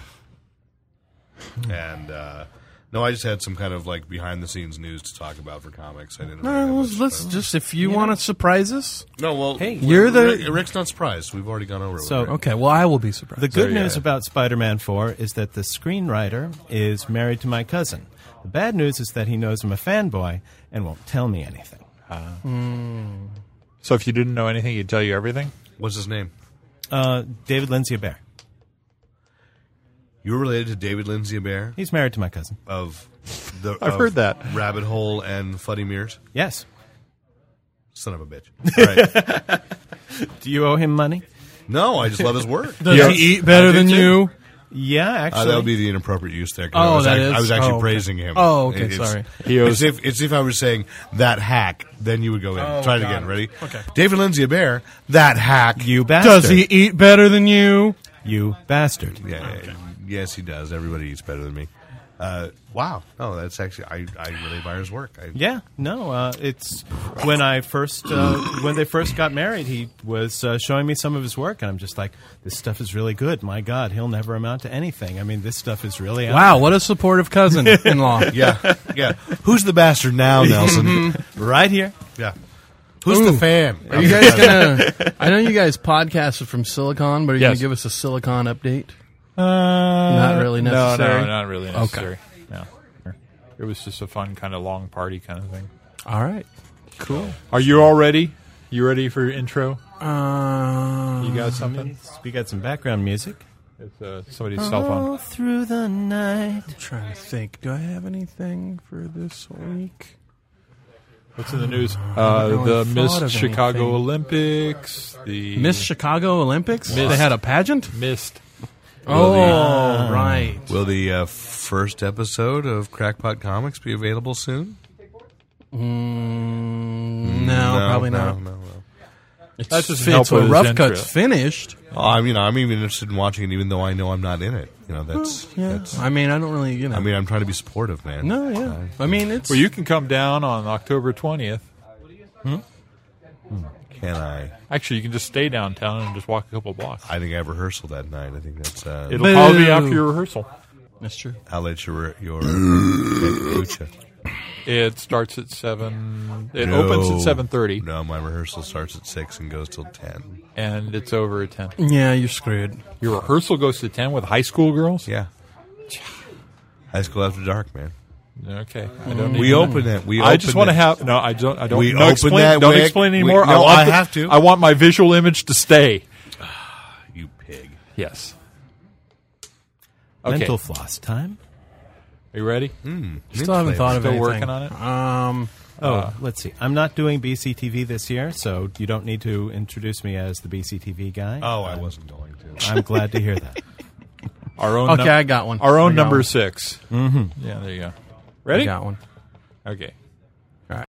Speaker 4: And uh, no, I just had some kind of like behind the scenes news to talk about for comics. I didn't.
Speaker 6: All
Speaker 4: really
Speaker 6: right,
Speaker 4: have
Speaker 6: well,
Speaker 4: much,
Speaker 6: Uh, let's
Speaker 4: but-
Speaker 6: just if you want to surprise us.
Speaker 4: No, well, hey,
Speaker 6: you're the-
Speaker 4: Rick's not surprised. We've already gone over it.
Speaker 7: So-
Speaker 4: with Rick.
Speaker 6: Okay, well, I will be surprised.
Speaker 7: The good
Speaker 4: yeah.
Speaker 7: news about Spider Man 4 is that the screenwriter is married to my cousin. The bad news is that he knows I'm a fanboy and won't tell me anything.
Speaker 5: So if you didn't know anything, he'd tell you everything.
Speaker 4: what's his name?
Speaker 7: Uh, David Lindsay Bear.
Speaker 4: You're related to David Lindsay Bear
Speaker 7: He's married to my cousin.
Speaker 4: of the.
Speaker 5: I've
Speaker 4: of
Speaker 5: heard that.
Speaker 4: Rabbit Hole and Fuddy Mears.
Speaker 7: Yes.
Speaker 4: Son of a bitch. All right.
Speaker 7: Do you owe him money?
Speaker 4: no, I just love his work.
Speaker 6: Does he eat better than you?
Speaker 7: Yeah,
Speaker 4: Uh,
Speaker 7: actually.
Speaker 4: that would be the inappropriate use there. 'cause
Speaker 6: Oh,
Speaker 4: I was
Speaker 6: that
Speaker 4: act-
Speaker 6: is?
Speaker 4: I was actually
Speaker 6: Oh, okay.
Speaker 4: praising him.
Speaker 6: Oh, okay,
Speaker 4: It-
Speaker 6: sorry.
Speaker 5: He
Speaker 4: It's
Speaker 5: owes-
Speaker 4: if, it's if I was saying that hack, then you would go in.
Speaker 6: Oh,
Speaker 4: Try it again. Ready? Okay. David Lindsay Bear, that hack.
Speaker 7: you bastard.
Speaker 6: Does he eat better than you?
Speaker 7: You bastard.
Speaker 4: Yeah, Yes, he does. Everybody eats better than me. Uh, wow. No, that's actually I, I really admire his work. I,
Speaker 7: Yeah, no, uh, it's when I first uh, when they first got married, he was uh, showing me some of his work, and I'm just like, this stuff is really good. My God, he'll never amount to anything. I mean, this stuff is really out
Speaker 6: Wow, what a supportive cousin-in-law.
Speaker 4: Yeah. yeah. Who's the bastard now,
Speaker 5: Mm-hmm.
Speaker 4: Nelson?
Speaker 7: there. right here.
Speaker 4: yeah. Who's the fan?
Speaker 6: Are you guys gonna? I know you guys podcasted from Silicon, but are you
Speaker 5: Yes.
Speaker 6: gonna give us a Silicon update?
Speaker 5: Uh, not
Speaker 6: really
Speaker 5: No,
Speaker 6: necessary?
Speaker 5: no, not really necessary. No. It was just a fun kind of long party kind of thing.
Speaker 6: All right, cool.
Speaker 5: Are you all ready? You ready for your intro?
Speaker 6: Uh,
Speaker 5: You got something?
Speaker 7: We got some background music.
Speaker 5: Uh-huh. It's uh, somebody's cell phone.
Speaker 7: through the night.
Speaker 6: I'm trying to think. Do I have anything for this week?
Speaker 5: What's in the news?
Speaker 6: really
Speaker 5: Uh, the
Speaker 6: thought of
Speaker 5: Miss
Speaker 6: anything.
Speaker 5: Chicago Olympics. The
Speaker 6: Miss Chicago Olympics. They had a pageant.
Speaker 5: Missed.
Speaker 6: Oh,
Speaker 4: the-
Speaker 6: right.
Speaker 4: Will the uh, first episode of Crackpot Comics be available soon?
Speaker 6: Mm, no, probably not.
Speaker 4: No, no, no.
Speaker 5: That doesn't
Speaker 6: Fit-
Speaker 5: help
Speaker 6: so
Speaker 5: with his
Speaker 6: rough cuts
Speaker 5: intro.
Speaker 6: finished.
Speaker 4: Oh, I mean, I'm even interested in watching it, even though I know I'm not in it. You know, that's.
Speaker 6: Yeah,
Speaker 4: that's
Speaker 6: I mean, I don't really, you know.
Speaker 4: I mean, I'm trying to be supportive, man.
Speaker 6: no, yeah. I mean, it's
Speaker 5: Well, you can come down on October 20th.
Speaker 4: Can I?
Speaker 5: Actually, you can just stay downtown and just walk a couple blocks.
Speaker 4: I think I have rehearsal that night. I think that's. Uh,
Speaker 5: It'll probably be
Speaker 6: Boo.
Speaker 5: after your rehearsal.
Speaker 6: that's true.
Speaker 4: I'll let your your. kombucha.
Speaker 5: It starts at seven. It
Speaker 4: No.
Speaker 5: opens at seven thirty,
Speaker 4: No, my rehearsal starts at six and goes till ten.
Speaker 5: and it's over at ten.
Speaker 6: Yeah, you're screwed.
Speaker 5: Your rehearsal goes to ten with high school girls.
Speaker 4: Yeah. High school after dark, man.
Speaker 5: Okay, I don't.
Speaker 4: We
Speaker 5: need-
Speaker 4: open it. We.
Speaker 5: I just
Speaker 4: open
Speaker 5: want to
Speaker 4: it.
Speaker 5: have no. I don't. I don't.
Speaker 4: We
Speaker 5: no,
Speaker 4: open
Speaker 5: explain,
Speaker 4: that
Speaker 5: Don't
Speaker 4: wick.
Speaker 5: explain
Speaker 4: We-
Speaker 5: anymore.
Speaker 4: no,
Speaker 5: want
Speaker 4: I
Speaker 5: the-
Speaker 4: have to.
Speaker 5: I want my visual image to stay.
Speaker 4: you pig.
Speaker 5: Yes. Okay.
Speaker 7: Mental floss time.
Speaker 5: Are you ready?
Speaker 6: Mm-hmm. Still haven't thought of
Speaker 5: Still
Speaker 6: anything.
Speaker 5: working on it?
Speaker 6: Um,
Speaker 7: Oh, let's see. I'm not doing BCTV this year, so you don't need to introduce me as the BCTV guy.
Speaker 4: Oh, I wasn't going to.
Speaker 7: I'm glad to hear that.
Speaker 5: Our own.
Speaker 6: okay,
Speaker 5: num-
Speaker 6: I got one.
Speaker 5: Our own
Speaker 6: I got
Speaker 5: number
Speaker 6: one.
Speaker 5: six. Mm-hmm. Yeah. There you go.
Speaker 6: I
Speaker 5: Ready?
Speaker 6: got one.
Speaker 5: Okay.